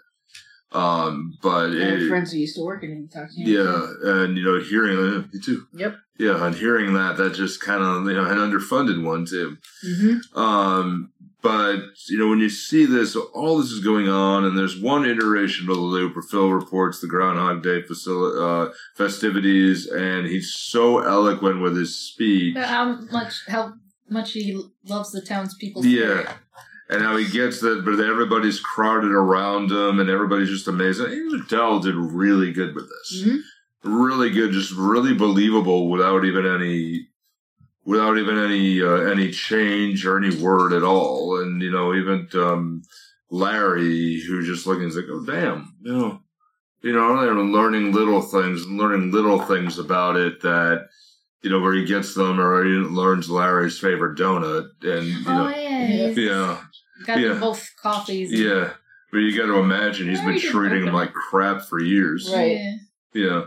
[SPEAKER 1] Um, but
[SPEAKER 2] I have
[SPEAKER 1] it,
[SPEAKER 2] friends who used to work in it talking.
[SPEAKER 1] yeah, and you know, hearing uh, me too.
[SPEAKER 2] Yep.
[SPEAKER 1] Yeah, and hearing that, that just kind of you know an underfunded one too.
[SPEAKER 2] hmm
[SPEAKER 1] Um, but you know, when you see this, all this is going on, and there's one iteration of the loop where Phil reports the Groundhog Day facil- uh, festivities, and he's so eloquent with his speech.
[SPEAKER 6] Uh, How much how much he loves the townspeople.
[SPEAKER 1] Yeah. And how he gets that, but everybody's crowded around him, and everybody's just amazing. And Adele did really good with this.
[SPEAKER 2] Mhm.
[SPEAKER 1] Really good, just really believable without even any, without even any uh, any change or any word at all. And you know, even um, Larry, who's just looking, is like, oh damn, you know, you know, they're learning little things and learning little things about it that. You know where he gets them, or he learns Larry's favorite donut, and you know,
[SPEAKER 6] Oh yeah. he's
[SPEAKER 1] yeah,
[SPEAKER 6] Got
[SPEAKER 1] Yeah.
[SPEAKER 6] both coffees.
[SPEAKER 1] yeah. But you got to imagine he's been
[SPEAKER 6] Very good
[SPEAKER 1] treating him
[SPEAKER 6] opener.
[SPEAKER 1] like crap for years.
[SPEAKER 2] Right.
[SPEAKER 1] Yeah.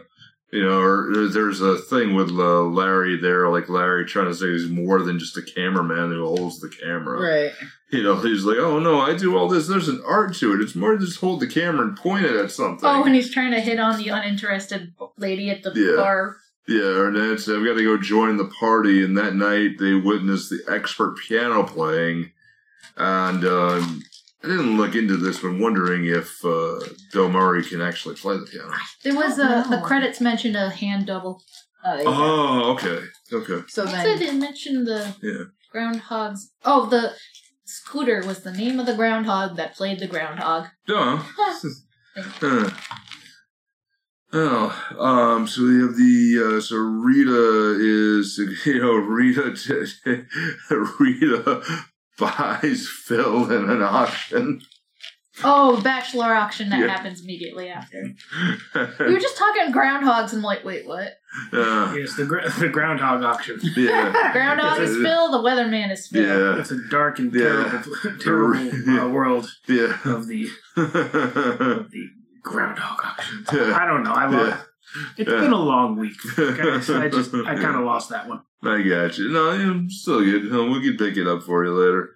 [SPEAKER 1] You know, or there- there's a thing with uh, Larry there, like Larry trying to say he's more than just a cameraman who holds the camera.
[SPEAKER 2] Right.
[SPEAKER 1] You know, he's like, oh no, I do all this. There's an art to it. It's more than just hold the camera and point it at something.
[SPEAKER 6] Oh, and he's trying to hit on the uninterested lady at the
[SPEAKER 1] Yeah.
[SPEAKER 6] bar.
[SPEAKER 1] Yeah, and then said, I've got to go join the party. And that night, they witnessed the expert piano playing. And um, I didn't look into this, but I'm wondering if uh, Bill Murray can actually play the piano.
[SPEAKER 6] There was
[SPEAKER 2] Don't
[SPEAKER 6] a
[SPEAKER 2] know.
[SPEAKER 6] the credits mentioned a hand double.
[SPEAKER 2] Uh, yeah.
[SPEAKER 1] Oh, okay. Okay.
[SPEAKER 2] So
[SPEAKER 6] What did
[SPEAKER 2] then,
[SPEAKER 6] it mention the
[SPEAKER 1] Yeah.
[SPEAKER 6] groundhogs? Oh, the scooter was the name of the groundhog that played the groundhog.
[SPEAKER 1] Duh. Huh. Oh, um, so we have the, uh, so Rita is, you know, Rita, t- Rita buys Phil in an auction.
[SPEAKER 6] Oh, bachelor auction that
[SPEAKER 1] Yeah.
[SPEAKER 6] happens immediately after. We were just talking groundhogs and I'm like, wait, what?
[SPEAKER 1] Uh,
[SPEAKER 3] Yes, the, gr- the groundhog auction.
[SPEAKER 1] yeah.
[SPEAKER 6] Groundhog is Phil. The weatherman is Phil.
[SPEAKER 1] Yeah,
[SPEAKER 3] It's a dark and
[SPEAKER 1] Yeah.
[SPEAKER 3] terrible, terrible uh, world
[SPEAKER 1] yeah.
[SPEAKER 3] of the
[SPEAKER 1] yeah.
[SPEAKER 3] groundhog auction. I don't know. I love
[SPEAKER 1] Yeah.
[SPEAKER 3] it. It's
[SPEAKER 1] Yeah.
[SPEAKER 3] been a long week. guys. I just I kind of lost that one.
[SPEAKER 1] I got you. No, I'm still good. Um, We can pick it up for you later.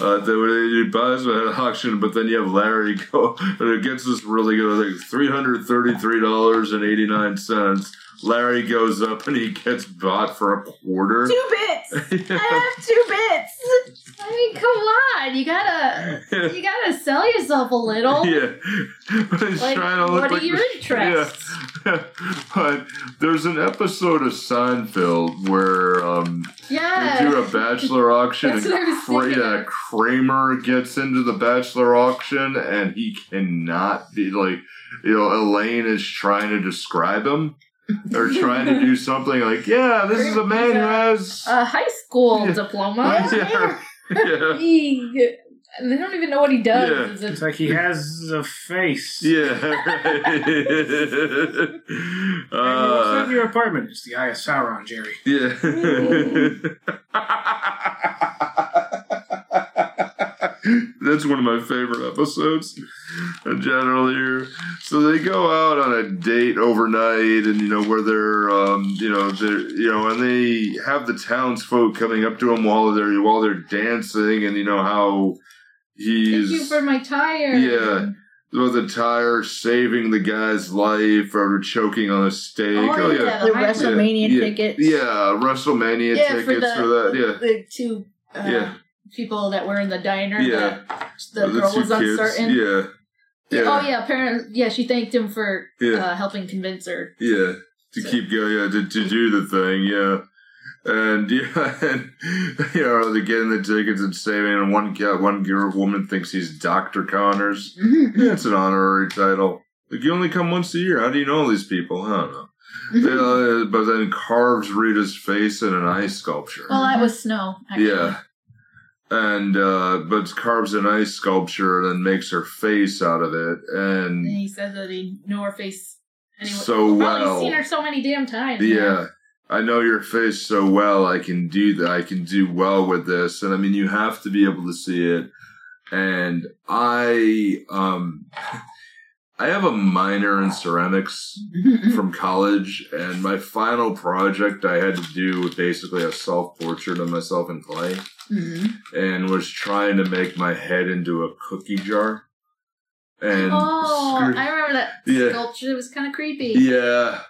[SPEAKER 1] Uh, then when you buys at an auction, but then you have Larry go and it gets this really good. I think three hundred thirty-three dollars and eighty-nine cents. Larry goes up and he gets bought for a quarter.
[SPEAKER 2] two bits. I have two bits.
[SPEAKER 6] I mean, come on, you gotta
[SPEAKER 1] yeah,
[SPEAKER 6] you gotta sell yourself a little.
[SPEAKER 1] but he's
[SPEAKER 6] Like,
[SPEAKER 1] trying to look
[SPEAKER 6] what
[SPEAKER 1] like
[SPEAKER 6] are your
[SPEAKER 1] the-
[SPEAKER 6] interests?
[SPEAKER 1] but there's an episode of Seinfeld where um,
[SPEAKER 6] Yeah.
[SPEAKER 1] They do a bachelor auction,
[SPEAKER 6] That's what I
[SPEAKER 1] and
[SPEAKER 6] was
[SPEAKER 1] Kra-
[SPEAKER 6] thinking
[SPEAKER 1] yeah,
[SPEAKER 6] of.
[SPEAKER 1] Kramer gets into the bachelor auction, and he cannot be like, you know, Elaine is trying to describe him, or trying to do something like, yeah, this is a man who has.
[SPEAKER 6] A high school
[SPEAKER 1] Yeah.
[SPEAKER 6] diploma.
[SPEAKER 1] Yeah. Yeah.
[SPEAKER 6] He, they don't even know what he does.
[SPEAKER 1] Yeah.
[SPEAKER 6] Is it-
[SPEAKER 3] It's like he has a face.
[SPEAKER 1] Yeah. right.
[SPEAKER 3] And he walks out of
[SPEAKER 1] uh,
[SPEAKER 3] your apartment. It's the Eye of Sauron, Jerry.
[SPEAKER 1] yeah. That's one of my favorite episodes in general here. So they go out on a date overnight and you know where they're um you know they're you know and they have the townsfolk coming up to them while they're while they're dancing and you know how
[SPEAKER 6] Thank
[SPEAKER 1] he's
[SPEAKER 6] you for my tire.
[SPEAKER 1] Yeah. Well, the tire saving the guy's life or choking on a steak.
[SPEAKER 6] Oh,
[SPEAKER 1] Oh, yeah.
[SPEAKER 6] yeah.
[SPEAKER 2] The WrestleMania
[SPEAKER 1] Yeah.
[SPEAKER 2] tickets.
[SPEAKER 1] Yeah, WrestleMania
[SPEAKER 6] Yeah,
[SPEAKER 1] tickets
[SPEAKER 6] for
[SPEAKER 1] for,
[SPEAKER 6] the,
[SPEAKER 1] that. Yeah.
[SPEAKER 6] the two uh,
[SPEAKER 1] Yeah.
[SPEAKER 6] people that were in the diner.
[SPEAKER 1] Yeah.
[SPEAKER 6] That the,
[SPEAKER 1] For
[SPEAKER 6] girl
[SPEAKER 1] two
[SPEAKER 6] was
[SPEAKER 1] kids.
[SPEAKER 6] uncertain.
[SPEAKER 1] Yeah.
[SPEAKER 6] Oh
[SPEAKER 1] Yeah.
[SPEAKER 6] yeah, apparently yeah, she thanked him for
[SPEAKER 1] Yeah.
[SPEAKER 6] uh, helping convince her.
[SPEAKER 1] yeah. To keep going, yeah, to, to do the thing, yeah. And yeah, and you know, they're getting the tickets and saving. And one guy, one girl, woman thinks he's Doctor Connors.
[SPEAKER 2] Mm-hmm.
[SPEAKER 1] Yeah, it's an honorary title. Like you only come once a year. How do you know all these people? I don't know. Yeah, but then carves Rita's face in an ice sculpture.
[SPEAKER 6] Well, that was snow. Actually.
[SPEAKER 1] Mm-hmm. Yeah. And uh but carves an ice sculpture and then makes her face out of it
[SPEAKER 6] And
[SPEAKER 1] and
[SPEAKER 6] he said that he knew her face. Anyway,
[SPEAKER 1] so
[SPEAKER 6] probably
[SPEAKER 1] well.
[SPEAKER 6] seen her so many damn times.
[SPEAKER 1] Yeah. I know your face so well I can do that I can do well with this. And I mean you have to be able to see it. And I um I have a minor in ceramics from college and my final project I had to do was basically a self portrait of myself in clay.
[SPEAKER 2] Mhm.
[SPEAKER 1] and was trying to make my head into a cookie jar. And
[SPEAKER 6] Oh,
[SPEAKER 1] screw-
[SPEAKER 6] I remember that
[SPEAKER 1] Yeah.
[SPEAKER 6] sculpture. It was kind of creepy.
[SPEAKER 1] yeah,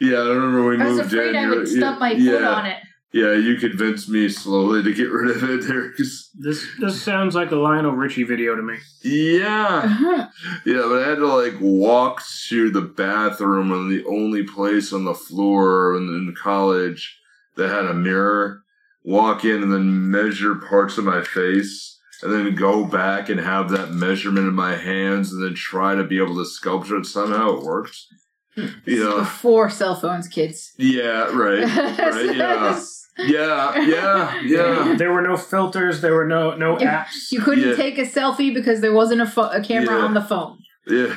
[SPEAKER 1] yeah. I remember we
[SPEAKER 6] I was
[SPEAKER 1] moved
[SPEAKER 6] afraid
[SPEAKER 1] in.
[SPEAKER 6] I
[SPEAKER 1] you were-
[SPEAKER 6] would
[SPEAKER 1] yeah,
[SPEAKER 6] stub my foot
[SPEAKER 1] yeah,
[SPEAKER 6] on it.
[SPEAKER 1] Yeah, you convinced me slowly to get rid of it there. 'cause-
[SPEAKER 3] This this sounds like a Lionel Richie video to me.
[SPEAKER 1] yeah,
[SPEAKER 2] Uh-huh.
[SPEAKER 1] yeah. But I had to like walk to the bathroom and the only place on the floor in, in college that had a mirror. Walk in and then measure parts of my face. and then go back and have that measurement in my hands and then try to be able to sculpture it somehow it worked you know
[SPEAKER 2] Before cell phones, kids.
[SPEAKER 1] yeah right Right, yeah. yeah yeah yeah
[SPEAKER 3] There were no filters. There were no no
[SPEAKER 2] Yeah.
[SPEAKER 3] apps.
[SPEAKER 2] You couldn't
[SPEAKER 1] Yeah.
[SPEAKER 2] take a selfie because there wasn't a, pho- a camera
[SPEAKER 1] Yeah.
[SPEAKER 2] on the phone.
[SPEAKER 1] yeah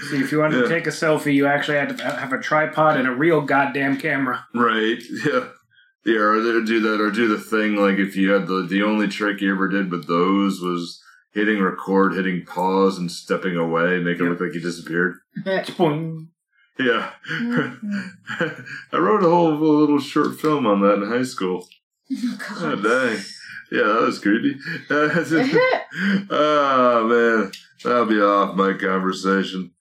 [SPEAKER 3] See, if you wanted
[SPEAKER 1] Yeah.
[SPEAKER 3] to take a selfie, you actually had to have a tripod and a real goddamn camera.
[SPEAKER 1] right yeah yeah or they do that or do the thing like if you had the the only trick you ever did with those was hitting record hitting pause and stepping away make it look like you disappeared
[SPEAKER 3] Boing.
[SPEAKER 1] yeah
[SPEAKER 4] Mm-hmm.
[SPEAKER 6] Mm,
[SPEAKER 1] i wrote a whole little short film on that in high school Oh, dang. Yeah, that was creepy. oh, man. That'll be off my conversation.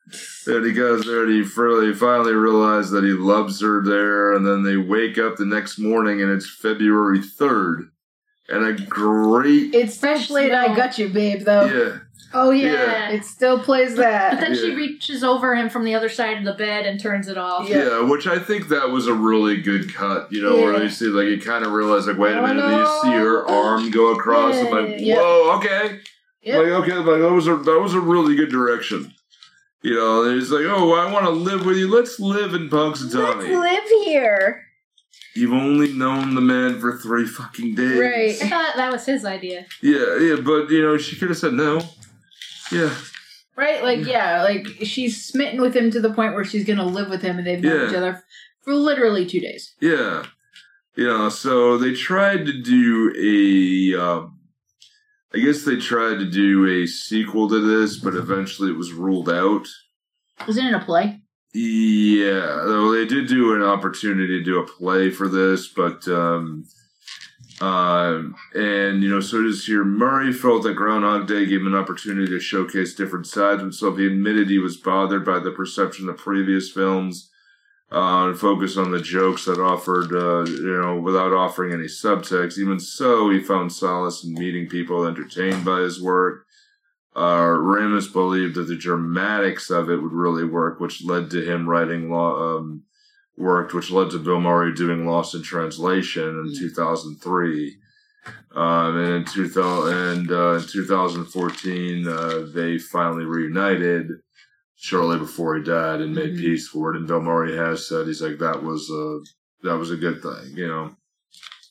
[SPEAKER 1] And he goes there and he really finally realized that he loves her there. And then they wake up the next morning and it's February 3rd. And a great.
[SPEAKER 2] It's especially I
[SPEAKER 6] No.
[SPEAKER 2] Got You, Babe, though.
[SPEAKER 1] Yeah.
[SPEAKER 6] Oh yeah.
[SPEAKER 1] Yeah.
[SPEAKER 2] It still plays
[SPEAKER 6] But
[SPEAKER 2] that.
[SPEAKER 6] then she
[SPEAKER 1] Yeah.
[SPEAKER 6] reaches over him from the other side of the bed and turns it off.
[SPEAKER 1] Yeah. which I think that was a really good cut, you know, where
[SPEAKER 6] Yeah.
[SPEAKER 1] you see, like, you kind of realize, like, wait a
[SPEAKER 6] Oh,
[SPEAKER 1] minute, and then you
[SPEAKER 6] no.
[SPEAKER 1] see her arm go across, and like,
[SPEAKER 6] Yeah.
[SPEAKER 1] whoa, okay.
[SPEAKER 2] Yep.
[SPEAKER 1] Like okay, like that was a that was a really good direction. You know, and he's like, oh, I want to live with you. Let's live in Punks and Tommy.
[SPEAKER 2] live here.
[SPEAKER 1] You've only known the man for three fucking days.
[SPEAKER 2] Right.
[SPEAKER 6] I thought that was his idea.
[SPEAKER 1] Yeah, yeah, but you know, she could have said no. Yeah,
[SPEAKER 2] Right? Like, yeah, like she's smitten with him to the point where she's going to live with him and they've known
[SPEAKER 1] Yeah.
[SPEAKER 2] each other for literally two days.
[SPEAKER 1] yeah, yeah. So they tried to do a, um, I guess they tried to do a sequel to this, but eventually it was ruled out.
[SPEAKER 2] Was it in a play?
[SPEAKER 1] Yeah, though they did do an opportunity to do a play for this, but um, um, and you know, so does here. Murray felt that Groundhog Day gave him an opportunity to showcase different sides of himself. He admitted he was bothered by the perception of previous films uh, and focused on the jokes that offered, uh, you know, without offering any subtext. Even so, he found solace in meeting people entertained by his work. Uh, Ramus believed that the dramatics of it would really work, which led to him writing law um, worked, which led to Bill Murray doing Lost in Translation in 2003. Um, and in 2000, and uh, in 2014, uh, they finally reunited. shortly before he died and made
[SPEAKER 2] Mhm.
[SPEAKER 1] peace for it. And Vilmori has said he's like that was a that was a good thing, you know.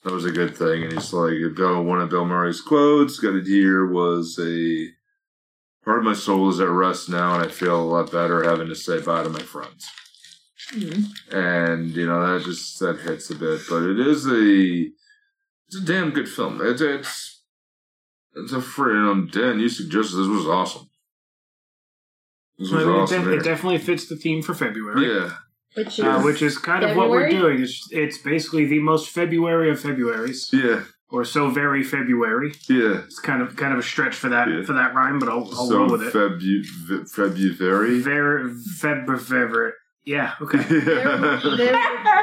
[SPEAKER 1] That was a good thing, and he's like, "Go." One of Bill Murray's quotes got it here was a part of my soul is at rest now, and I feel a lot better having to say bye to my friends Mm-hmm.
[SPEAKER 2] Mm.
[SPEAKER 1] and you know that just that hits a bit but it is a it's a damn good film it's it's it's a freedom dan you suggested this was awesome this was
[SPEAKER 3] Well, it,
[SPEAKER 1] awesome
[SPEAKER 3] def- it
[SPEAKER 1] here.
[SPEAKER 3] definitely fits the theme for February,
[SPEAKER 1] yeah
[SPEAKER 6] Which is
[SPEAKER 3] uh, which is kind of what we're
[SPEAKER 6] February?
[SPEAKER 3] doing. It's, it's basically the most February of Februarys,
[SPEAKER 1] yeah
[SPEAKER 3] or so very February.
[SPEAKER 1] yeah
[SPEAKER 3] It's kind of kind of a stretch for that
[SPEAKER 1] Yeah.
[SPEAKER 3] for that rhyme, but I'll, I'll
[SPEAKER 1] so
[SPEAKER 3] roll with it.
[SPEAKER 1] Febu- Fe- february
[SPEAKER 3] Ver- February. Yeah. Okay.
[SPEAKER 1] yeah. yeah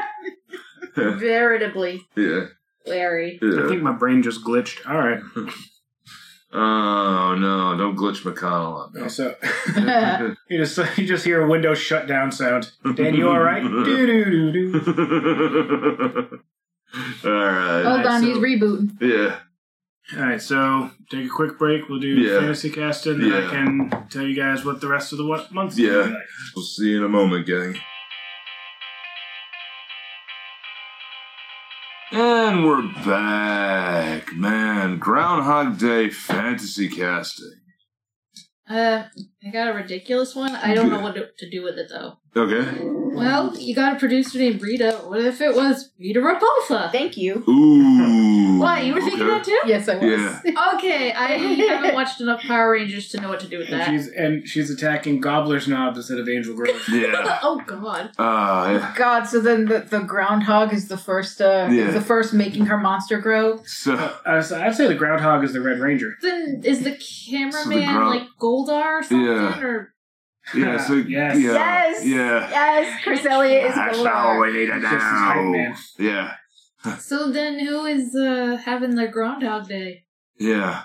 [SPEAKER 6] veritably
[SPEAKER 1] yeah
[SPEAKER 6] Larry.
[SPEAKER 3] I think my brain just glitched. All right.
[SPEAKER 1] Hmm. oh no don't glitch mcconnell on me
[SPEAKER 3] So you just you just hear a window shutdown sound. Dan, you all right? do do do do.
[SPEAKER 1] all right
[SPEAKER 2] Hold on,
[SPEAKER 3] so-
[SPEAKER 2] he's rebooting.
[SPEAKER 1] yeah
[SPEAKER 3] All right. So take a quick break. We'll do
[SPEAKER 1] Yeah.
[SPEAKER 3] fantasy cast, and then
[SPEAKER 1] Yeah.
[SPEAKER 3] I can tell you guys what the rest of the wa- month's gonna
[SPEAKER 1] Yeah.
[SPEAKER 3] be like.
[SPEAKER 1] We'll see you in a moment, gang. And we're back, man. Groundhog Day fantasy casting.
[SPEAKER 6] Uh, I got a ridiculous one. I don't know what to- to do with it though.
[SPEAKER 1] Okay.
[SPEAKER 6] Well, you got a producer named Rita. What if it was Rita Repulsa?
[SPEAKER 2] Thank you.
[SPEAKER 1] Ooh.
[SPEAKER 6] Why you were thinking
[SPEAKER 1] okay.
[SPEAKER 6] that too?
[SPEAKER 2] Yes, I was.
[SPEAKER 1] Yeah.
[SPEAKER 6] Okay, I haven't watched enough Power Rangers to know what to do with
[SPEAKER 3] And
[SPEAKER 6] that.
[SPEAKER 3] she's and she's attacking Gobbler's Knob instead of Angel Grove.
[SPEAKER 1] Yeah.
[SPEAKER 6] Oh God.
[SPEAKER 1] Uh,
[SPEAKER 2] God, so then the, the groundhog is the first uh
[SPEAKER 1] Yeah.
[SPEAKER 2] is the first making her monster grow.
[SPEAKER 1] so,
[SPEAKER 3] I s- Uh, I'd say the Groundhog is the Red Ranger.
[SPEAKER 6] Then is the cameraman
[SPEAKER 1] ground-
[SPEAKER 6] like Goldar or something?
[SPEAKER 1] Yeah.
[SPEAKER 6] Or
[SPEAKER 1] yeah, so,
[SPEAKER 3] Yes.
[SPEAKER 1] yeah.
[SPEAKER 2] Yes.
[SPEAKER 1] Yeah.
[SPEAKER 2] Yes, Chris Elliott is
[SPEAKER 1] That's all we
[SPEAKER 2] Golar.
[SPEAKER 1] need to
[SPEAKER 3] He's just his hype
[SPEAKER 1] know.
[SPEAKER 3] man.
[SPEAKER 1] Yeah.
[SPEAKER 6] so then who is uh, having their Groundhog Day?
[SPEAKER 1] Yeah.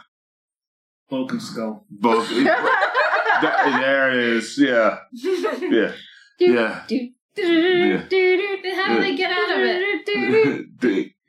[SPEAKER 3] Bulk and Skull.
[SPEAKER 1] Both. That- there it is. Yeah. Yeah. Yeah. Yeah.
[SPEAKER 6] Then how do they get out of it?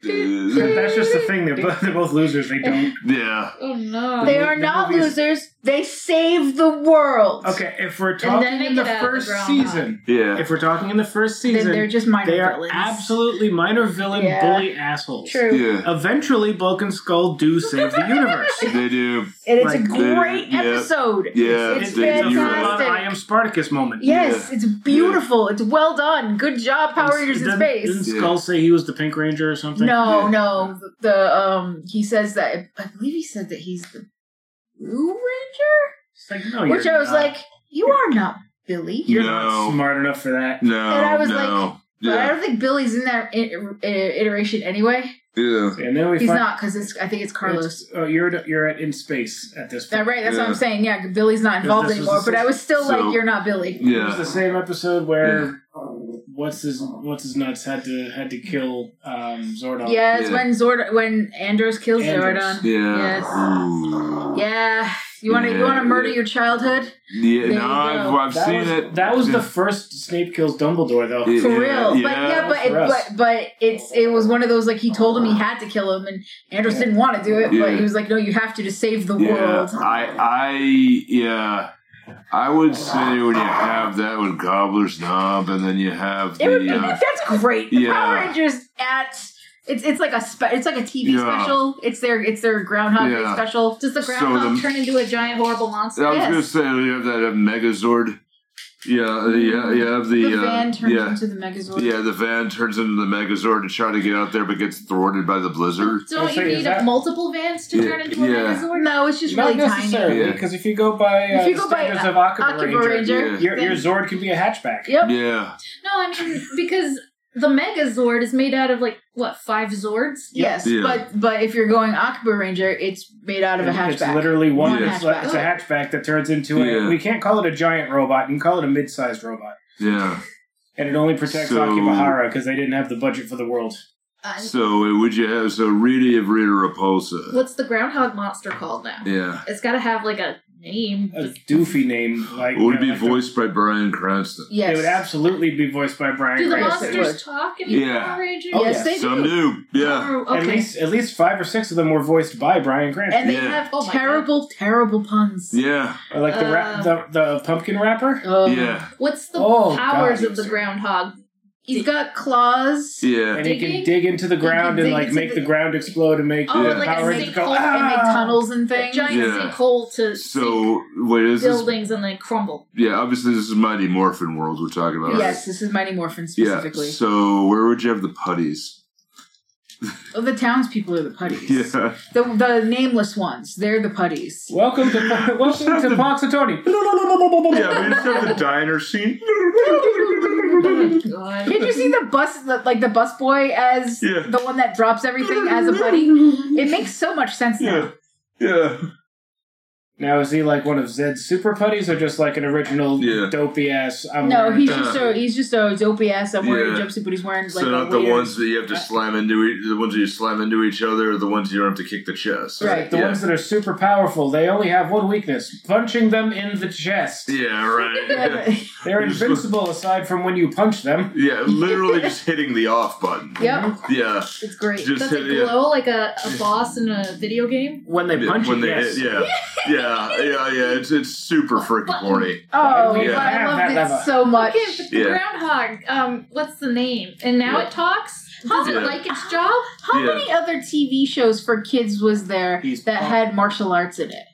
[SPEAKER 3] That's just the thing. They're both, they're both losers. They don't.
[SPEAKER 1] yeah.
[SPEAKER 6] Oh no.
[SPEAKER 2] They are not losers. They save the world.
[SPEAKER 3] Okay, if we're
[SPEAKER 6] then
[SPEAKER 3] talking
[SPEAKER 6] they
[SPEAKER 3] in the
[SPEAKER 6] get out of the
[SPEAKER 3] first
[SPEAKER 6] groundhog.
[SPEAKER 3] season,
[SPEAKER 1] Yeah.
[SPEAKER 3] if we're talking in the first
[SPEAKER 2] Then
[SPEAKER 3] season,
[SPEAKER 2] they're just minor
[SPEAKER 3] they are
[SPEAKER 2] villains.
[SPEAKER 3] absolutely minor villain
[SPEAKER 2] Yeah.
[SPEAKER 3] bully assholes.
[SPEAKER 2] true.
[SPEAKER 1] Yeah.
[SPEAKER 3] Eventually, Bulk and Skull do save the universe.
[SPEAKER 1] They do.
[SPEAKER 2] And it's
[SPEAKER 3] Like,
[SPEAKER 2] a great
[SPEAKER 1] yeah.
[SPEAKER 2] episode.
[SPEAKER 1] Yeah,
[SPEAKER 2] It's
[SPEAKER 1] they do.
[SPEAKER 3] full-on
[SPEAKER 2] fantastic.
[SPEAKER 3] I am Spartacus moment.
[SPEAKER 2] Yes, it's beautiful. It's well done. Good job, Power
[SPEAKER 3] And
[SPEAKER 2] Rangers in
[SPEAKER 3] didn't- Didn't
[SPEAKER 2] Space.
[SPEAKER 1] Yeah.
[SPEAKER 3] Skull say he was the Pink Ranger or something?
[SPEAKER 2] No,
[SPEAKER 1] Yeah.
[SPEAKER 2] no. The um he says that I believe he said that he's the Blue Ranger?
[SPEAKER 3] It's like, no, Oh, you're
[SPEAKER 2] Which I was
[SPEAKER 3] not.
[SPEAKER 2] like, You are not Billy.
[SPEAKER 3] you're
[SPEAKER 1] No.
[SPEAKER 3] not smart enough for that.
[SPEAKER 1] No,
[SPEAKER 2] And I was
[SPEAKER 1] no.
[SPEAKER 2] like, But I
[SPEAKER 1] yeah,
[SPEAKER 2] don't think Billy's in that i- i- iteration anyway.
[SPEAKER 1] yeah,
[SPEAKER 3] And then we
[SPEAKER 2] He's
[SPEAKER 3] find
[SPEAKER 2] not because it's. I think it's Carlos.
[SPEAKER 3] It's- oh, you're you're at in space at this
[SPEAKER 2] That
[SPEAKER 3] point.
[SPEAKER 2] right? That's what
[SPEAKER 1] Yeah.
[SPEAKER 2] I'm saying. Yeah, Billy's not involved
[SPEAKER 3] this was
[SPEAKER 2] anymore.
[SPEAKER 3] the
[SPEAKER 2] But I was still
[SPEAKER 1] so-
[SPEAKER 2] like, you're not Billy.
[SPEAKER 3] It was
[SPEAKER 1] yeah,
[SPEAKER 3] the same episode where uh, what's his what's his nuts had to had to kill um, Zordon.
[SPEAKER 2] Yes,
[SPEAKER 1] Yeah.
[SPEAKER 2] when Zord when Andros kills
[SPEAKER 3] Andros.
[SPEAKER 2] Zordon.
[SPEAKER 1] yeah.
[SPEAKER 2] Yes.
[SPEAKER 1] Ooh.
[SPEAKER 2] Yeah, you want to you want
[SPEAKER 1] Yeah,
[SPEAKER 2] to murder
[SPEAKER 1] yeah.
[SPEAKER 2] your childhood?
[SPEAKER 1] Yeah,
[SPEAKER 2] you
[SPEAKER 1] no, I've,
[SPEAKER 2] go.
[SPEAKER 1] I've
[SPEAKER 3] that
[SPEAKER 1] seen
[SPEAKER 3] was,
[SPEAKER 1] it.
[SPEAKER 3] That was the
[SPEAKER 1] Yeah.
[SPEAKER 3] first Snape kills Dumbledore though.
[SPEAKER 1] Yeah,
[SPEAKER 2] For real, but yeah, but it,
[SPEAKER 3] For us.
[SPEAKER 2] but but it's it was one of those like he told him he had to kill him, and Andros didn't want to do it,
[SPEAKER 1] Yeah.
[SPEAKER 2] but he was like, no, you have to to save the
[SPEAKER 1] yeah.
[SPEAKER 2] world.
[SPEAKER 1] I, I, yeah, I would say when you have that with Gobbler's Knob, and then you have
[SPEAKER 2] It would be
[SPEAKER 1] the uh,
[SPEAKER 2] that's great. The
[SPEAKER 1] yeah.
[SPEAKER 2] Power Rangers at it's it's like a spe- it's like a TV
[SPEAKER 1] Yeah.
[SPEAKER 2] special. It's their it's their Groundhog Day
[SPEAKER 1] Yeah.
[SPEAKER 2] special.
[SPEAKER 6] Does the
[SPEAKER 1] So
[SPEAKER 6] groundhog
[SPEAKER 1] the-
[SPEAKER 6] turn into a giant horrible monster?
[SPEAKER 1] I was
[SPEAKER 2] Yes.
[SPEAKER 1] gonna say you have that uh, Megazord. Yeah, the, yeah, you have the,
[SPEAKER 2] Mm-hmm. The
[SPEAKER 1] uh,
[SPEAKER 2] van turns
[SPEAKER 1] yeah,
[SPEAKER 2] into the Megazord.
[SPEAKER 1] yeah, the van turns into the Megazord to try to get out there, but gets thwarted by the blizzard.
[SPEAKER 6] Don't
[SPEAKER 3] I'll
[SPEAKER 6] you
[SPEAKER 3] say, is
[SPEAKER 6] need
[SPEAKER 3] that-
[SPEAKER 6] multiple vans to
[SPEAKER 1] Yeah,
[SPEAKER 6] turn into a
[SPEAKER 1] yeah.
[SPEAKER 6] Megazord?
[SPEAKER 2] No, it's just
[SPEAKER 3] Not
[SPEAKER 2] really tiny.
[SPEAKER 3] necessarily
[SPEAKER 1] Yeah.
[SPEAKER 3] because if you go by uh,
[SPEAKER 2] If you
[SPEAKER 3] the
[SPEAKER 2] go by,
[SPEAKER 3] standards
[SPEAKER 2] uh,
[SPEAKER 3] of Akiba,
[SPEAKER 2] Akiba
[SPEAKER 3] Ranger,
[SPEAKER 2] Ranger.
[SPEAKER 1] Yeah.
[SPEAKER 3] Your, your
[SPEAKER 2] then-
[SPEAKER 3] Zord could be a hatchback.
[SPEAKER 2] Yep.
[SPEAKER 1] Yeah,
[SPEAKER 6] No, I mean because the Megazord is made out of like what five Zords?
[SPEAKER 2] Yes,
[SPEAKER 1] Yeah.
[SPEAKER 2] but but if you're going Akiba Ranger, it's made out of a hatchback.
[SPEAKER 3] It's literally one.
[SPEAKER 2] One
[SPEAKER 3] It's,
[SPEAKER 2] hatchback.
[SPEAKER 3] it's a hatchback that turns into
[SPEAKER 1] Yeah.
[SPEAKER 3] a. We can't call it a giant robot. You can call it a mid-sized robot,
[SPEAKER 1] yeah.
[SPEAKER 3] and it only protects
[SPEAKER 1] So-
[SPEAKER 3] Akibahara because they didn't have the budget for the world.
[SPEAKER 6] Uh,
[SPEAKER 1] So uh, would you have so Rita of Rita Repulsa?
[SPEAKER 6] what's the groundhog monster called now?
[SPEAKER 1] Yeah,
[SPEAKER 6] It's got to have like a name.
[SPEAKER 3] a doofy name like
[SPEAKER 1] It would
[SPEAKER 3] you
[SPEAKER 1] be
[SPEAKER 3] know, like the-
[SPEAKER 1] voiced by Brian Cranston.
[SPEAKER 2] Yes.
[SPEAKER 3] It would absolutely be voiced by Brian.
[SPEAKER 6] Do the
[SPEAKER 2] Right,
[SPEAKER 3] Cranston.
[SPEAKER 2] monster-
[SPEAKER 6] monsters talk in
[SPEAKER 1] Yeah.
[SPEAKER 6] Power Rangers?
[SPEAKER 3] Oh,
[SPEAKER 2] yes,
[SPEAKER 3] yeah.
[SPEAKER 2] they
[SPEAKER 1] Some
[SPEAKER 2] do.
[SPEAKER 1] do, yeah.
[SPEAKER 6] Oh,
[SPEAKER 3] At
[SPEAKER 6] okay.
[SPEAKER 3] least at least five or six of them were voiced by Brian Cranston.
[SPEAKER 2] And they
[SPEAKER 1] Yeah.
[SPEAKER 2] have
[SPEAKER 6] Oh my
[SPEAKER 2] terrible, terrible puns.
[SPEAKER 1] Yeah,
[SPEAKER 3] Or like the,
[SPEAKER 2] uh,
[SPEAKER 3] ra- the the pumpkin wrapper.
[SPEAKER 2] Um,
[SPEAKER 1] yeah,
[SPEAKER 6] What's the
[SPEAKER 3] Oh,
[SPEAKER 6] powers
[SPEAKER 3] God.
[SPEAKER 6] of the groundhog?
[SPEAKER 2] He's got claws.
[SPEAKER 1] yeah.
[SPEAKER 3] And he can
[SPEAKER 6] Digging?
[SPEAKER 3] dig into the ground
[SPEAKER 2] dig
[SPEAKER 3] and like
[SPEAKER 2] into
[SPEAKER 3] make
[SPEAKER 2] the-
[SPEAKER 3] the ground explode and make
[SPEAKER 6] Oh,
[SPEAKER 1] Yeah.
[SPEAKER 6] like
[SPEAKER 3] Power
[SPEAKER 6] a
[SPEAKER 3] Rangers go
[SPEAKER 6] sinkhole.
[SPEAKER 2] And make
[SPEAKER 3] Ah!
[SPEAKER 2] tunnels and things.
[SPEAKER 6] Giant
[SPEAKER 1] Yeah.
[SPEAKER 6] sinkhole to sink
[SPEAKER 1] So, wait, is this?
[SPEAKER 6] buildings and they crumble.
[SPEAKER 1] Yeah, obviously, this is Mighty Morphin World we're talking about. right?
[SPEAKER 2] Yes, this is Mighty Morphin
[SPEAKER 1] Yeah.
[SPEAKER 2] specifically.
[SPEAKER 1] So, where would you have the putties?
[SPEAKER 2] Oh, the townspeople are the putties.
[SPEAKER 1] Yeah.
[SPEAKER 2] The, the nameless ones, they're the putties.
[SPEAKER 3] Welcome to welcome
[SPEAKER 1] Shut
[SPEAKER 3] to
[SPEAKER 1] the-
[SPEAKER 3] Poxitoni.
[SPEAKER 1] Yeah, we just have the diner scene. Oh,
[SPEAKER 6] God.
[SPEAKER 2] Can't you see the bus, the, like the bus boy as
[SPEAKER 1] Yeah.
[SPEAKER 2] the one that drops everything as a putty? It makes so much sense now.
[SPEAKER 1] Yeah. Yeah.
[SPEAKER 3] Now is he like one of Zed's super putties or just like an original
[SPEAKER 1] Yeah.
[SPEAKER 3] dopey ass? I'm
[SPEAKER 2] No,
[SPEAKER 3] wearing
[SPEAKER 2] he's
[SPEAKER 3] a-
[SPEAKER 2] just so he's just so dopey ass. I'm wearing
[SPEAKER 1] Yeah.
[SPEAKER 2] a jumpsuit, but he's wearing like
[SPEAKER 1] so
[SPEAKER 2] a
[SPEAKER 1] not the
[SPEAKER 2] waiter-
[SPEAKER 1] ones that you have to slam into e- the ones that you slam into each other, or the ones you don't have to kick the chest.
[SPEAKER 2] Right.
[SPEAKER 3] the
[SPEAKER 1] yeah.
[SPEAKER 3] ones that are super powerful. They only have one weakness: punching them in the chest.
[SPEAKER 1] Yeah. Right.
[SPEAKER 2] Yeah,
[SPEAKER 1] Yeah.
[SPEAKER 2] but-
[SPEAKER 3] They're
[SPEAKER 1] Just-
[SPEAKER 3] invincible aside from when you punch them.
[SPEAKER 1] Yeah, literally just hitting the off button.
[SPEAKER 2] yep,
[SPEAKER 1] Yeah,
[SPEAKER 2] it's great.
[SPEAKER 1] just
[SPEAKER 6] Does it
[SPEAKER 1] hit, yeah.
[SPEAKER 6] glow like a, a boss in a video game?
[SPEAKER 3] When they punch
[SPEAKER 1] when
[SPEAKER 3] you,
[SPEAKER 1] they
[SPEAKER 3] yes.
[SPEAKER 1] hit. Yeah, yeah, yeah, yeah. It's it's super freaking horny.
[SPEAKER 2] Oh,
[SPEAKER 3] Yeah.
[SPEAKER 2] but I loved
[SPEAKER 3] Yeah.
[SPEAKER 2] it so much.
[SPEAKER 6] Okay, but the
[SPEAKER 1] Yeah.
[SPEAKER 6] groundhog, um, what's the name? And now
[SPEAKER 1] Yeah.
[SPEAKER 6] it talks? Does
[SPEAKER 1] Yeah.
[SPEAKER 6] it like its job?
[SPEAKER 2] How
[SPEAKER 1] Yeah.
[SPEAKER 2] many other TV shows for kids was there
[SPEAKER 3] He's
[SPEAKER 2] that
[SPEAKER 3] punk.
[SPEAKER 2] had martial arts in it?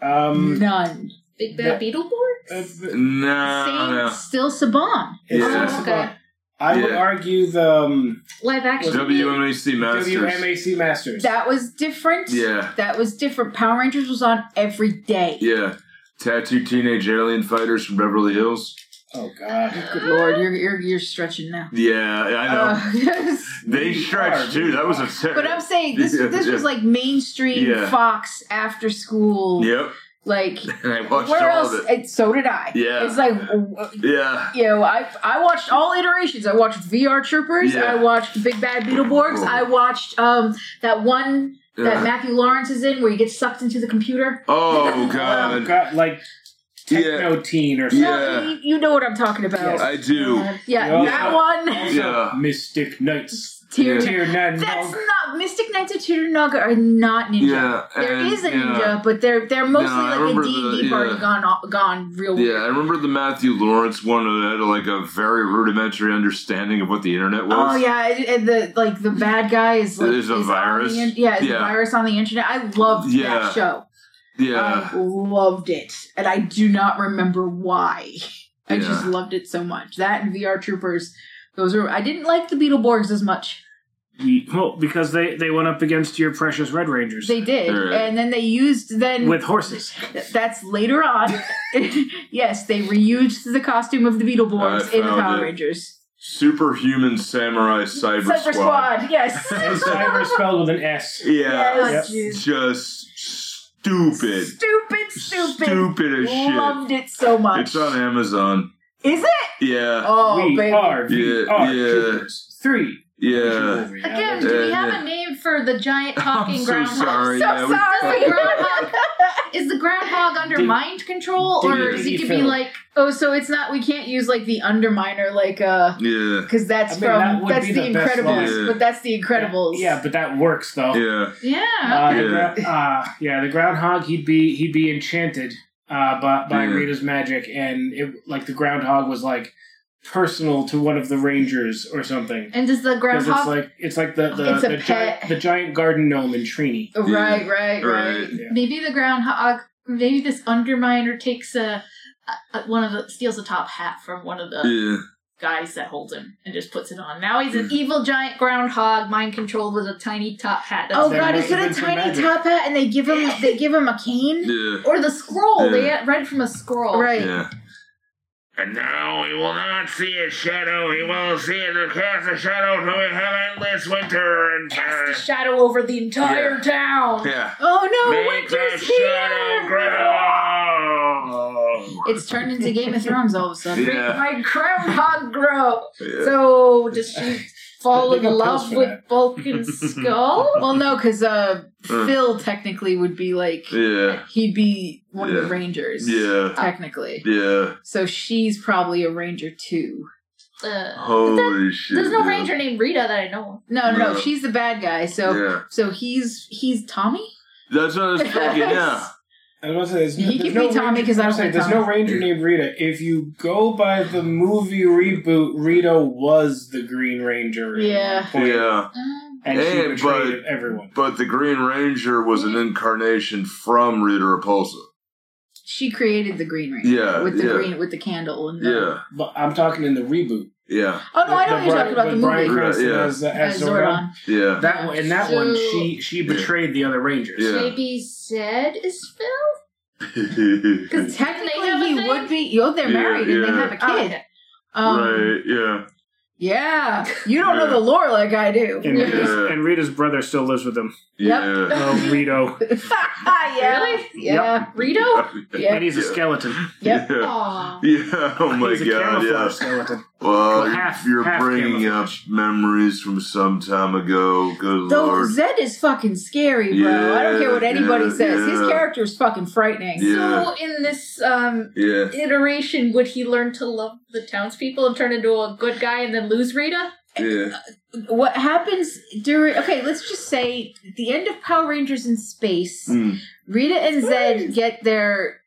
[SPEAKER 3] Uh, Um,
[SPEAKER 2] None.
[SPEAKER 6] Big
[SPEAKER 3] Yeah.
[SPEAKER 6] Bad
[SPEAKER 3] uh,
[SPEAKER 6] Beetleborgs?
[SPEAKER 2] Oh,
[SPEAKER 1] No, no.
[SPEAKER 2] Still Saban.
[SPEAKER 3] it's
[SPEAKER 1] Yeah.
[SPEAKER 3] just
[SPEAKER 6] Okay.
[SPEAKER 3] about- I would
[SPEAKER 1] Yeah.
[SPEAKER 3] argue the um,
[SPEAKER 6] Live action.
[SPEAKER 1] WMAC Masters.
[SPEAKER 3] WMAC Masters.
[SPEAKER 2] That was different.
[SPEAKER 1] Yeah,
[SPEAKER 2] That was different. Power Rangers was on every day.
[SPEAKER 1] yeah. Tattooed teenage alien fighters from Beverly Hills.
[SPEAKER 3] oh God,
[SPEAKER 2] Good lord, you're you're, you're stretching now.
[SPEAKER 1] Yeah, I know.
[SPEAKER 2] Uh,
[SPEAKER 1] they
[SPEAKER 3] you
[SPEAKER 1] stretched
[SPEAKER 3] are,
[SPEAKER 1] too.
[SPEAKER 3] you
[SPEAKER 1] That was a
[SPEAKER 3] are.
[SPEAKER 1] terrible.
[SPEAKER 2] but I'm saying this
[SPEAKER 1] Yeah,
[SPEAKER 2] this was
[SPEAKER 1] yeah.
[SPEAKER 2] like mainstream
[SPEAKER 1] Yeah.
[SPEAKER 2] Fox after school.
[SPEAKER 1] Yep,
[SPEAKER 2] Like
[SPEAKER 1] and I watched
[SPEAKER 2] where
[SPEAKER 1] all
[SPEAKER 2] else?
[SPEAKER 1] of it.
[SPEAKER 2] And so did I.
[SPEAKER 1] Yeah.
[SPEAKER 2] It's like w-
[SPEAKER 1] Yeah,
[SPEAKER 2] you know, I I watched all iterations. I watched VR Troopers.
[SPEAKER 1] Yeah.
[SPEAKER 2] I watched Big Bad Beetleborgs. I watched um that one that
[SPEAKER 1] yeah.
[SPEAKER 2] Matthew Lawrence is in where you get sucked into the computer.
[SPEAKER 1] Oh
[SPEAKER 3] oh,
[SPEAKER 1] god.
[SPEAKER 3] God like
[SPEAKER 1] Yeah,
[SPEAKER 3] techno teen or something.
[SPEAKER 2] No,
[SPEAKER 1] Yeah.
[SPEAKER 2] you, you know what I'm talking about.
[SPEAKER 1] I do.
[SPEAKER 2] yeah,
[SPEAKER 3] Yeah.
[SPEAKER 2] that one.
[SPEAKER 3] Also,
[SPEAKER 1] Yeah.
[SPEAKER 3] Mystic Knights.
[SPEAKER 2] Tier
[SPEAKER 1] Yeah.
[SPEAKER 3] Tier nine.
[SPEAKER 2] That's
[SPEAKER 3] monk.
[SPEAKER 2] not Mystic Knights of Tsurunaga are not ninja.
[SPEAKER 1] Yeah,
[SPEAKER 2] There
[SPEAKER 1] and-
[SPEAKER 2] is a
[SPEAKER 1] yeah.
[SPEAKER 2] ninja, but they're they're mostly
[SPEAKER 1] No, I
[SPEAKER 2] like a
[SPEAKER 1] remember
[SPEAKER 2] D and
[SPEAKER 1] the-
[SPEAKER 2] D party
[SPEAKER 1] yeah.
[SPEAKER 2] gone o- gone real
[SPEAKER 1] Yeah,
[SPEAKER 2] weird.
[SPEAKER 1] I remember the Matthew Lawrence one that had like a very rudimentary understanding of what the internet was.
[SPEAKER 2] Oh yeah, and- and the like the bad guy is like,
[SPEAKER 1] There's a
[SPEAKER 2] is on
[SPEAKER 1] virus.
[SPEAKER 2] the in- yeah, is a
[SPEAKER 1] Yeah.
[SPEAKER 2] virus on the internet. I loved
[SPEAKER 1] Yeah.
[SPEAKER 2] that show.
[SPEAKER 1] Yeah.
[SPEAKER 2] I loved it, and I do not remember why. I
[SPEAKER 1] Yeah.
[SPEAKER 2] just loved it so much. That and VR Troopers. Those were I didn't like the Beetleborgs as much.
[SPEAKER 3] Ye- Well, because they they went up against your precious Red Rangers
[SPEAKER 2] They did,
[SPEAKER 1] They're-
[SPEAKER 2] and then they used then
[SPEAKER 3] with horses.
[SPEAKER 2] Th- That's later on. yes, they reused the costume of the
[SPEAKER 1] I
[SPEAKER 2] Beetleborgs in the
[SPEAKER 1] found
[SPEAKER 2] Power
[SPEAKER 1] it.
[SPEAKER 2] Rangers.
[SPEAKER 1] Superhuman Samurai Cyber,
[SPEAKER 2] Cyber
[SPEAKER 1] Squad.
[SPEAKER 2] Squad, yes.
[SPEAKER 3] Cyber spelled with an S.
[SPEAKER 1] Yeah.
[SPEAKER 2] Yes.
[SPEAKER 3] Yep.
[SPEAKER 1] Just stupid.
[SPEAKER 2] Stupid, stupid.
[SPEAKER 1] Stupid as shit.
[SPEAKER 2] Loved it so much.
[SPEAKER 1] It's on Amazon.
[SPEAKER 2] Is it?
[SPEAKER 1] Yeah.
[SPEAKER 2] Oh,
[SPEAKER 3] we
[SPEAKER 2] baby.
[SPEAKER 3] are
[SPEAKER 1] Yeah,
[SPEAKER 3] VR
[SPEAKER 1] yeah.
[SPEAKER 3] troopers. Three.
[SPEAKER 1] Yeah.
[SPEAKER 6] Again,
[SPEAKER 1] that's-
[SPEAKER 6] do we
[SPEAKER 1] Yeah,
[SPEAKER 6] have
[SPEAKER 1] yeah.
[SPEAKER 6] a name for the giant talking
[SPEAKER 1] I'm so
[SPEAKER 6] groundhog?
[SPEAKER 1] sorry.
[SPEAKER 2] So
[SPEAKER 1] yeah, we-
[SPEAKER 2] sorry.
[SPEAKER 6] Groundhog is the groundhog under
[SPEAKER 3] Did-
[SPEAKER 6] mind control,
[SPEAKER 3] did
[SPEAKER 6] or
[SPEAKER 1] you
[SPEAKER 6] is he
[SPEAKER 3] see
[SPEAKER 6] could be
[SPEAKER 3] Phil?
[SPEAKER 6] like
[SPEAKER 2] oh, so it's not. We can't use like the Underminer, like uh,
[SPEAKER 1] yeah.
[SPEAKER 2] because that's
[SPEAKER 3] I mean,
[SPEAKER 2] from
[SPEAKER 3] that would
[SPEAKER 2] that's
[SPEAKER 3] be
[SPEAKER 2] the,
[SPEAKER 3] the best
[SPEAKER 2] Incredibles,
[SPEAKER 1] line.
[SPEAKER 2] but that's the Incredibles.
[SPEAKER 3] Yeah, but that works though.
[SPEAKER 1] Yeah.
[SPEAKER 6] yeah?
[SPEAKER 3] Uh, the
[SPEAKER 1] Yeah.
[SPEAKER 3] gra- uh, yeah, the groundhog he'd be he'd be enchanted uh, by, by
[SPEAKER 1] Yeah.
[SPEAKER 3] Rita's magic, and it like the groundhog was like personal to one of the rangers or something.
[SPEAKER 6] And does the
[SPEAKER 3] Because it's
[SPEAKER 6] groundhog
[SPEAKER 3] like it's like the the,
[SPEAKER 2] It's a
[SPEAKER 3] the, gi-
[SPEAKER 2] pet.
[SPEAKER 3] the giant garden gnome in Trini.
[SPEAKER 2] Oh, Right, right, right.
[SPEAKER 1] Right.
[SPEAKER 6] maybe the groundhog maybe this underminer takes a, a, a- one of the steals a top hat from one of the
[SPEAKER 1] Yeah.
[SPEAKER 6] guys that holds him and just puts it on. Now he's an evil giant groundhog, mind controlled with a tiny top hat. That's
[SPEAKER 2] Oh
[SPEAKER 3] They're
[SPEAKER 2] god,
[SPEAKER 3] not
[SPEAKER 2] he's got a
[SPEAKER 3] even for
[SPEAKER 2] tiny
[SPEAKER 3] magic.
[SPEAKER 2] top hat, and they give him they give him a cane.
[SPEAKER 1] Yeah.
[SPEAKER 6] Or the scroll.
[SPEAKER 1] Yeah.
[SPEAKER 6] They read from a scroll.
[SPEAKER 2] Right.
[SPEAKER 1] Yeah. And now he will not see his shadow. He will see the cast a shadow to heaven this winter. And
[SPEAKER 6] Cast a shadow over the entire town.
[SPEAKER 1] yeah.
[SPEAKER 2] Oh no,
[SPEAKER 1] Make the
[SPEAKER 2] winter's
[SPEAKER 1] shadow
[SPEAKER 2] here!
[SPEAKER 1] grow.
[SPEAKER 2] It's turned into Game of Thrones all of a sudden.
[SPEAKER 1] yeah.
[SPEAKER 6] My groundhog grow.
[SPEAKER 1] yeah.
[SPEAKER 6] So does she
[SPEAKER 7] fall
[SPEAKER 3] They
[SPEAKER 7] in
[SPEAKER 3] got pills
[SPEAKER 7] love
[SPEAKER 3] for
[SPEAKER 7] with
[SPEAKER 3] that.
[SPEAKER 7] Vulcan's skull?
[SPEAKER 2] Well, no, because uh,
[SPEAKER 1] Mm.
[SPEAKER 2] Phil technically would be like
[SPEAKER 1] Yeah.
[SPEAKER 2] he'd be one of
[SPEAKER 1] Yeah.
[SPEAKER 2] the rangers.
[SPEAKER 1] Yeah.
[SPEAKER 2] Technically,
[SPEAKER 1] Yeah.
[SPEAKER 2] so she's probably a ranger too.
[SPEAKER 7] Uh,
[SPEAKER 1] Holy shit.
[SPEAKER 7] there's no
[SPEAKER 1] yeah.
[SPEAKER 7] ranger named Rita that I know
[SPEAKER 2] No, no,
[SPEAKER 1] No.
[SPEAKER 2] no, she's the bad guy. So,
[SPEAKER 1] Yeah.
[SPEAKER 2] so he's he's Tommy.
[SPEAKER 1] That's what I was thinking, yeah.
[SPEAKER 3] I was gonna say, there's no,
[SPEAKER 2] He
[SPEAKER 3] there's
[SPEAKER 2] can
[SPEAKER 3] no
[SPEAKER 2] be Tommy,
[SPEAKER 3] ranger-
[SPEAKER 2] 'cause I don't
[SPEAKER 3] was gonna
[SPEAKER 2] like
[SPEAKER 3] say, There's no ranger named Rita. If you go by the movie reboot, Rita was the Green Ranger. at
[SPEAKER 2] Yeah.
[SPEAKER 3] one point,
[SPEAKER 1] Yeah.
[SPEAKER 7] of. Uh,
[SPEAKER 2] Um,
[SPEAKER 3] and she
[SPEAKER 1] Hey,
[SPEAKER 3] betrayed everyone.
[SPEAKER 1] But the Green Ranger was an incarnation from Rita Repulsa.
[SPEAKER 2] She created the Green Ranger.
[SPEAKER 1] Yeah,
[SPEAKER 2] with the
[SPEAKER 1] yeah.
[SPEAKER 2] green with the candle and the,
[SPEAKER 1] Yeah,
[SPEAKER 3] But I'm talking in the reboot.
[SPEAKER 1] yeah,
[SPEAKER 2] Oh no, I know
[SPEAKER 3] The-
[SPEAKER 2] what you're talking
[SPEAKER 3] the
[SPEAKER 2] about. The
[SPEAKER 3] Bri-
[SPEAKER 2] movie. uh,
[SPEAKER 3] Bryan Cranston
[SPEAKER 1] Yeah.
[SPEAKER 3] as, the-
[SPEAKER 2] As
[SPEAKER 3] as Zordon.
[SPEAKER 2] Zoran.
[SPEAKER 1] yeah.
[SPEAKER 3] That one, in that one,
[SPEAKER 7] So-
[SPEAKER 3] she she betrayed the other Rangers.
[SPEAKER 1] Yeah.
[SPEAKER 7] Maybe Zed is Phil?
[SPEAKER 2] Because
[SPEAKER 7] They have a
[SPEAKER 2] technically he
[SPEAKER 7] thing?
[SPEAKER 2] would be. Oh, they're
[SPEAKER 1] Yeah,
[SPEAKER 2] married and
[SPEAKER 1] yeah.
[SPEAKER 2] they have a kid.
[SPEAKER 7] Oh, okay.
[SPEAKER 2] Um,
[SPEAKER 1] right, yeah.
[SPEAKER 2] Yeah, you don't
[SPEAKER 1] Yeah.
[SPEAKER 2] know the lore like I do.
[SPEAKER 3] And, Rita's,
[SPEAKER 1] Yeah.
[SPEAKER 3] and Rita's brother still lives with them.
[SPEAKER 1] Yeah.
[SPEAKER 3] Oh, Rito.
[SPEAKER 2] yeah.
[SPEAKER 7] Really?
[SPEAKER 2] Yeah.
[SPEAKER 7] Rito?
[SPEAKER 2] Yeah.
[SPEAKER 3] And he's a
[SPEAKER 1] Yeah.
[SPEAKER 3] skeleton.
[SPEAKER 2] Yep.
[SPEAKER 1] Yeah.
[SPEAKER 7] Aw.
[SPEAKER 1] Yeah, Oh my
[SPEAKER 3] he's a
[SPEAKER 1] god.
[SPEAKER 3] camouflage
[SPEAKER 1] Yeah.
[SPEAKER 3] skeleton.
[SPEAKER 1] Well,
[SPEAKER 3] Half-
[SPEAKER 1] you're
[SPEAKER 3] half
[SPEAKER 1] bringing up
[SPEAKER 3] camouflage.
[SPEAKER 1] memories from some time ago. Good
[SPEAKER 2] Though
[SPEAKER 1] lord.
[SPEAKER 2] Zed is fucking scary, bro. I don't care what
[SPEAKER 1] Yeah,
[SPEAKER 2] anybody
[SPEAKER 1] yeah,
[SPEAKER 2] says. His
[SPEAKER 1] yeah.
[SPEAKER 2] character is fucking frightening.
[SPEAKER 1] Yeah.
[SPEAKER 4] So in this um
[SPEAKER 1] Yeah.
[SPEAKER 4] iteration, would he learn to love the townspeople and turn into a good guy and then lose Rita?
[SPEAKER 1] Yeah.
[SPEAKER 2] What happens during? Okay, let's just say at the end of Power Rangers in space.
[SPEAKER 1] Mm.
[SPEAKER 2] Rita and Zed get their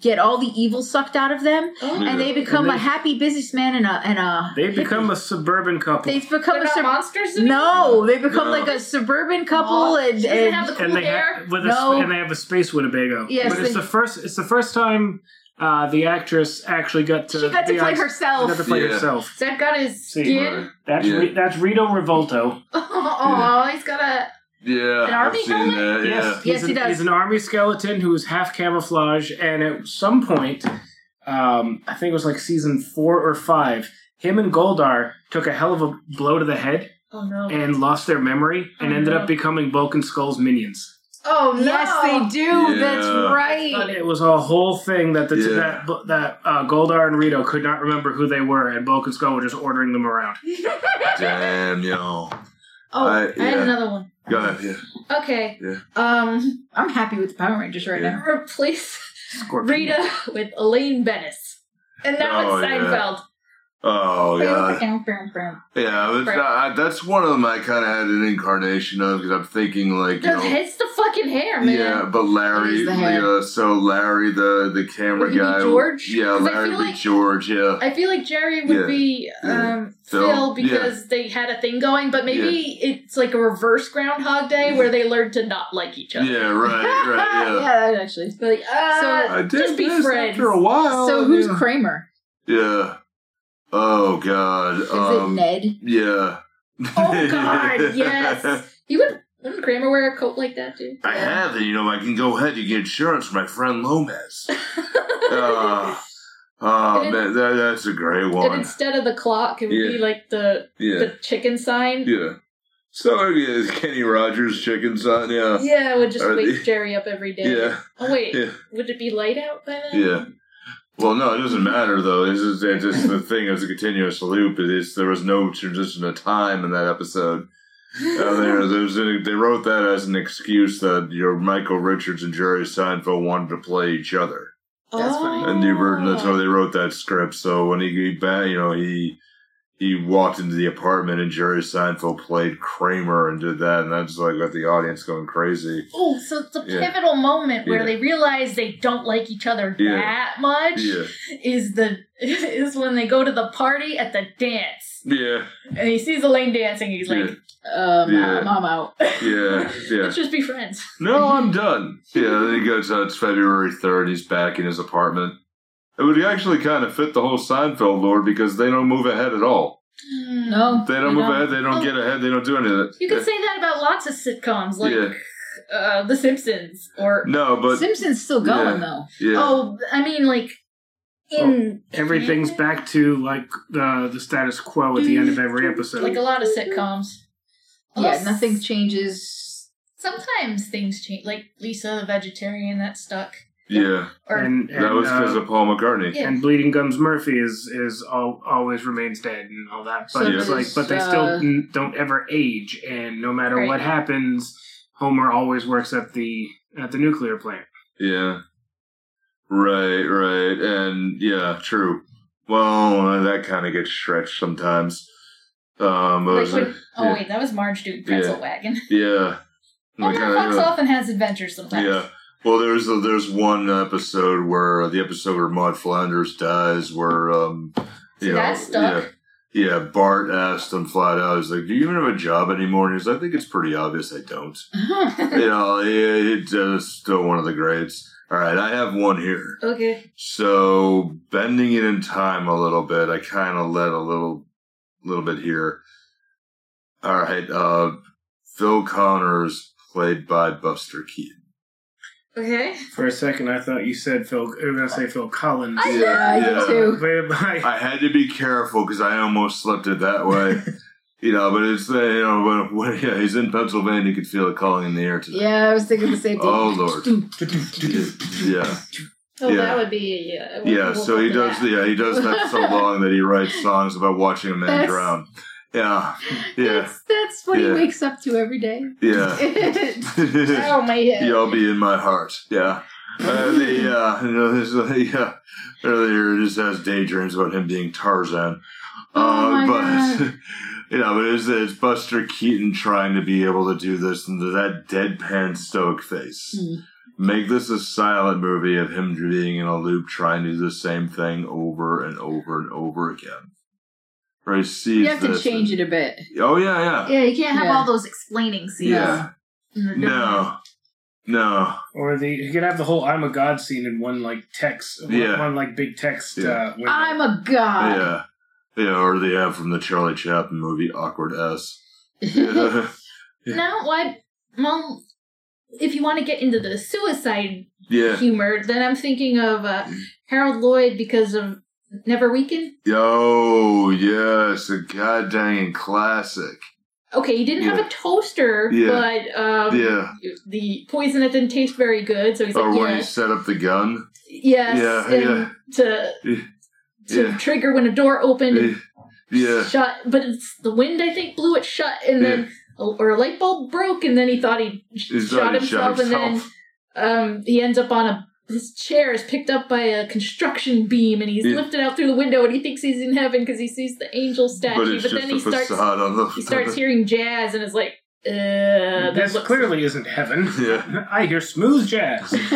[SPEAKER 2] get all the evil sucked out of them,
[SPEAKER 1] Yeah.
[SPEAKER 2] and they become
[SPEAKER 3] And
[SPEAKER 2] a
[SPEAKER 3] they-
[SPEAKER 2] happy businessman and a and a
[SPEAKER 3] They become a suburban couple.
[SPEAKER 2] they become
[SPEAKER 4] They're
[SPEAKER 2] a
[SPEAKER 4] not
[SPEAKER 2] sub-
[SPEAKER 4] monsters anymore?
[SPEAKER 2] no, they become
[SPEAKER 1] No.
[SPEAKER 2] like a suburban
[SPEAKER 4] Aw,
[SPEAKER 2] couple and,
[SPEAKER 4] She doesn't
[SPEAKER 2] and
[SPEAKER 4] have the cool
[SPEAKER 3] and they
[SPEAKER 4] hair.
[SPEAKER 3] have with a,
[SPEAKER 2] No.
[SPEAKER 3] sp- and they have a space Winnebago.
[SPEAKER 2] Yes,
[SPEAKER 3] but it's
[SPEAKER 2] they-
[SPEAKER 3] the first it's the first time uh, the actress actually got to
[SPEAKER 2] she got to
[SPEAKER 3] be
[SPEAKER 2] play
[SPEAKER 3] on- got
[SPEAKER 2] herself.
[SPEAKER 3] to play
[SPEAKER 1] Yeah.
[SPEAKER 3] herself.
[SPEAKER 4] Zed got his
[SPEAKER 3] See,
[SPEAKER 4] skin.
[SPEAKER 3] That's
[SPEAKER 1] Yeah.
[SPEAKER 3] Ri- that's Rito Revolto.
[SPEAKER 4] Oh, he's got a
[SPEAKER 1] Yeah.
[SPEAKER 4] An
[SPEAKER 1] I've
[SPEAKER 4] army
[SPEAKER 1] seen
[SPEAKER 4] helmet?
[SPEAKER 1] that. Yeah.
[SPEAKER 3] he's
[SPEAKER 2] Yes,
[SPEAKER 3] an,
[SPEAKER 2] he does.
[SPEAKER 3] He's an army skeleton who is half camouflage, and at some point, um, I think it was like season four or five. Him and Goldar took a hell of a blow to the head
[SPEAKER 4] Oh no.
[SPEAKER 3] and lost their memory, and
[SPEAKER 4] Oh,
[SPEAKER 3] ended
[SPEAKER 4] no.
[SPEAKER 3] up becoming Bulk and Skull's minions.
[SPEAKER 4] oh no.
[SPEAKER 2] Yes, they do. That's
[SPEAKER 1] Yeah.
[SPEAKER 3] But
[SPEAKER 2] right.
[SPEAKER 3] it was a whole thing that the
[SPEAKER 1] Yeah.
[SPEAKER 3] that that uh, Goldar and Rito could not remember who they were, and Bulk and Skull were just ordering them around.
[SPEAKER 1] Damn, y'all.
[SPEAKER 4] Oh,
[SPEAKER 1] I-
[SPEAKER 4] I, had
[SPEAKER 1] yeah.
[SPEAKER 4] another one.
[SPEAKER 1] Go ahead. Yeah.
[SPEAKER 4] Okay.
[SPEAKER 1] Yeah.
[SPEAKER 4] Um,
[SPEAKER 2] I'm happy with the Power Rangers right
[SPEAKER 1] Yeah.
[SPEAKER 4] replace
[SPEAKER 3] Scorpion.
[SPEAKER 4] Rita with Elaine Bennis, and now
[SPEAKER 1] Oh,
[SPEAKER 4] it's
[SPEAKER 1] yeah.
[SPEAKER 4] Seinfeld.
[SPEAKER 1] Oh god.
[SPEAKER 2] now.
[SPEAKER 1] Yeah, it was,
[SPEAKER 4] Right.
[SPEAKER 1] I, that's one of them I kind of had an incarnation of because I'm thinking like you
[SPEAKER 4] Because
[SPEAKER 1] know,
[SPEAKER 4] it's the fucking hair, man.
[SPEAKER 1] yeah, but
[SPEAKER 2] It
[SPEAKER 1] Larry,
[SPEAKER 2] is the hair.
[SPEAKER 1] yeah, so Larry the the camera
[SPEAKER 4] Would he be
[SPEAKER 1] guy,
[SPEAKER 4] George?
[SPEAKER 1] yeah,
[SPEAKER 4] 'Cause I
[SPEAKER 1] Larry
[SPEAKER 4] feel
[SPEAKER 1] be
[SPEAKER 4] like-
[SPEAKER 1] George, yeah,
[SPEAKER 4] I feel like Jerry would
[SPEAKER 1] Yeah.
[SPEAKER 4] be
[SPEAKER 1] Yeah.
[SPEAKER 4] um,
[SPEAKER 1] Phil.
[SPEAKER 4] Phil, because they had a thing going, but maybe it's like a reverse Groundhog Day
[SPEAKER 1] Yeah.
[SPEAKER 4] where they learn to not like each other.
[SPEAKER 1] yeah, right,
[SPEAKER 2] yeah,
[SPEAKER 1] right,
[SPEAKER 2] that actually.
[SPEAKER 4] They're Like, ah,
[SPEAKER 1] yeah. I did
[SPEAKER 4] just be
[SPEAKER 1] this
[SPEAKER 4] friends.
[SPEAKER 1] after a while.
[SPEAKER 2] So who's
[SPEAKER 1] yeah.
[SPEAKER 2] Kramer?
[SPEAKER 1] yeah. Oh god.
[SPEAKER 2] Is
[SPEAKER 1] um,
[SPEAKER 2] it Ned?
[SPEAKER 1] Yeah.
[SPEAKER 4] oh god, yes. He would. Wouldn't Kramer wear a coat like that too?
[SPEAKER 1] I have it. You know, I can go ahead and get insurance from my friend Lomez. uh, oh,
[SPEAKER 4] And
[SPEAKER 1] man, that, that's a great
[SPEAKER 4] And
[SPEAKER 1] one.
[SPEAKER 4] instead of the clock, it would
[SPEAKER 1] Yeah.
[SPEAKER 4] be like the
[SPEAKER 1] Yeah.
[SPEAKER 4] the chicken sign.
[SPEAKER 1] Yeah. So yeah, Kenny Rogers chicken sign. Yeah.
[SPEAKER 4] Yeah, it would just
[SPEAKER 1] Or
[SPEAKER 4] wake
[SPEAKER 1] the-
[SPEAKER 4] Jerry up every day.
[SPEAKER 1] Yeah.
[SPEAKER 4] Oh wait,
[SPEAKER 1] Yeah.
[SPEAKER 4] would it be light out by then?
[SPEAKER 1] Yeah. Well, no, it doesn't matter though. This is it's just the thing. It's a continuous loop. It's, there was no transition of time in that episode. Uh, there, there's an, they wrote that as an excuse that your Michael Richards and Jerry Seinfeld wanted to play each other,
[SPEAKER 2] That's funny.
[SPEAKER 1] and they were,
[SPEAKER 4] Oh.
[SPEAKER 1] that's how they wrote that script. So when he, he ba- you know, he he walked into the apartment and Jerry Seinfeld played Kramer and did that, and that's like got the audience going crazy.
[SPEAKER 4] Oh, so it's a
[SPEAKER 1] Yeah.
[SPEAKER 4] pivotal moment where
[SPEAKER 1] Yeah.
[SPEAKER 4] they realize they don't like each other
[SPEAKER 1] Yeah.
[SPEAKER 4] that much.
[SPEAKER 1] Yeah,
[SPEAKER 4] Is the is when they go to the party at the dance,
[SPEAKER 1] yeah,
[SPEAKER 4] and he sees Elaine dancing, and he's
[SPEAKER 1] yeah.
[SPEAKER 4] like, "Uh,
[SPEAKER 2] Um,
[SPEAKER 1] Yeah.
[SPEAKER 2] I'm, I'm out.
[SPEAKER 1] Yeah, yeah.
[SPEAKER 4] "Let's just be friends."
[SPEAKER 1] No, I'm done. Yeah, then he goes out. It's February 3rd. He's back in his apartment. It would actually kind of fit the whole Seinfeld lore because they don't move ahead at all.
[SPEAKER 2] No,
[SPEAKER 1] They don't
[SPEAKER 2] you
[SPEAKER 1] move
[SPEAKER 2] know.
[SPEAKER 1] ahead. They don't
[SPEAKER 4] Oh.
[SPEAKER 1] get ahead. They don't do any of that.
[SPEAKER 4] Hmm. You could say that about lots of sitcoms, like
[SPEAKER 1] yeah.
[SPEAKER 4] uh, The Simpsons, or
[SPEAKER 1] No, but
[SPEAKER 2] Simpson's still
[SPEAKER 1] Yeah.
[SPEAKER 2] going though.
[SPEAKER 1] yeah. Oh.
[SPEAKER 4] oh, I mean, like in
[SPEAKER 3] Everything's back to like the the status quo at the end of every episode.
[SPEAKER 4] like a lot of sitcoms.
[SPEAKER 2] Yeah,
[SPEAKER 4] Although
[SPEAKER 2] nothing changes.
[SPEAKER 4] Sometimes things change, like Lisa the vegetarian that stuck.
[SPEAKER 1] Yeah,
[SPEAKER 8] Or-
[SPEAKER 3] and, and,
[SPEAKER 1] that was because
[SPEAKER 3] uh,
[SPEAKER 1] of Paul McCartney.
[SPEAKER 8] Yeah.
[SPEAKER 3] and Bleeding Gums Murphy is is all, always remains dead and all that. But
[SPEAKER 2] So
[SPEAKER 3] it's like,
[SPEAKER 2] there's,
[SPEAKER 3] but they
[SPEAKER 2] uh,
[SPEAKER 3] still n- don't ever age, and no matter
[SPEAKER 8] Right.
[SPEAKER 3] what happens, Homer always works at the at the nuclear plant.
[SPEAKER 1] Yeah. Right, right. And yeah, true. Well, uh, that kind of gets stretched sometimes. Um, what
[SPEAKER 8] Like
[SPEAKER 1] was it?
[SPEAKER 8] when- oh
[SPEAKER 1] yeah.
[SPEAKER 8] wait, that was Marge doing pretzel wagon.
[SPEAKER 1] yeah.
[SPEAKER 8] Homer
[SPEAKER 1] Like, uh,
[SPEAKER 8] fucks
[SPEAKER 1] uh,
[SPEAKER 8] off and has adventures sometimes.
[SPEAKER 1] yeah. Well, there's a, there's one episode where the episode where Maud Flanders dies, where um,
[SPEAKER 8] See,
[SPEAKER 1] you
[SPEAKER 8] that's stuck.
[SPEAKER 1] yeah, yeah. Bart asked him flat out, he's like, "Do you even have a job anymore?" And he's, like, "I think it's pretty obvious I don't." you know, it, it's just still one of the greats. All right, I have one here.
[SPEAKER 8] Okay.
[SPEAKER 1] So bending it in time a little bit, I kind of led a little, little bit here. All right, uh, Phil Connors played by Buster Keaton.
[SPEAKER 8] Okay.
[SPEAKER 3] For a second, I thought you said Phil. You were gonna say Phil Collins.
[SPEAKER 8] I-
[SPEAKER 2] yeah,
[SPEAKER 1] Yeah.
[SPEAKER 2] you too.
[SPEAKER 3] Played by-
[SPEAKER 1] I had to be careful because I almost slipped it that way, you know. But it's uh, you know, when, when, yeah, he's in Pennsylvania, you could feel it calling in the air today.
[SPEAKER 2] Yeah, I was thinking the same thing.
[SPEAKER 1] Oh, Lord. yeah.
[SPEAKER 4] Oh,
[SPEAKER 1] Yeah.
[SPEAKER 4] that would be yeah. we'll-
[SPEAKER 1] Yeah,
[SPEAKER 4] we'll
[SPEAKER 1] so
[SPEAKER 4] come
[SPEAKER 1] he
[SPEAKER 4] to
[SPEAKER 1] does.
[SPEAKER 4] that.
[SPEAKER 1] Yeah, he does that so long that he writes songs about watching a man
[SPEAKER 2] That's-
[SPEAKER 1] drown. Yeah, yeah,
[SPEAKER 2] That's, that's what
[SPEAKER 1] Yeah.
[SPEAKER 2] he wakes up to every day.
[SPEAKER 1] yeah.
[SPEAKER 4] Oh my head.
[SPEAKER 1] Y'all be in my heart. Yeah. Uh, the, uh, you know, this, uh, yeah. Earlier, it just has daydreams about him being Tarzan. Uh,
[SPEAKER 2] Oh my
[SPEAKER 1] but you know, but it's, it's Buster Keaton trying to be able to do this and that deadpan stoic face.
[SPEAKER 2] Hmm.
[SPEAKER 1] Make this a silent movie of him being in a loop, trying to do the same thing over and over and over again. Where he sees
[SPEAKER 2] you have to
[SPEAKER 1] this
[SPEAKER 2] change it a bit.
[SPEAKER 1] and- Oh yeah, yeah.
[SPEAKER 8] Yeah, you can't have
[SPEAKER 2] Yeah.
[SPEAKER 8] all those explaining scenes. Mm-hmm.
[SPEAKER 1] Yeah.
[SPEAKER 8] in the dome.
[SPEAKER 1] No. No.
[SPEAKER 3] or the you could have the whole "I'm a God" scene in one like text, one,
[SPEAKER 1] Yeah.
[SPEAKER 3] one like big text.
[SPEAKER 1] Yeah.
[SPEAKER 3] Uh, window.
[SPEAKER 2] I'm a god.
[SPEAKER 1] Yeah. Yeah, or uh, they have from the Charlie Chaplin movie, Awkward S. Yeah. Yeah.
[SPEAKER 4] Now what? Well, if you want to get into the suicide
[SPEAKER 1] yeah. Mm.
[SPEAKER 4] humor, then I'm thinking of uh, Harold Lloyd because of Never Weaken.
[SPEAKER 1] Yo, Oh, yes, a god dang classic.
[SPEAKER 4] Okay, he didn't have
[SPEAKER 1] Yeah.
[SPEAKER 4] a toaster,
[SPEAKER 1] Yeah.
[SPEAKER 4] but um,
[SPEAKER 1] Yeah.
[SPEAKER 4] the poison that didn't taste very good. So he's
[SPEAKER 1] Or
[SPEAKER 4] like,
[SPEAKER 1] when he
[SPEAKER 4] yes,
[SPEAKER 1] set up the gun.
[SPEAKER 4] yes,
[SPEAKER 1] Yeah,
[SPEAKER 4] and
[SPEAKER 1] yeah.
[SPEAKER 4] to
[SPEAKER 1] Yeah.
[SPEAKER 4] to
[SPEAKER 1] Yeah.
[SPEAKER 4] trigger when a door opened. and
[SPEAKER 1] Eh, Yeah.
[SPEAKER 4] shut, but it's the wind. I think blew it shut, and then or a light bulb broke, and then he thought he sh-
[SPEAKER 1] He's
[SPEAKER 4] shot,
[SPEAKER 1] already
[SPEAKER 4] himself, and then um, he ends up on a his chair is picked up by a construction beam, and he's
[SPEAKER 1] Yeah.
[SPEAKER 4] lifted out through the window, and he thinks he's in heaven because he sees the angel statue,
[SPEAKER 1] But
[SPEAKER 4] but,
[SPEAKER 1] it's
[SPEAKER 4] then
[SPEAKER 1] just
[SPEAKER 4] he
[SPEAKER 1] a
[SPEAKER 4] starts
[SPEAKER 1] facade on the.
[SPEAKER 4] he starts hearing jazz, and is like, uh, that
[SPEAKER 3] this
[SPEAKER 4] looks-
[SPEAKER 3] clearly isn't heaven.
[SPEAKER 1] Yeah.
[SPEAKER 3] I hear smooth jazz.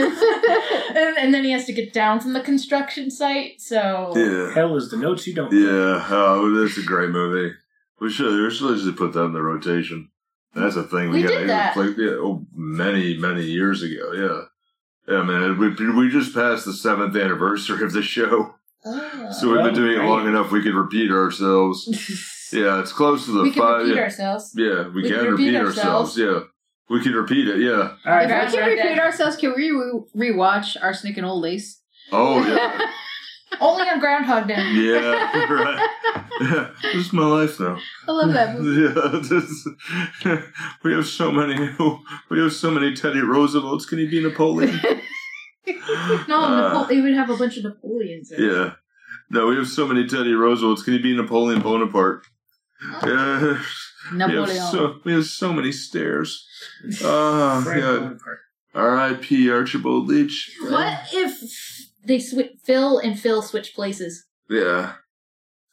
[SPEAKER 4] and, and then he has to get down from the construction site, so
[SPEAKER 1] Yeah.
[SPEAKER 3] Hell is the notes you don't.
[SPEAKER 1] Yeah. Oh, that's a great movie. We should, we should just put that in the rotation. That's a thing we,
[SPEAKER 4] We
[SPEAKER 1] got
[SPEAKER 4] did that.
[SPEAKER 1] Play, yeah, oh, many, many years ago. Yeah. Yeah, man. We, we just passed the seventh anniversary of the show.
[SPEAKER 4] Oh.
[SPEAKER 1] So we've been
[SPEAKER 3] Oh,
[SPEAKER 1] doing it
[SPEAKER 3] right.
[SPEAKER 1] long enough we could repeat ourselves. Yeah, it's close to the
[SPEAKER 4] we can
[SPEAKER 1] five.
[SPEAKER 4] repeat
[SPEAKER 1] yeah.
[SPEAKER 4] ourselves.
[SPEAKER 1] Yeah, we, can, repeat, ourselves. Yeah, we can repeat it. Yeah.
[SPEAKER 3] All right,
[SPEAKER 2] If we can
[SPEAKER 4] Okay.
[SPEAKER 2] repeat ourselves, can we re- rewatch Arsenic and Old Lace?
[SPEAKER 1] Oh yeah.
[SPEAKER 4] Only on Groundhog Day.
[SPEAKER 1] yeah. Right. Yeah. This is my life now.
[SPEAKER 2] I love that movie.
[SPEAKER 1] Yeah. This, we have so many. We have so many Teddy Roosevelts. Can he be Napoleon?
[SPEAKER 8] No,
[SPEAKER 1] Uh,
[SPEAKER 8] Napo- they would have a bunch of Napoleons. In. it.
[SPEAKER 1] Yeah. No, we have so many Teddy Roosevelts. Can he be Napoleon Bonaparte? Yeah. We
[SPEAKER 2] Napoleon.
[SPEAKER 1] have so we have so many stairs. Oh
[SPEAKER 3] Frank
[SPEAKER 1] God.
[SPEAKER 3] Bonaparte.
[SPEAKER 1] R.I.P. Archibald Leach.
[SPEAKER 4] What if they switch Phil and Phil switch places?
[SPEAKER 1] Yeah.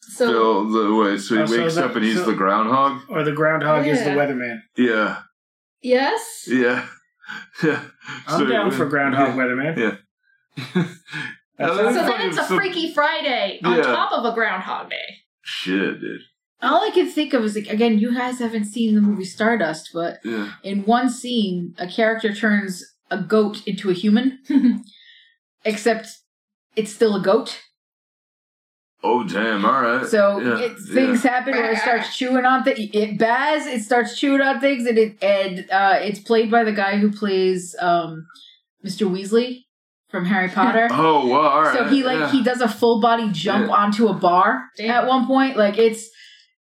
[SPEAKER 4] So
[SPEAKER 1] Phil, the, wait, so he
[SPEAKER 3] Oh, so
[SPEAKER 1] wakes
[SPEAKER 3] that-
[SPEAKER 1] up and he's
[SPEAKER 3] so-
[SPEAKER 1] the groundhog?
[SPEAKER 3] Or the groundhog is the
[SPEAKER 4] Yeah.
[SPEAKER 3] weatherman.
[SPEAKER 1] Yeah.
[SPEAKER 4] yes,
[SPEAKER 1] Yeah. Yeah.
[SPEAKER 3] I'm down for groundhog weatherman.
[SPEAKER 1] Yeah.
[SPEAKER 3] That
[SPEAKER 4] so
[SPEAKER 3] sounds-
[SPEAKER 4] then it's a
[SPEAKER 1] so-
[SPEAKER 4] Freaky Friday on
[SPEAKER 1] Yeah.
[SPEAKER 4] top of a Groundhog Day.
[SPEAKER 1] Shit, dude.
[SPEAKER 2] All I can think of is like again, you guys haven't seen the movie Stardust, but
[SPEAKER 1] Yeah.
[SPEAKER 2] in one scene, a character turns a goat into a human, except it's still a goat.
[SPEAKER 1] Oh, damn. All right.
[SPEAKER 2] So
[SPEAKER 1] yeah,
[SPEAKER 2] it,
[SPEAKER 1] yeah.
[SPEAKER 2] things happen where it starts chewing on things. It baz, it starts chewing on things, and it and uh, it's played by the guy who plays um, Mr. Weasley from Harry Potter.
[SPEAKER 1] Oh, wow. All right.
[SPEAKER 2] so he like
[SPEAKER 1] yeah.
[SPEAKER 2] he does a full body jump
[SPEAKER 1] Yeah.
[SPEAKER 2] onto a bar
[SPEAKER 4] Damn.
[SPEAKER 2] at one point. Like it's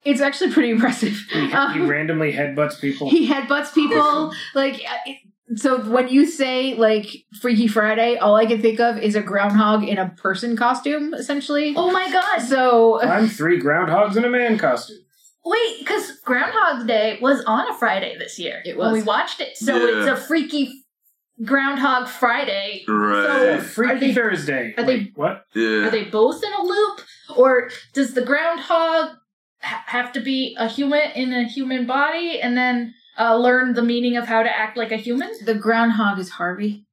[SPEAKER 2] it's actually pretty impressive.
[SPEAKER 4] Uh-huh.
[SPEAKER 3] he, he
[SPEAKER 2] Um,
[SPEAKER 3] randomly headbutts people.
[SPEAKER 2] he headbutts people. Like uh, it, So when you say like Freaky Friday, all I can think of is a groundhog in a person costume, essentially.
[SPEAKER 4] Oh my god!
[SPEAKER 2] So uh,
[SPEAKER 3] I'm three groundhogs in a man costume.
[SPEAKER 4] Wait, because Groundhog Day was on a Friday this year.
[SPEAKER 2] It
[SPEAKER 4] When
[SPEAKER 2] was.
[SPEAKER 4] we watched it. So
[SPEAKER 1] Yeah.
[SPEAKER 4] it's a freaky Groundhog Friday.
[SPEAKER 3] Yeah,
[SPEAKER 1] Right.
[SPEAKER 3] Freaky
[SPEAKER 4] Are they-
[SPEAKER 3] Thursday.
[SPEAKER 4] are they-
[SPEAKER 3] Wait, what?
[SPEAKER 1] yeah.
[SPEAKER 4] Are they both in a loop? Or does the groundhog ha- have to be a human in a human body and then uh, learn the meaning of how to act like a human?
[SPEAKER 2] the groundhog is Harvey.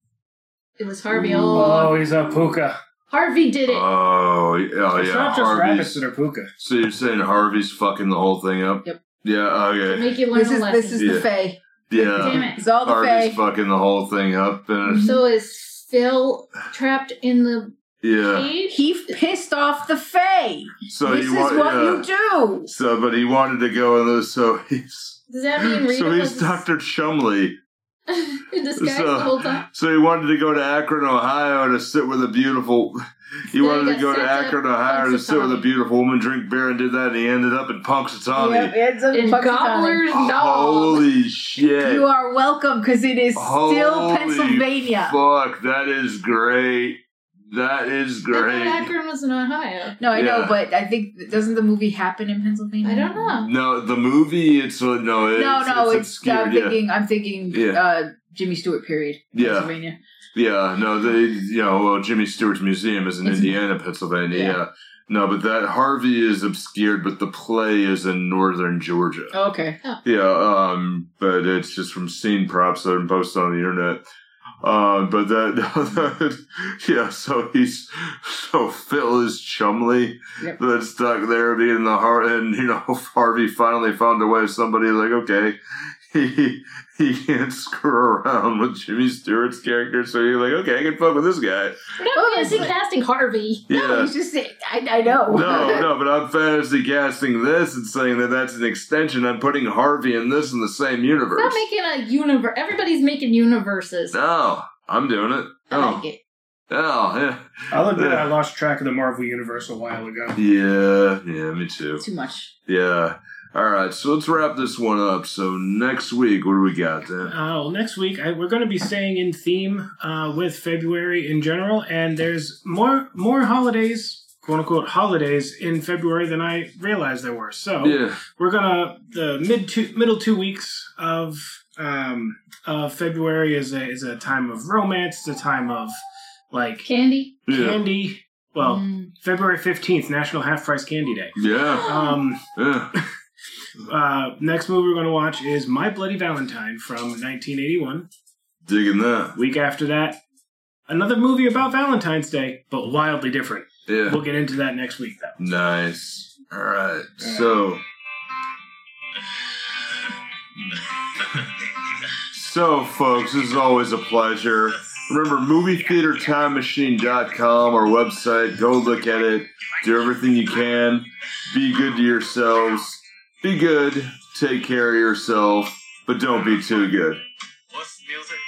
[SPEAKER 4] It was Harvey.
[SPEAKER 1] Ooh.
[SPEAKER 4] Oh,
[SPEAKER 3] Oh, he's a puka.
[SPEAKER 4] Harvey did it.
[SPEAKER 1] Oh, yeah, oh,
[SPEAKER 3] it's
[SPEAKER 1] yeah.
[SPEAKER 3] not just rabbits
[SPEAKER 1] Harvey's.
[SPEAKER 3] that are puka.
[SPEAKER 1] So you're saying Harvey's fucking the whole thing up?
[SPEAKER 2] Yep.
[SPEAKER 1] Yeah, okay.
[SPEAKER 4] Make you learn
[SPEAKER 2] This
[SPEAKER 4] a
[SPEAKER 2] is
[SPEAKER 4] lesson.
[SPEAKER 2] this is
[SPEAKER 1] Yeah.
[SPEAKER 2] the Fae.
[SPEAKER 1] Yeah.
[SPEAKER 4] Damn it.
[SPEAKER 2] It's all the
[SPEAKER 1] Harvey's
[SPEAKER 2] Fae.
[SPEAKER 1] fucking the whole thing up. And
[SPEAKER 4] So is Phil trapped in the
[SPEAKER 1] yeah.
[SPEAKER 4] cage?
[SPEAKER 2] He pissed off the Fae.
[SPEAKER 1] So
[SPEAKER 2] this
[SPEAKER 1] you
[SPEAKER 2] is
[SPEAKER 1] want,
[SPEAKER 2] what
[SPEAKER 1] yeah.
[SPEAKER 2] you do.
[SPEAKER 1] So, but he wanted to go in those, so he's.
[SPEAKER 4] Does that mean Rita
[SPEAKER 1] so he's
[SPEAKER 4] was
[SPEAKER 1] Dr. Chumley.
[SPEAKER 4] in disguise
[SPEAKER 1] so,
[SPEAKER 4] the whole time?
[SPEAKER 1] so he wanted to go to Akron, Ohio to sit with a beautiful. He
[SPEAKER 4] Then he
[SPEAKER 1] wanted to
[SPEAKER 4] got
[SPEAKER 1] go to
[SPEAKER 4] sent to
[SPEAKER 1] Akron, Ohio to sit with a
[SPEAKER 4] Punxsutawney.
[SPEAKER 1] beautiful woman, drink beer, and did that, and he ended up in Punxsutawney.
[SPEAKER 2] Yep, it's a
[SPEAKER 4] In
[SPEAKER 2] fucking time.
[SPEAKER 4] Gobbler's Knob.
[SPEAKER 1] Holy shit.
[SPEAKER 2] You are welcome because it is
[SPEAKER 1] Holy
[SPEAKER 2] still Pennsylvania.
[SPEAKER 1] Fuck, that is great. That is
[SPEAKER 4] I thought
[SPEAKER 1] great.
[SPEAKER 4] Akron was in Ohio.
[SPEAKER 2] No, I know,
[SPEAKER 1] Yeah.
[SPEAKER 2] but I think doesn't the movie happen in Pennsylvania?
[SPEAKER 4] I don't know.
[SPEAKER 1] No, the movie, it's uh, no, it's,
[SPEAKER 2] no, no, it's, I'm
[SPEAKER 1] obscured. yeah.
[SPEAKER 2] thinking. I'm thinking.
[SPEAKER 1] Yeah.
[SPEAKER 2] Uh, Jimmy Stewart period.
[SPEAKER 1] Yeah.
[SPEAKER 2] Pennsylvania.
[SPEAKER 1] yeah, no, they, you know, well, Jimmy Stewart's museum is in
[SPEAKER 2] It's-
[SPEAKER 1] Indiana, Pennsylvania. Yeah.
[SPEAKER 2] Yeah.
[SPEAKER 1] No, but that Harvey is obscured, but the play is in northern Georgia.
[SPEAKER 2] Oh, okay.
[SPEAKER 1] Yeah, um, but it's just from scene props that are posted on the internet. Uh, but that, yeah, so he's, so Phil is Chumley
[SPEAKER 2] Yep.
[SPEAKER 1] that's stuck there being the heart, and you know, Harvey finally found a way. Somebody like, okay, he, he can't screw around with Jimmy Stewart's character, so you're like, okay, I can fuck with this guy.
[SPEAKER 2] Oh,
[SPEAKER 4] No, because he casting Harvey.
[SPEAKER 2] No,
[SPEAKER 1] Yeah.
[SPEAKER 2] it's just I, I know.
[SPEAKER 1] No, no, but I'm fantasy casting this and saying that that's an extension. I'm putting Harvey and this in the same universe.
[SPEAKER 4] Stop making a universe. Everybody's making universes.
[SPEAKER 1] No, Oh, I'm doing it.
[SPEAKER 2] I
[SPEAKER 1] Oh,
[SPEAKER 2] like it.
[SPEAKER 1] oh, yeah.
[SPEAKER 3] I'll admit
[SPEAKER 1] Yeah.
[SPEAKER 3] I lost track of the Marvel Universe a while ago.
[SPEAKER 1] Yeah, yeah, me too.
[SPEAKER 2] Too much.
[SPEAKER 1] Yeah. All right, so let's wrap this one up. So next week, what do we got then?
[SPEAKER 3] Uh, well, next week I, we're going to be staying in theme uh, with February in general, and there's more more holidays, quote unquote holidays in February than I realized there were. So
[SPEAKER 1] Yeah,
[SPEAKER 3] we're gonna the mid two, middle two weeks of um, of February is a is a time of romance, it's a time of like
[SPEAKER 4] Candy.
[SPEAKER 1] yeah,
[SPEAKER 3] candy. Well,
[SPEAKER 2] Mm.
[SPEAKER 3] February fifteenth, National Half Price Candy Day.
[SPEAKER 1] yeah,
[SPEAKER 3] Um,
[SPEAKER 1] yeah.
[SPEAKER 3] Uh, next movie we're going to watch is My Bloody Valentine from 1981.
[SPEAKER 1] Digging that.
[SPEAKER 3] Week after that, another movie about Valentine's Day, but wildly different.
[SPEAKER 1] Yeah,
[SPEAKER 3] We'll get into that next week, though.
[SPEAKER 1] nice. All right, so. So, folks, this is always a pleasure. Remember, movietheatertimemachine.com, our website. Go look at it. Do everything you can. Be good to yourselves. Be good. Take care of yourself, but don't be too good.
[SPEAKER 9] What's music?